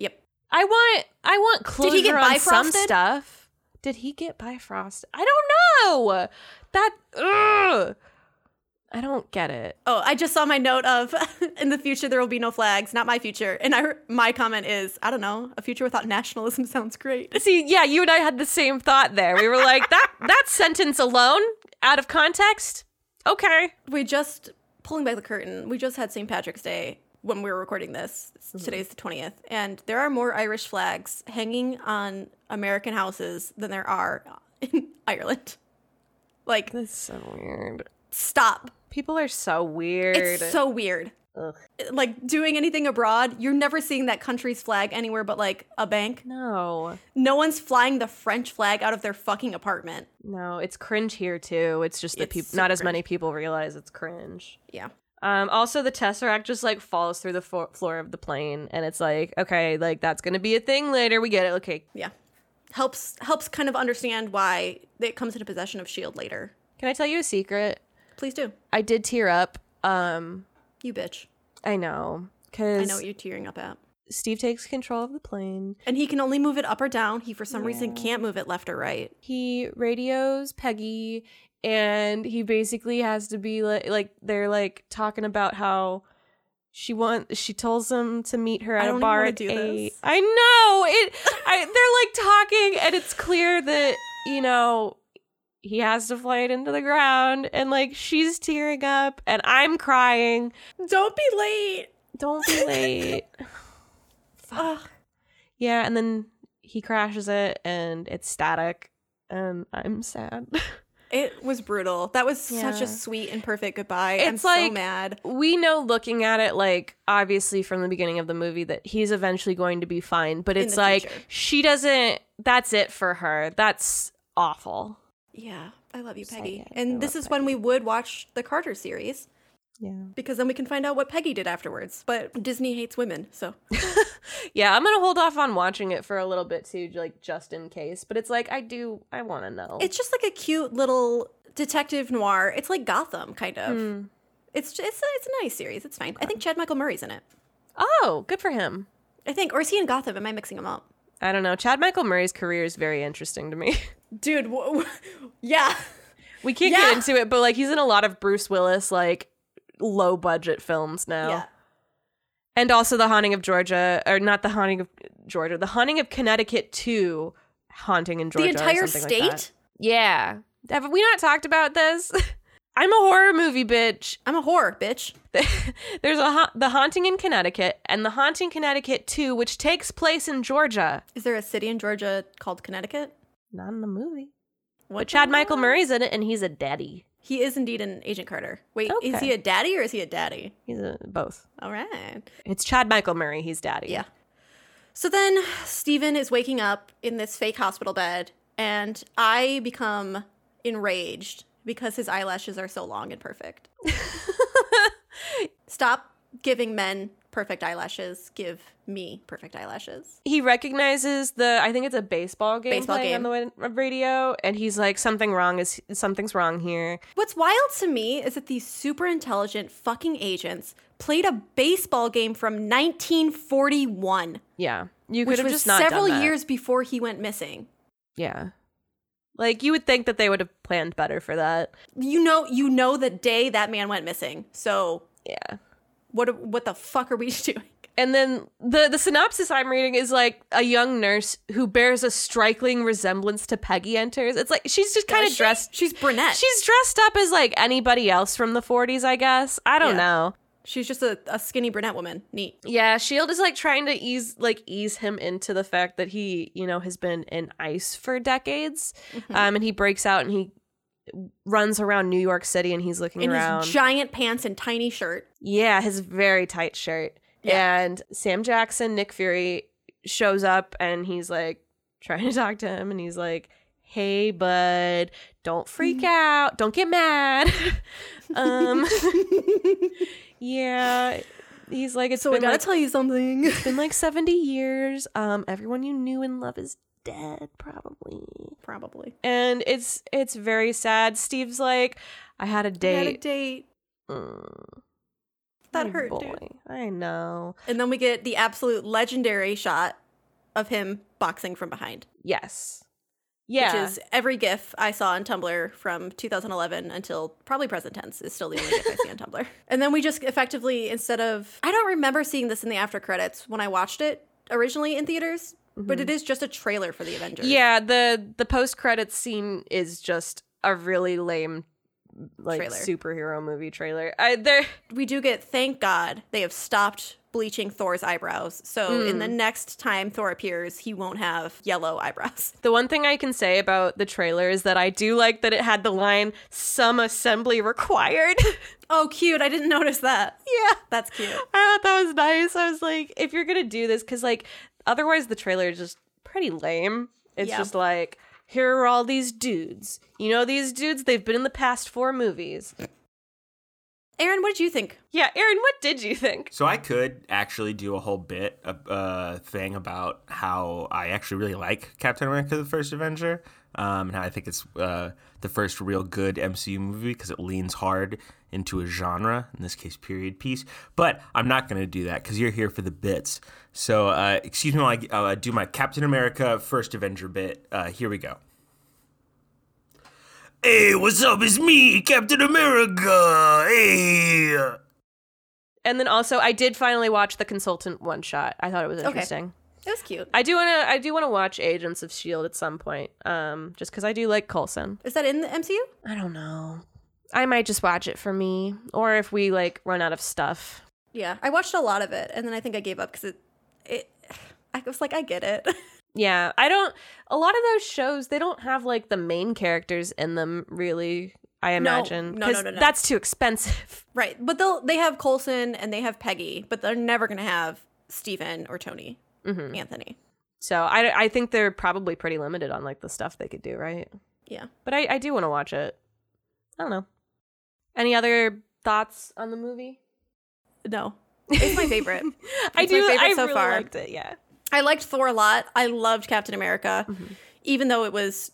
[SPEAKER 2] Yep.
[SPEAKER 3] I want I want closure
[SPEAKER 2] Did he get
[SPEAKER 3] on some
[SPEAKER 2] bifrosted?
[SPEAKER 3] stuff. Did he get bifrost? I don't know. That ugh. I don't get it.
[SPEAKER 2] Oh, I just saw my note of in the future there will be no flags, not my future. And I my comment is, I don't know, a future without nationalism sounds great.
[SPEAKER 3] See, yeah, you and I had the same thought there. We were like, that that sentence alone, out of context, okay.
[SPEAKER 2] we just pulling back the curtain. We just had St. Patrick's Day when we were recording this.
[SPEAKER 3] Mm-hmm.
[SPEAKER 2] Today's the 20th, and there are more Irish flags hanging on American houses than there are in Ireland. Like,
[SPEAKER 3] That's so weird.
[SPEAKER 2] stop.
[SPEAKER 3] People are so weird.
[SPEAKER 2] It's so weird.
[SPEAKER 3] Ugh.
[SPEAKER 2] Like doing anything abroad, you're never seeing that country's flag anywhere but like a bank.
[SPEAKER 3] no.
[SPEAKER 2] No one's flying the French flag out of their fucking apartment.
[SPEAKER 3] No, it's cringe here too. It's just that
[SPEAKER 2] It's
[SPEAKER 3] people
[SPEAKER 2] so
[SPEAKER 3] not as
[SPEAKER 2] cringe.
[SPEAKER 3] many people realize it's cringe.
[SPEAKER 2] Yeah.
[SPEAKER 3] Um, also, the tesseract just like falls through the fo- floor of the plane, and it's like, okay, like that's gonna be a thing later. We get it. Okay,
[SPEAKER 2] Yeah. Helps helps kind of understand why it comes into possession of shield E later.
[SPEAKER 3] can I tell you a secret?
[SPEAKER 2] Please do.
[SPEAKER 3] I did tear up. Um,
[SPEAKER 2] You bitch.
[SPEAKER 3] I know,
[SPEAKER 2] I
[SPEAKER 3] cause
[SPEAKER 2] know what you're tearing up at.
[SPEAKER 3] Steve takes control of the plane.
[SPEAKER 2] And he can only move it up or down. He, for some reason, can't move it left or right.
[SPEAKER 3] He radios Peggy, and he basically has to be like, like they're like talking about how she want. She tells him to meet her
[SPEAKER 2] I
[SPEAKER 3] at
[SPEAKER 2] don't
[SPEAKER 3] a
[SPEAKER 2] even
[SPEAKER 3] bar
[SPEAKER 2] wanna
[SPEAKER 3] at
[SPEAKER 2] do
[SPEAKER 3] eight.
[SPEAKER 2] this.
[SPEAKER 3] I know it. I they're like talking, and it's clear that you know he has to fly it into the ground, and like she's tearing up, and I'm crying.
[SPEAKER 2] Don't be late.
[SPEAKER 3] Don't be late.
[SPEAKER 2] Ugh.
[SPEAKER 3] Yeah, and then he crashes it and it's static and I'm sad.
[SPEAKER 2] It was brutal. That was such
[SPEAKER 3] Yeah.
[SPEAKER 2] a sweet and perfect goodbye. I'm
[SPEAKER 3] It's like-
[SPEAKER 2] so mad.
[SPEAKER 3] we know looking at it like obviously from the beginning of the movie that he's eventually going to be fine, but
[SPEAKER 2] In
[SPEAKER 3] it's
[SPEAKER 2] the
[SPEAKER 3] like
[SPEAKER 2] future.
[SPEAKER 3] she doesn't that's it for her. That's awful.
[SPEAKER 2] Yeah, I love you,
[SPEAKER 3] Say
[SPEAKER 2] Peggy.
[SPEAKER 3] it. I
[SPEAKER 2] And this
[SPEAKER 3] love
[SPEAKER 2] is when we would watch the Carter series
[SPEAKER 3] Yeah.
[SPEAKER 2] because then we can find out what Peggy did afterwards. But Disney hates women, so
[SPEAKER 3] Yeah, I'm going to hold off on watching it for a little bit too like just in case, but it's like I do I want to know.
[SPEAKER 2] it's just like a cute little detective noir. It's like Gotham, kind of.
[SPEAKER 3] Hmm.
[SPEAKER 2] It's just, it's a, it's a nice series. It's fine. I think Chad Michael Murray's in it.
[SPEAKER 3] Oh, good for him.
[SPEAKER 2] I think, or is he in Gotham? Am I mixing him up?
[SPEAKER 3] I don't know. Chad Michael Murray's career is very interesting to me.
[SPEAKER 2] Dude, w- w- yeah.
[SPEAKER 3] We can't
[SPEAKER 2] Yeah.
[SPEAKER 3] get into it, but like he's in a lot of Bruce Willis like low budget films now.
[SPEAKER 2] Yeah.
[SPEAKER 3] And also The Haunting of Georgia or not The Haunting of Georgia, The Haunting of Connecticut 2, Haunting in
[SPEAKER 2] the
[SPEAKER 3] Georgia. or
[SPEAKER 2] entire
[SPEAKER 3] something like
[SPEAKER 2] state?
[SPEAKER 3] that. yeah. Have we not talked about this? I'm a horror movie bitch.
[SPEAKER 2] I'm a whore, bitch.
[SPEAKER 3] There's a ha- The Haunting in Connecticut and The Haunting Connecticut 2 which takes place in Georgia.
[SPEAKER 2] Is there a city in Georgia called Connecticut?
[SPEAKER 3] Not in the movie.
[SPEAKER 2] What
[SPEAKER 3] But Chad
[SPEAKER 2] the-
[SPEAKER 3] Michael Murray's in it and he's a daddy.
[SPEAKER 2] He is indeed an Agent Carter. Wait, is
[SPEAKER 3] Okay.
[SPEAKER 2] he a daddy or is he a daddy?
[SPEAKER 3] He's a, both.
[SPEAKER 2] All right.
[SPEAKER 3] It's Chad Michael Murray, he's daddy.
[SPEAKER 2] Yeah. So then Steven is waking up in this fake hospital bed, and I become enraged because his eyelashes are so long and perfect. Stop giving men perfect eyelashes. Give me perfect eyelashes.
[SPEAKER 3] he recognizes the I think it's a baseball game
[SPEAKER 2] Baseball
[SPEAKER 3] playing on the win- radio, and he's like, "Something wrong is something's wrong here."
[SPEAKER 2] What's wild to me is that these super intelligent fucking agents played a baseball game from 1941,
[SPEAKER 3] Yeah, you could
[SPEAKER 2] which
[SPEAKER 3] have
[SPEAKER 2] was
[SPEAKER 3] just not
[SPEAKER 2] several
[SPEAKER 3] done that.
[SPEAKER 2] years before he went missing.
[SPEAKER 3] Yeah, like you would think that they would have planned better for that.
[SPEAKER 2] You know, you know the day that man went missing. So
[SPEAKER 3] Yeah,
[SPEAKER 2] what what the fuck are we doing?
[SPEAKER 3] and then the the synopsis I'm reading is like a young nurse who bears a striking resemblance to Peggy enters. It's like she's just kind of
[SPEAKER 2] She-
[SPEAKER 3] dressed.
[SPEAKER 2] She's brunette.
[SPEAKER 3] She's dressed up as like anybody else from the 40s, I guess. I don't
[SPEAKER 2] Yeah.
[SPEAKER 3] know.
[SPEAKER 2] she's just a, a skinny brunette woman. Neat.
[SPEAKER 3] Yeah, Shield E is like trying to ease like ease him into the fact that he, you know, has been in ice for decades. Um and he breaks out and he runs around New York City and he's looking
[SPEAKER 2] In
[SPEAKER 3] around.
[SPEAKER 2] his giant pants and tiny shirt.
[SPEAKER 3] yeah, his very tight shirt.
[SPEAKER 2] Yeah.
[SPEAKER 3] And Sam Jackson, Nick Fury shows up and he's like trying to talk to him and he's like, "Hey, bud, don't freak out. Don't get mad." um yeah, he's like it's
[SPEAKER 2] So I
[SPEAKER 3] been
[SPEAKER 2] gotta
[SPEAKER 3] like
[SPEAKER 2] tell you something.
[SPEAKER 3] been like 70 years. Um, everyone you knew and love is dead, probably.
[SPEAKER 2] Probably.
[SPEAKER 3] And it's it's very sad. Steve's like, I had a
[SPEAKER 2] We had a
[SPEAKER 3] date.
[SPEAKER 2] date.
[SPEAKER 3] Mm,
[SPEAKER 2] That
[SPEAKER 3] my
[SPEAKER 2] hurt,
[SPEAKER 3] boy.
[SPEAKER 2] dude.
[SPEAKER 3] I know.
[SPEAKER 2] And then we get the absolute legendary shot of him boxing from behind,
[SPEAKER 3] Yes. Yeah.
[SPEAKER 2] which is every GIF I saw on Tumblr from 2011 until probably present tense is still the only GIF I see on Tumblr. And then we just effectively, instead of, I don't remember seeing this in the after credits when I watched it originally in theaters, but it is just a trailer for the Avengers.
[SPEAKER 3] Mm-hmm. yeah, the the post credits scene is just a really lame like
[SPEAKER 2] Trailer.
[SPEAKER 3] superhero movie trailer. I there
[SPEAKER 2] we do get thank god they have stopped bleaching thor's eyebrows so in
[SPEAKER 3] Mm.
[SPEAKER 2] the next time thor appears he won't have yellow eyebrows
[SPEAKER 3] The one thing I can say about the trailer is that I do like that it had the line "some assembly required."
[SPEAKER 2] oh cute i didn't notice that
[SPEAKER 3] yeah,
[SPEAKER 2] that's cute
[SPEAKER 3] I thought that was nice. I was like, if you're gonna do this, because like otherwise the trailer is just pretty lame. It's
[SPEAKER 2] Yeah.
[SPEAKER 3] just like here are all these dudes. You know these dudes? They've been in the past four movies.
[SPEAKER 2] aaron what did you think
[SPEAKER 3] Yeah, Aaron, what did you think?
[SPEAKER 4] So I could actually do a whole bit uh, uh, thing about how I actually really like Captain America: The First Avenger, um, and how I think it's uh, the first real good MCU movie because it leans hard into a genre, in this case, period piece. But I'm not going to do that because you're here for the bits. So uh, excuse me while I uh, do my Captain America: First Avenger bit. Uh, here we go. Hey, what's up? It's me, Captain America. Hey.
[SPEAKER 3] And then also, I did finally watch the consultant one shot. I thought it was
[SPEAKER 2] Okay.
[SPEAKER 3] interesting.
[SPEAKER 2] it was cute
[SPEAKER 3] I do wanna, I do wanna watch Agents of Shield E at some point, um, just because I do like Coulson.
[SPEAKER 2] is that in the mcu
[SPEAKER 3] I don't know. I might just watch it for me, or if we like run out of stuff.
[SPEAKER 2] yeah i watched a lot of it and then i think i gave up because it, it i was like i get it
[SPEAKER 3] Yeah, I don't. A lot of those shows they don't have like the main characters in them, really. I imagine
[SPEAKER 2] no, no,
[SPEAKER 3] 'cause
[SPEAKER 2] no, no.
[SPEAKER 3] that's too expensive.
[SPEAKER 2] right but they'll they have colson and they have peggy but they're never gonna have stephen or tony
[SPEAKER 3] Mhm.
[SPEAKER 2] anthony
[SPEAKER 3] So I, I think they're probably pretty limited on like the stuff they could do, right?
[SPEAKER 2] yeah
[SPEAKER 3] But I, I do want to watch it. I don't know. Any other thoughts on the movie?
[SPEAKER 2] no it's my favorite
[SPEAKER 3] I
[SPEAKER 2] It's
[SPEAKER 3] do.
[SPEAKER 2] my favorite
[SPEAKER 3] I
[SPEAKER 2] so
[SPEAKER 3] really
[SPEAKER 2] far.
[SPEAKER 3] liked it. Yeah.
[SPEAKER 2] I liked Thor a lot. I loved Captain America, even though it was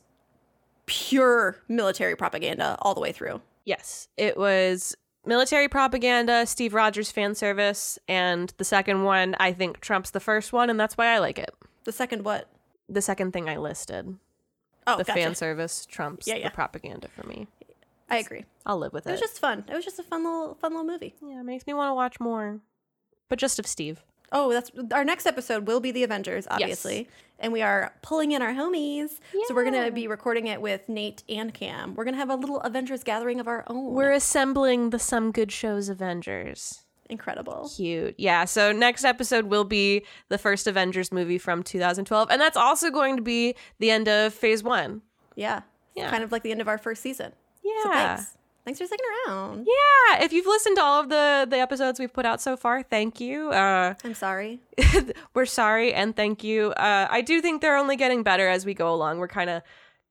[SPEAKER 2] pure military propaganda all the way through.
[SPEAKER 3] Yes, it was military propaganda, Steve Rogers fan service, and the second one I think trumps the first one, and that's why I like it.
[SPEAKER 2] The second what?
[SPEAKER 3] The second thing I listed,
[SPEAKER 2] Oh,
[SPEAKER 3] the
[SPEAKER 2] gotcha.
[SPEAKER 3] fan service trumps
[SPEAKER 2] Yeah, yeah.
[SPEAKER 3] the propaganda for me.
[SPEAKER 2] I agree.
[SPEAKER 3] I'll live with
[SPEAKER 2] It
[SPEAKER 3] it.
[SPEAKER 2] was just fun. It was just a fun little, fun little movie.
[SPEAKER 3] yeah, it makes me want to watch more, but just of Steve.
[SPEAKER 2] Oh, that's our next episode will be the Avengers, obviously, and we are pulling in our homies. So we're gonna be recording it with Nate and Cam. We're gonna have a little Avengers gathering of our own.
[SPEAKER 3] We're assembling the Some Good Shows Avengers.
[SPEAKER 2] incredible.
[SPEAKER 3] Cute. Yeah. So next episode will be the first Avengers movie from 2012. And that's also going to be the end of phase one.
[SPEAKER 2] Yeah.
[SPEAKER 3] Yeah.
[SPEAKER 2] kind of like the end of our first season.
[SPEAKER 3] Yeah.
[SPEAKER 2] So thanks. Thanks for sticking around.
[SPEAKER 3] Yeah, if you've listened to all of the the episodes we've put out so far, thank you. Uh,
[SPEAKER 2] I'm sorry.
[SPEAKER 3] we're sorry and thank you. Uh, I do think they're only getting better as we go along. We're kind of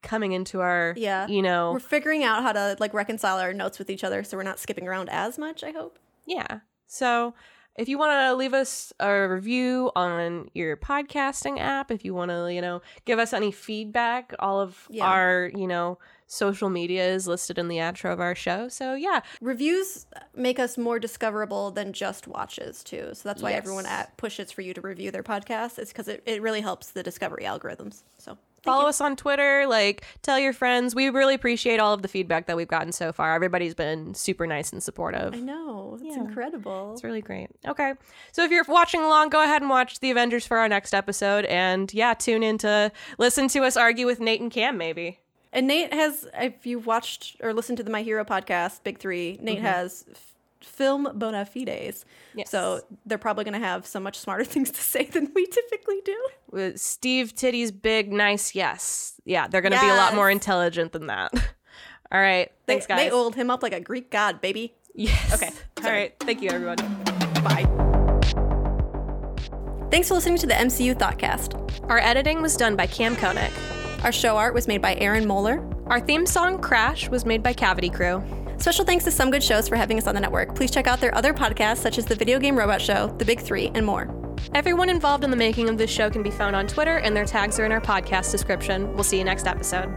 [SPEAKER 3] coming into our
[SPEAKER 2] Yeah.
[SPEAKER 3] you know
[SPEAKER 2] We're figuring out how to like reconcile our notes with each other so we're not skipping around as much, I hope.
[SPEAKER 3] yeah. So if you want to leave us a review on your podcasting app, if you want to you know give us any feedback, all of
[SPEAKER 2] Yeah.
[SPEAKER 3] our you know social media is listed in the outro of our show. So yeah,
[SPEAKER 2] Reviews make us more discoverable than just watches, too. So that's why
[SPEAKER 3] Yes.
[SPEAKER 2] everyone at pushes for you to review their podcast. It's because it, it really helps the discovery algorithms. So
[SPEAKER 3] follow us on Twitter, like tell your friends. We really appreciate all of the feedback that we've gotten so far. Everybody's been super nice and supportive.
[SPEAKER 2] I know. It's
[SPEAKER 3] Yeah.
[SPEAKER 2] incredible.
[SPEAKER 3] It's really great. Okay. So if you're watching along, go ahead and watch The Avengers for our next episode and yeah, tune in to listen to us argue with Nate and Cam maybe.
[SPEAKER 2] And Nate has, if you watched or listened to the My Hero podcast, Big Three, Nate has f- film bona fides.
[SPEAKER 3] Mm-hmm. Yes.
[SPEAKER 2] So they're probably going to have so much smarter things to say than we typically do.
[SPEAKER 3] With Steve Titty's big nice yes. Yeah, they're going to be a lot
[SPEAKER 2] Yes.
[SPEAKER 3] more intelligent than that. all right. Thanks
[SPEAKER 2] they,
[SPEAKER 3] guys.
[SPEAKER 2] They oiled him up like a Greek god, baby.
[SPEAKER 3] yes.
[SPEAKER 2] Okay.
[SPEAKER 3] All right. Thank you everyone.
[SPEAKER 2] Bye. Thanks for listening to the MCU Thoughtcast.
[SPEAKER 3] Our editing was done by Cam Koenig.
[SPEAKER 2] Our show art was made by Aaron Moeller.
[SPEAKER 3] Our theme song Crash was made by Cavity Crew.
[SPEAKER 2] Special thanks to Some Good Shows for having us on the network. Please check out their other podcasts, such as The Video Game Robot Show, The Big Three, and more.
[SPEAKER 3] Everyone involved in the making of this show can be found on Twitter, and their tags are in our podcast description. We'll see you next episode.